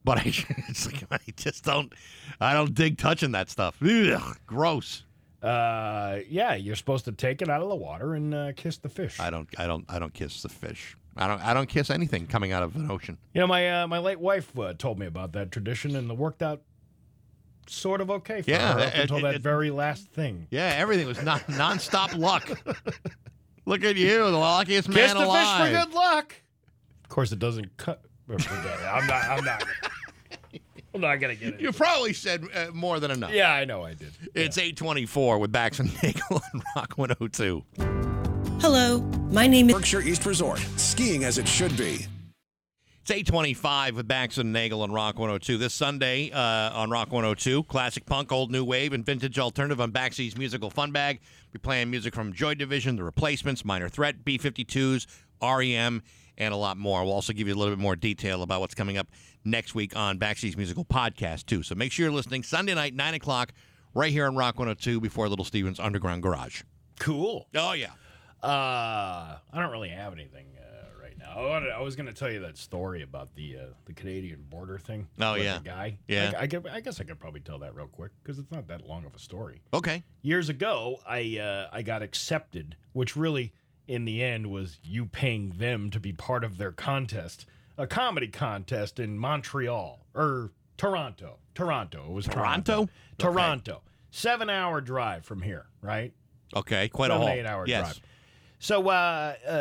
but I, it's like, I just don't. I don't dig touching that stuff. Ugh, gross.
Uh, yeah, you're supposed to take it out of the water and uh, kiss the fish.
I don't. I don't. I don't kiss the fish. I don't. I don't kiss anything coming out of an ocean.
You know, my uh, my late wife uh, told me about that tradition, and it worked out sort of okay for
Yeah,
her up
it-
until
it-
that
it-
very last thing.
Yeah, everything was non nonstop luck. Look at you, the luckiest
kiss
man
the
alive.
fish for good luck. Of course, it doesn't cut. or forget it. I'm not. I'm not. I'm not gonna get it.
You probably said uh, more than enough.
Yeah, I know I did.
It's 824 with Bax and Nagel on Rock 102.
Hello, my name is
Berkshire East Resort, skiing as it should be. It's 825 with Bax and Nagel on Rock 102. This Sunday uh, on Rock 102, classic punk, old new wave, and vintage alternative on Baxi's musical fun bag. We're playing music from Joy Division, The Replacements, Minor Threat, B 52s, REM, and a lot more. We'll also give you a little bit more detail about what's coming up next week on Baxi's musical podcast, too. So make sure you're listening Sunday night, 9 o'clock, right here on Rock 102 before Little Steven's Underground Garage.
Cool.
Oh yeah.
Uh, I don't really have anything uh, right now. I, wanted, I was going to tell you that story about the uh, the Canadian border thing.
Oh,
with
yeah.
the guy.
Yeah.
I, I, could, I guess I could probably tell that real quick because it's not that long of a story.
Okay.
Years ago, I uh, I got accepted, which really in the end was you paying them to be part of their contest, a comedy contest in Montreal or Toronto. Toronto. It was Toronto.
Toronto?
Toronto. Seven hour drive from here, right?
Okay, quite
Seven,
a haul.
eight hour
yes.
drive. So uh, uh,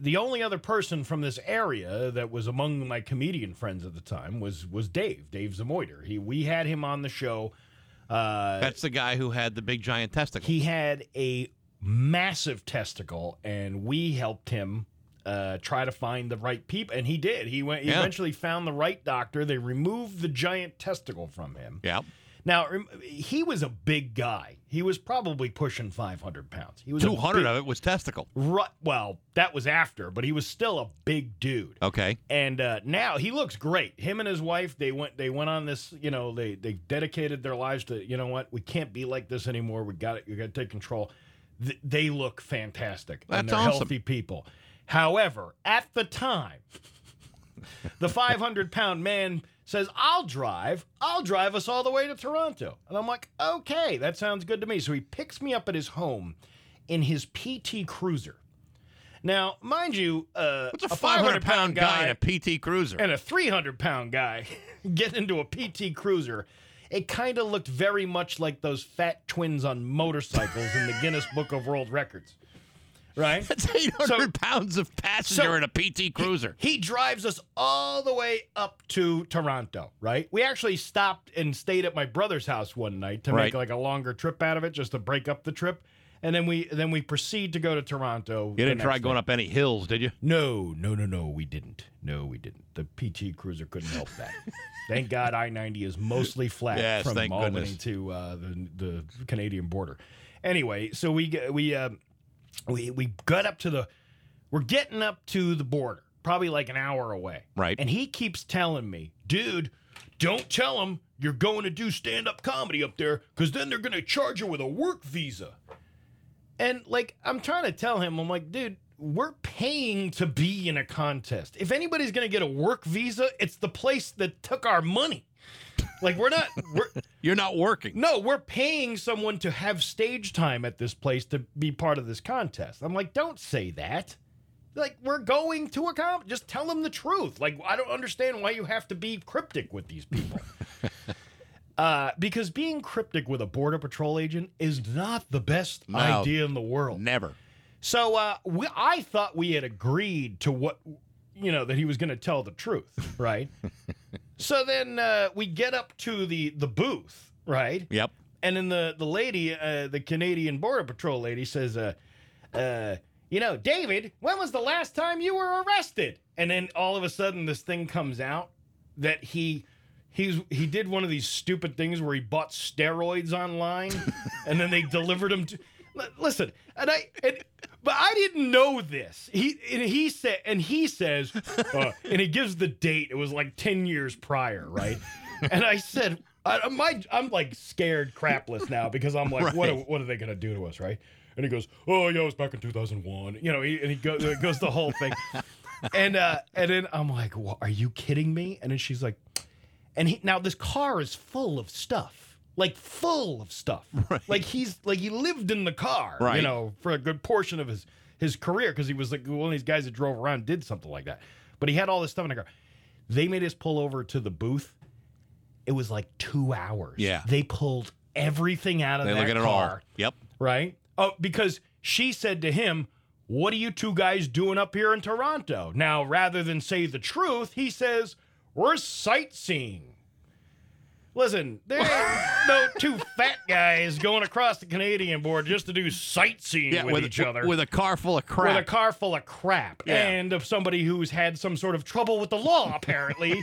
the only other person from this area that was among my comedian friends at the time was was Dave, Dave Zamoiter. He we had him on the show. Uh,
That's the guy who had the big giant testicle.
he had a massive testicle, and we helped him uh, try to find the right people, and he did. He went. He
Yeah.
eventually found the right doctor. They removed the giant testicle from him.
Yep.
Now rem- he was a big guy. He was probably pushing 500 pounds. He was a
200
big-
of it was testicle.
Right. Well, that was after, but he was still a big dude.
Okay.
And uh, now he looks great. Him and his wife, they went they went on this, you know, they they dedicated their lives to, you know what, we can't be like this anymore. We got it. You got to take control. Th- they look fantastic. and
That's
they're
awesome.
healthy people. However, at the time, the 500 pound man says, I'll drive. I'll drive us all the way to Toronto. And I'm like, okay, that sounds good to me. So he picks me up at his home in his PT Cruiser. Now, mind you, uh,
What's a 500 pound guy in a PT Cruiser?
and a 300 pound guy get into a PT Cruiser. It kind of looked very much like those fat twins on motorcycles in the Guinness Book of World Records. Right?
That's 800 pounds of passenger in a PT Cruiser.
He drives us all the way up to Toronto, right? We actually stopped and stayed at my brother's house one night to make
Right.
like a longer trip out of it just to break up the trip. And then we then we proceed to go to Toronto.
You didn't try going up any hills, did you?
No, no, no, no, we didn't. No, we didn't. The PT Cruiser couldn't help that. thank God I 90 is mostly flat
Yes,
from
thank
Albany
goodness.
to uh, the, the Canadian border. Anyway, so we get- we uh, we we got up to the we're getting up to the border, probably like an hour away.
Right.
And he keeps telling me, dude, don't tell them you're going to do stand up comedy up there because then they're going to charge you with a work visa. And like, I'm trying to tell him, I'm like, dude, we're paying to be in a contest. If anybody's going to get a work visa, it's the place that took our money. Like, we're not, we're,
You're not working.
no, we're paying someone to have stage time at this place to be part of this contest. I'm like, don't say that. Like, we're going to a comp. Just tell them the truth. Like, I don't understand why you have to be cryptic with these people. uh, because being cryptic with a Border Patrol agent is not the best
No.
idea in the world.
Never.
So uh, we, I thought we had agreed to what, you know, that he was going to tell the truth, right? so then uh, we get up to the the booth, right?
Yep.
And then the the lady, uh, the Canadian Border Patrol lady, says, uh, uh, "You know, David, when was the last time you were arrested?" And then all of a sudden, this thing comes out that he. He's, he did one of these stupid things where he bought steroids online and then they delivered him to L- listen and i and, but i didn't know this he and he said and he says uh, and he gives the date it was like 10 years prior right and i said I, my, i'm like scared crapless now because i'm like what, are,
Right.
what are they going to do to us right and he goes oh yeah it was back in 2001 you know he, and he goes, uh, goes the whole thing and uh and then i'm like what, are you kidding me and then she's like and he now this car is full of stuff like full of stuff like he's like he lived in the car you
Right.
know for a good portion of his his career because he was like one of these guys that drove around and did something like that but he had all this stuff in the car they made us pull over to the booth it was like two hours
Yeah.
they pulled everything out of
They
that
look at it all.
car
Yep.
right? Oh, because she said to him, What are you two guys doing up here in Toronto? Now, rather than say the truth, he says, We're sightseeing. Listen, there ain't no two fat guys going across the Canadian border just to do sightseeing with, each other.
With a car full of crap.
With a car full of crap
Yeah.
and of somebody who's had some sort of trouble with the law, apparently,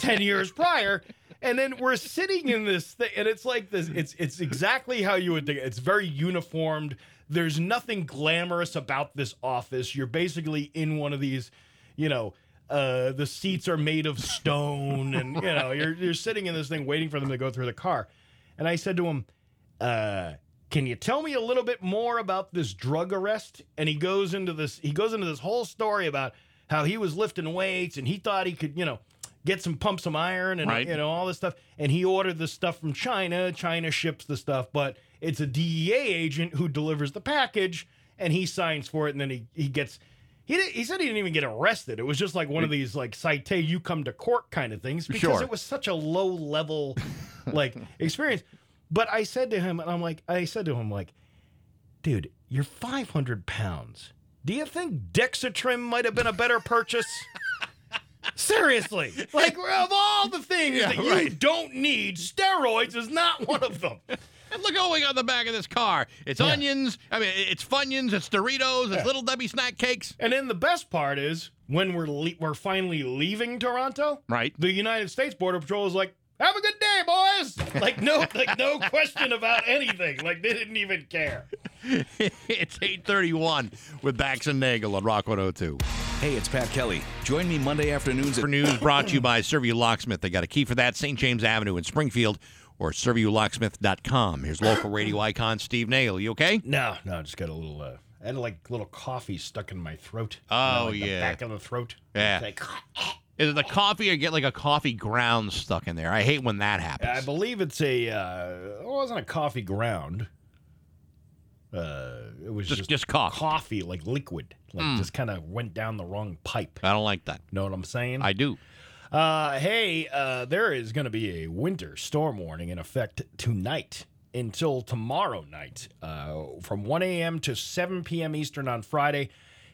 10 years prior. And then we're sitting in this thing, and it's like this it's it's exactly how you would think. It's very uniformed. There's nothing glamorous about this office. You're basically in one of these, you know. Uh, the seats are made of stone, and you know you're you're sitting in this thing waiting for them to go through the car. And I said to him, uh, can you tell me a little bit more about this drug arrest? And he goes into this he goes into this whole story about how he was lifting weights and he thought he could, you know, get some pump some iron and
Right.
you know all this stuff and he ordered this stuff from E China, China ships the stuff, but it's a DEA agent who delivers the package and he signs for it, and then he he gets. He, did, he said he didn't even get arrested. It was just like one of these like cite you come to court kind of things because
Sure.
it was such a low level like experience. But I said to him, and I'm like, I said to him like, dude, you're 500 pounds. Do you think Dexatrim might have been a better purchase? Seriously, like of all the things
Yeah,
that you
right.
don't need, steroids is not one of them.
And look what we got in the back of this car. It's onions. I mean, it's Funyuns. It's Doritos. It's
Yeah.
Little Debbie snack cakes.
And then the best part is when we're le- we're finally leaving Toronto,
Right.
The United States Border Patrol is like, "Have a good day, boys!" Like no, like no question about anything. Like they didn't even care.
it's 831 with Bax and Nagel on Rock 102.
Hey, it's Pat Kelly. Join me Monday afternoons at
News brought to you by Serviu Locksmith. They got a key for that, St. James Avenue in Springfield or serviulocksmith.com. Here's local radio icon Steve Nagle. You okay?
No, no, I just got a little. Uh, I had like little coffee stuck in my throat. You
Oh,
like, the
yeah.
back of the throat.
Yeah.
It's like,
Is it the coffee or get like a coffee ground stuck in there? I hate when that happens.
I believe it's a. Uh, it wasn't a coffee ground. Uh, it was just,
Just- just coffee.
coffee, like liquid, like
Mm.
just kind of went down the wrong pipe.
I don't like that.
Know what I'm saying?
I do.
Uh, hey, uh, there is going to be a winter storm warning in effect tonight until tomorrow night uh, from 1 a.m. to 7 p.m. Eastern on Friday.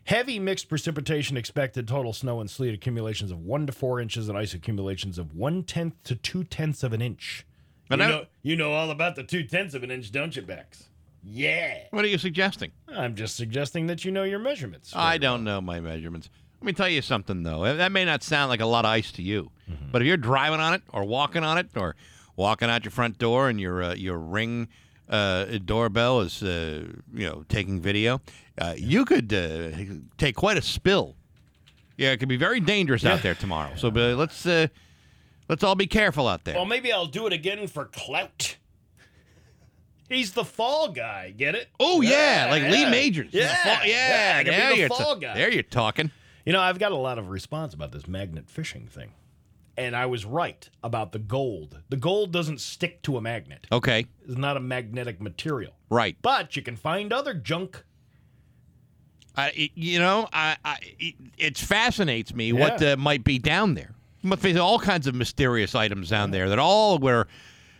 Heavy mixed precipitation expected, total snow and sleet accumulations of one to four inches and ice accumulations of one tenth to two tenths of an inch.
And
you,
I-
know, you know all about the two tenths of an inch, don't you, Bex? Yeah.
What are you suggesting?
I'm just suggesting that you know your measurements.
I don't know my measurements. Let me tell you something, though. That- That may not sound like a lot of ice to you, but if you're driving on it or walking on it or walking out your front door and your uh, your ring uh, doorbell is uh, you know taking video, uh, you could uh, take quite a spill. Yeah, it could be very dangerous out there tomorrow. So uh, let's uh, let's all be careful out there.
Well, maybe I'll do it again for clout. He's the fall guy. Get it?
Oh yeah, like Lee
yeah.
Majors.
Yeah,
yeah,
yeah, I
yeah.
could be
There
the
you're,
fall
t-
guy.
there you're talking.
You know, I've got a lot of response about this magnet fishing thing, and I was right about the gold. The gold doesn't stick to a magnet.
Okay,
It's not a magnetic material.
right.
But you can find other junk.
I, it- you know, I, I it, it fascinates me what
Yeah.
uh, might be down there. Must be all kinds of mysterious items down there that all were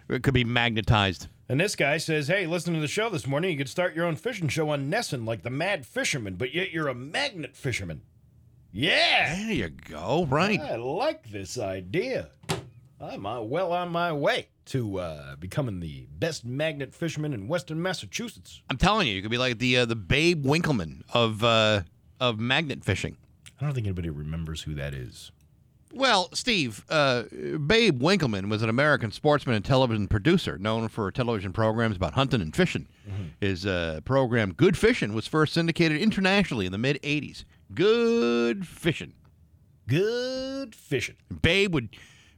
it could be magnetized.
And this guy says, "Hey, listen to the show this morning. You could start your own fishing show on Nesson, like the Mad Fisherman, but yet you're a magnet fisherman." Yeah.
There you go. Right.
I like this idea. I'm uh, well on my way to uh, becoming the best magnet fisherman in Western Massachusetts.
I'm telling you, you could be like the uh, the Babe Winkleman of uh, of magnet fishing.
I don't think anybody remembers who that is.
Well, Steve, uh, Babe Winkleman was an American sportsman and television producer known for television programs about hunting and fishing. His uh, program, Good Fishing, was first syndicated internationally in the mid 80s. Good Fishing.
Good fishing.
Babe would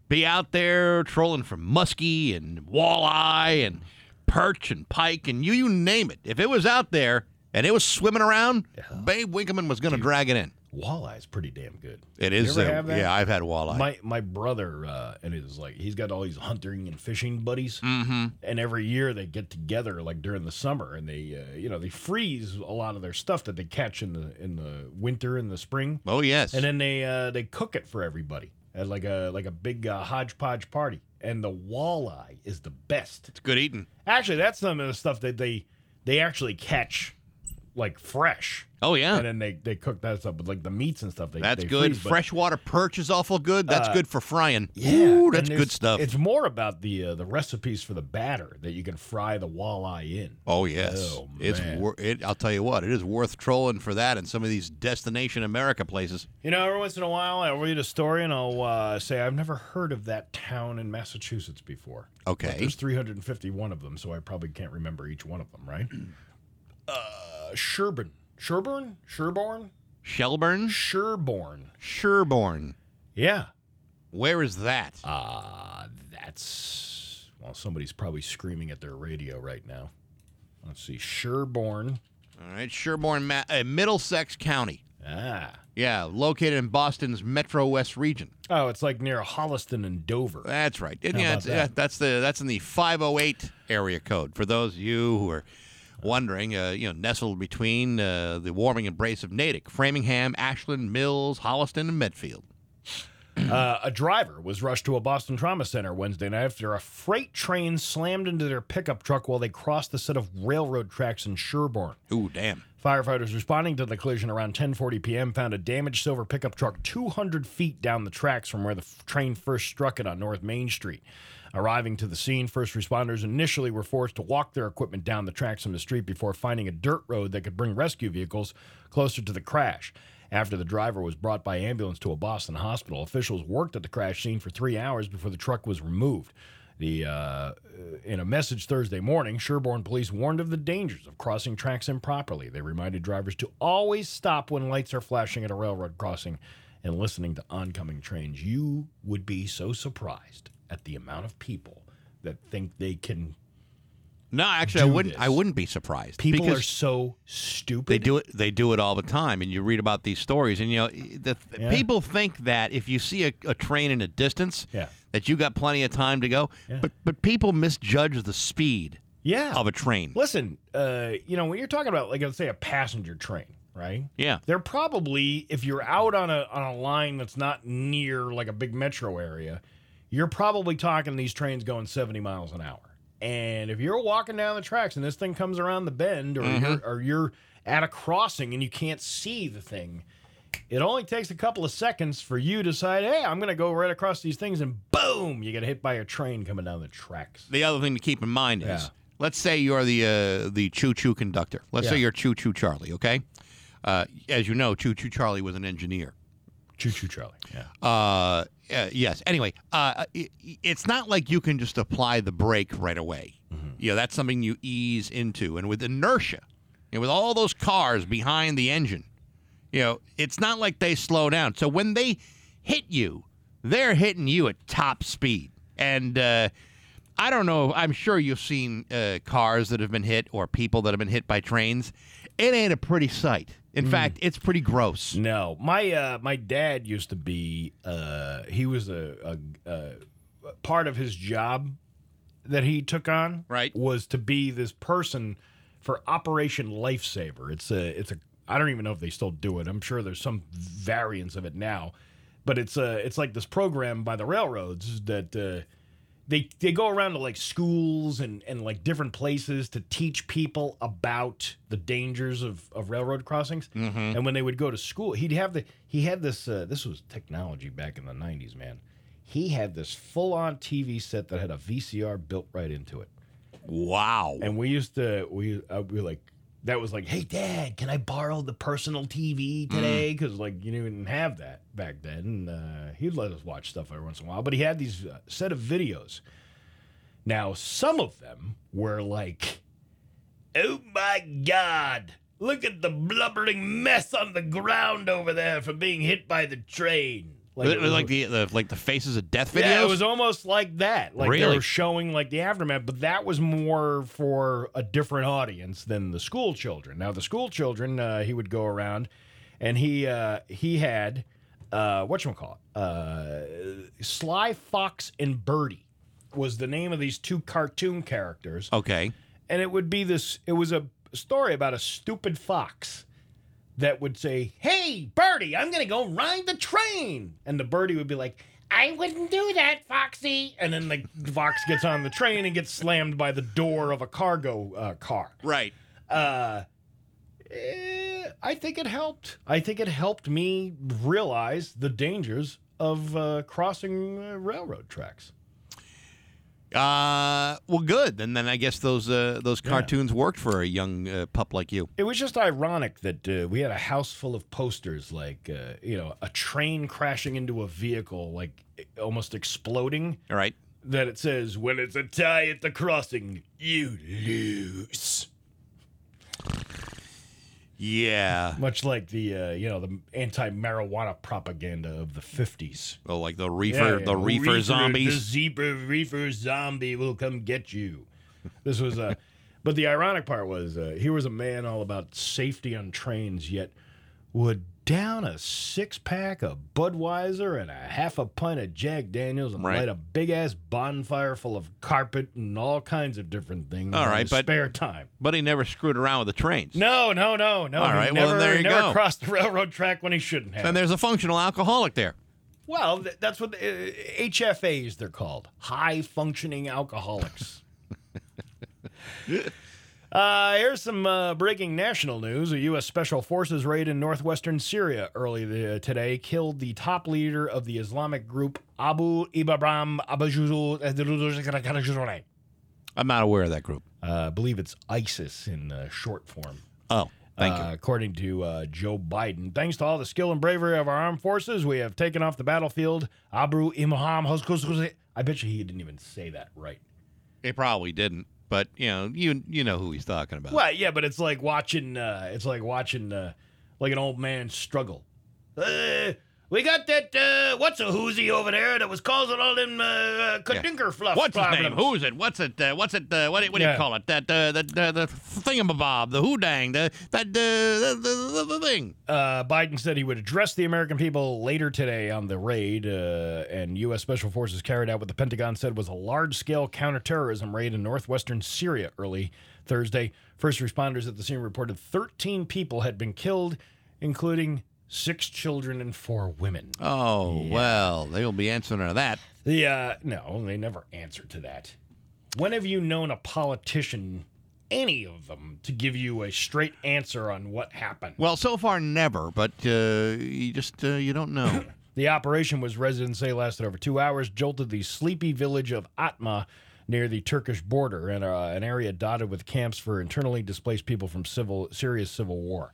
be out there trolling for muskie and walleye and perch and pike and you, you name it. If it was out there and it was swimming around, Babe Winkleman was going to drag it in.
Walleye is pretty damn good.
It
You
is.
ever
uh,
have that?
yeah, I've had walleye.
My my brother uh, and his like he's got all these hunting and fishing buddies,
Mhm.
and every year they get together like during the summer and they uh, you know they freeze a lot of their stuff that they catch in the in the winter and the spring.
oh, yes.
and then they uh, they cook it for everybody at like a like a big uh, hodgepodge party. And the walleye is the best. It's
good eating.
Actually, that's some of the stuff that they they actually catch like fresh.
Oh, yeah.
and then they they cook that stuff with like the meats and stuff. They,
That's
they
good.
freeze, but-
Freshwater perch is awful good. That's
Uh,
good for frying.
Yeah,
Ooh,
and
that's
there's-
good stuff.
It's more about the uh, the recipes for the batter that you can fry the walleye in.
Oh yes,
Oh,
it's
man.
wor- it. I'll tell you what, it is worth trolling for that in some of these destination America places.
You know, every once in a while, I'll read a story and I'll uh, say, I've never heard of that town in Massachusetts before.
Okay.
But there's 351 of them, so I probably can't remember each one of them, right? uh, Sherburn. Sherburn? Sherborne?
Shelburne,
Sherborne.
Sherborne.
Yeah.
Where is that?
Ah, that's. Well, somebody's probably screaming at their radio right now. Let's see. Sherborne.
All right, Sherborne, Ma- uh, Middlesex County.
Ah.
Yeah, located in Boston's Metro West region.
Oh, it's like near Holliston and Dover.
That's right.
How
yeah, uh,
about
oh it's- yeah, that's the that's in the 508 area code for those of you who are wondering, uh, you know, nestled between uh, the warming embrace of Natick, Framingham, Ashland, Mills, Holliston, and Medfield.
Uh, a driver was rushed to a Boston trauma center Wednesday night after a freight train slammed into their pickup truck while they crossed a set of railroad tracks in Sherborne.
Ooh, damn.
Firefighters responding to the collision around 10:40 p.m. found a damaged silver pickup truck 200 feet down the tracks from where the f- train first struck it on North Main Street. Arriving to the scene, first responders initially were forced to walk their equipment down the tracks on the street before finding a dirt road that could bring rescue vehicles closer to the crash. After the driver was brought by ambulance to a Boston hospital, officials worked at the crash scene for three hours before the truck was removed. The uh, in a message Thursday morning, Sherborne police warned of the dangers of crossing tracks improperly. They reminded drivers to always stop when lights are flashing at a railroad crossing and listening to oncoming trains. You would be so surprised at the amount of people that think they can
No, actually, I wouldn't. I wouldn't be surprised.
People
because
are so stupid.
They do it. They do it all the time, and you read about these stories, and you know, the
Yeah.
people think that if you see a, a train in a distance,
Yeah.
that you got plenty of time to go.
Yeah.
But but people misjudge the speed.
Yeah.
Of a train.
Listen, uh, you know, when you're talking about like let's say a passenger train, right?
Yeah.
They're probably if you're out on a on a line that's not near like a big metro area, you're probably talking these trains going 70 miles an hour. And if you're walking down the tracks and this thing comes around the bend or you're, or you're at a crossing and you can't see the thing, it only takes a couple of seconds for you to decide, "Hey, I'm going to go right across these things," and boom, you get hit by a train coming down the tracks.
The other thing to keep in mind is,
Yeah.
let's say you're the uh, the choo choo conductor. Let's say
Yeah.
you're Choo Choo Charlie. Okay, uh, as you know, Choo Choo Charlie was an engineer.
Choo choo Charlie. Yeah.
Uh, uh, yes. Anyway, uh, i i- it's not like you can just apply the brake right away. You know, that's something you ease into, and with inertia, you know, with all those cars behind the engine, you know, it's not like they slow down. So when they hit you, they're hitting you at top speed, and uh, I don't know. I'm sure you've seen uh, cars that have been hit or people that have been hit by trains. It ain't a pretty sight. In fact, it's pretty gross.
No, my uh, my dad used to be. Uh, he was a, a, a part of his job that he took on. Right, was to be this person for Operation Lifesaver. It's a it's a I don't even know if they still do it. I'm sure there's some variants of it now, but it's a it's like this program by the railroads that. Uh, they, they go around to like schools and, and like different places to teach people about the dangers of, of railroad crossings.
Mhm.
And when they would go to school, he'd have the he had this uh, this was technology back in the '90s, man. He had this full on TV set that had a VCR built right into it.
Wow.
And we used to we uh, we like that was like, hey dad, can I borrow the personal TV today? Because like you didn't have that back then. And, uh, he'd let us watch stuff every once in a while, but he had these uh, set of videos. Now some of them were like, oh my god. Look at the blubbering mess on the ground over there from being hit by the train.
Like,
it was-
like the, the like the faces of death videos.
yeah, it was almost like that. Like they
Really?
were showing like the aftermath, but that was more for a different audience than the school children. Now the school children, uh, he would go around, and he uh, he had uh, what you call it, uh, Sly Fox and Birdie was the name of these two cartoon characters,
okay.
and it would be this. It was a story about a stupid fox that would say, "Hey, Birdie, I'm gonna go ride the train," and the birdie would be like. I wouldn't do that, Foxy. And then like Vox gets on the train and gets slammed by the door of a cargo uh, car.
Right.
Uh, eh, I think it helped. I think it helped me realize the dangers of uh, crossing uh, railroad tracks.
Uh, well, good. And then I guess those uh, those cartoons worked for a young uh, pup like you.
It was just ironic that uh, we had a house full of posters, like uh, you know, a train crashing into a vehicle, like e, almost exploding.
All right.
That it says, "When it's a tie at the crossing, you lose."
Yeah.
Much like the uh, you know the anti-marijuana propaganda of the fifties.
Oh, like the reefer, the reefer,
The
zombies.
zebra reefer zombie will come get you. This was uh, a, but the ironic part was uh, here was a man all about safety on trains, yet would down a six pack of Budweiser and a half a pint of Jack Daniels and
Right.
light a big ass bonfire full of carpet and all kinds of different things.
All
in
right,
his
but
spare time.
But he never screwed around with the trains.
No, no, no, no.
All
he
right, well,
never,
then there you
never
go.
crossed the railroad track when he shouldn't have.
And there's a functional alcoholic there.
Well, th- that's what uh, HFAs they're called, high functioning alcoholics. uh, here's some uh, breaking national news: A U.S. Special Forces raid in northwestern Syria early the, uh, today killed the top leader of the Islamic group Abu Ibrahim uh, Abajul.
I'm not aware of that group.
Uh, I believe it's ISIS in uh, short form.
Oh, thank
Uh,
you.
According to uh, Joe Biden, thanks to all the skill and bravery of our armed forces, we have taken off the battlefield. Abu Imam Hoskus. I bet you he didn't even say that right.
He probably didn't, but you know, you you know who he's talking about.
Well, yeah, but it's like watching. Uh, it's like watching uh, like an old man struggle. Uh, we got that. Uh, what's a hoozy over there that was causing all them uh, uh, kadinker fluff
What's
problems?
his name? Who's it? What's it? Uh, what's it? Uh, what, do- what do
Yeah.
you call it? That uh, the, the the thingamabob, the hoodang, the that uh, the, the, the the thing.
uh, Biden said he would address the American people later today on the raid, uh, and U.S. Special Forces carried out what the Pentagon said was a large scale counterterrorism raid in northwestern Syria early Thursday. First responders at the scene reported 13 people had been killed, including six children and four women.
Oh well, they'll be answering to that.
The, uh, no, they never answered to that. When have you known a politician, any of them, to give you a straight answer on what happened?
Well, so far never, but uh, you just uh, you don't know.
The operation was residents say lasted over two hours, jolted the sleepy village of Atma near the Turkish border, and uh, an area dotted with camps for internally displaced people from civil Syria's civil war.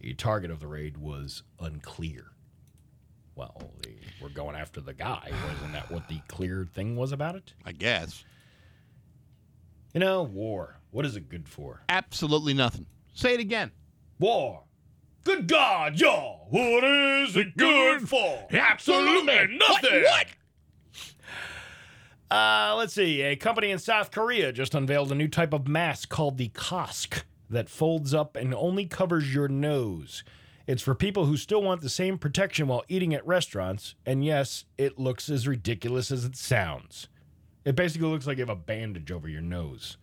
The target of the raid was unclear. Well, they were going after the guy. Wasn't that what the clear thing was about it?
I guess
You know, war. What is it good for?
absolutely nothing. Say it again.
War. Good God, y'all! What is it good for? Absolutely nothing. What? Uh, let's see. A company in South Korea just unveiled a new type of mask called the Kosk that folds up and only covers your nose. It's for people who still want the same protection while eating at restaurants. And yes, it looks as ridiculous as it sounds. It basically looks like you have a bandage over your nose.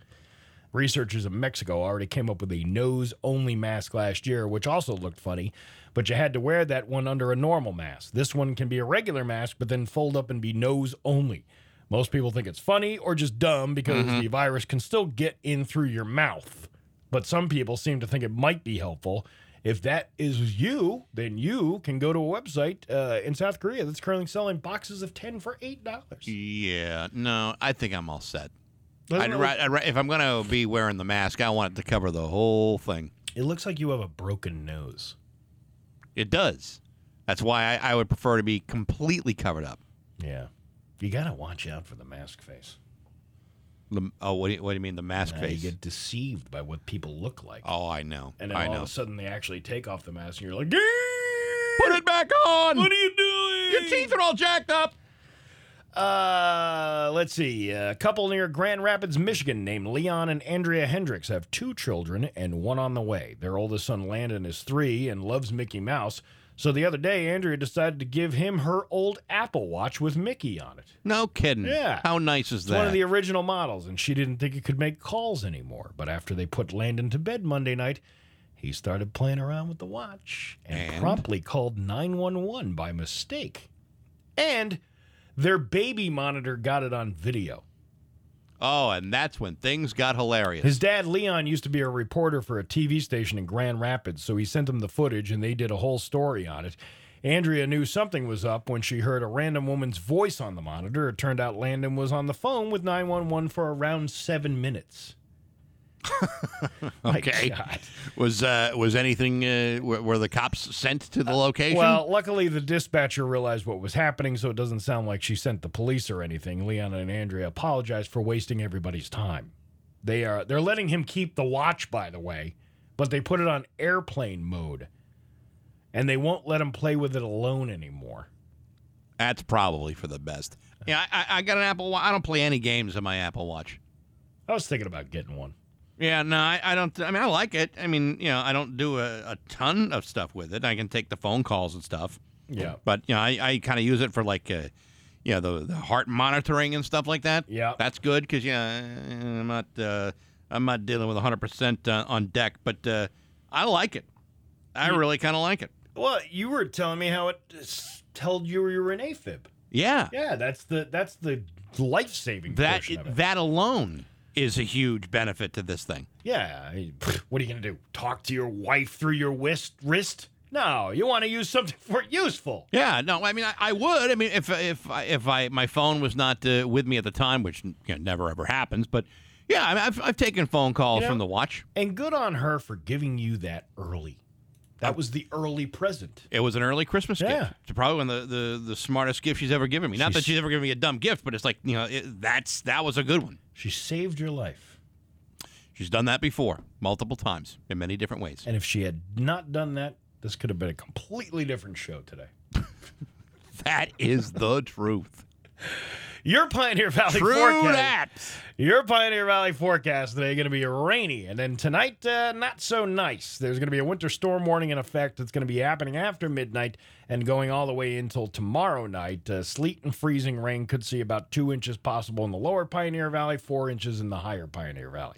Researchers in Mexico already came up with a nose only mask last year, which also looked funny, but you had to wear that one under a normal mask. This one can be a regular mask, but then fold up and be nose only. Most people think it's funny or just dumb because the virus can still get in through your mouth. But some people seem to think it might be helpful. If that is you, then you can go to a website uh, in South Korea that's currently selling boxes of 10 for $8.
Yeah, no, I think I'm all set.
Doesn't
I'd
it
ri- I'd ri- if I'm going to be wearing the mask, I want it to cover the whole thing.
It looks like you have a broken nose.
It does. That's why I, I would prefer to be completely covered up.
Yeah. You got to watch out for the mask face.
The, oh, what do, you, what do you mean the mask
Now
face?
You get deceived by what people look like.
Oh, I know.
and then
I
all
know.
of a sudden they actually take off the mask and you're like,
Put it back on.
What are you doing?
Your teeth are all jacked up.
Uh, let's see. A couple near Grand Rapids, Michigan, named Leon and Andrea Hendricks, have two children and one on the way. Their oldest son, Landon, is three and loves Mickey Mouse. So the other day, Andrea decided to give him her old Apple Watch with Mickey on it.
No kidding.
Yeah.
How nice is
It's
that?
one of the original models, and she didn't think it could make calls anymore. But after they put Landon to bed Monday night, he started playing around with the watch and,
And?
promptly called 911 by mistake. And their baby monitor got it on video.
oh, and that's when things got hilarious.
His dad, Leon, used to be a reporter for a TV station in Grand Rapids, so he sent them the footage and they did a whole story on it. Andrea knew something was up when she heard a random woman's voice on the monitor. It turned out Landon was on the phone with 911 for around seven minutes. Oh My
okay.
God.
Was uh, was anything? Uh, were, were the cops sent to the location?
Uh, Well, luckily the dispatcher realized what was happening, so it doesn't sound like she sent the police or anything. Leon and Andrea apologized for wasting everybody's time. They are they're letting him keep the watch, by the way, but they put it on airplane mode. And they won't let him play with it alone anymore.
that's probably for the best. Yeah, I, I- I got an Apple. Watch. I don't play any games on my Apple Watch.
I was thinking about getting one.
Yeah, no, I, I don't. I mean, I like it. I mean, you know, I don't do a, a ton of stuff with it. I can take the phone calls and stuff.
Yeah.
But you know, I, I kind of use it for like, uh, you know, the, the heart monitoring and stuff like that.
Yeah.
That's good because yeah, I'm not uh, I'm not dealing with 100 percent on deck, but uh, I like it. I really kind of like it.
Well, you were telling me how it s- told you you were an AFib.
Yeah.
Yeah, that's the that's the life saving
That
portion of it.
that alone is a huge benefit to this thing.
Yeah, I- what are you gonna do? Talk to your wife through your wrist? Wrist? No, you want to use something for useful.
Yeah, no, I mean, I, I would. I mean, if if I, if I my phone was not uh, with me at the time, which you know, never ever happens, but yeah, I mean, I've I've taken phone calls
You know-
from the watch.
And good on her for giving you that early. That was the early present.
It was an early Christmas
Yeah.
gift. It's probably one of the, the, the smartest gift she's ever given me. Not that she's ever given me a dumb gift, but it's like you know it, that's that was a good one.
She saved your life.
She's done that before, multiple times, in many different ways.
And if she had not done that, this could have been a completely different show today.
That is the truth.
Your Pioneer Valley
True
forecast.
that.
Your Pioneer Valley forecast today going to be rainy, and then tonight uh, not so nice. There's going to be a winter storm warning in effect that's going to be happening after midnight and going all the way until tomorrow night. Uh, sleet and freezing rain could see about two inches possible in the lower Pioneer Valley, four inches in the higher Pioneer Valley.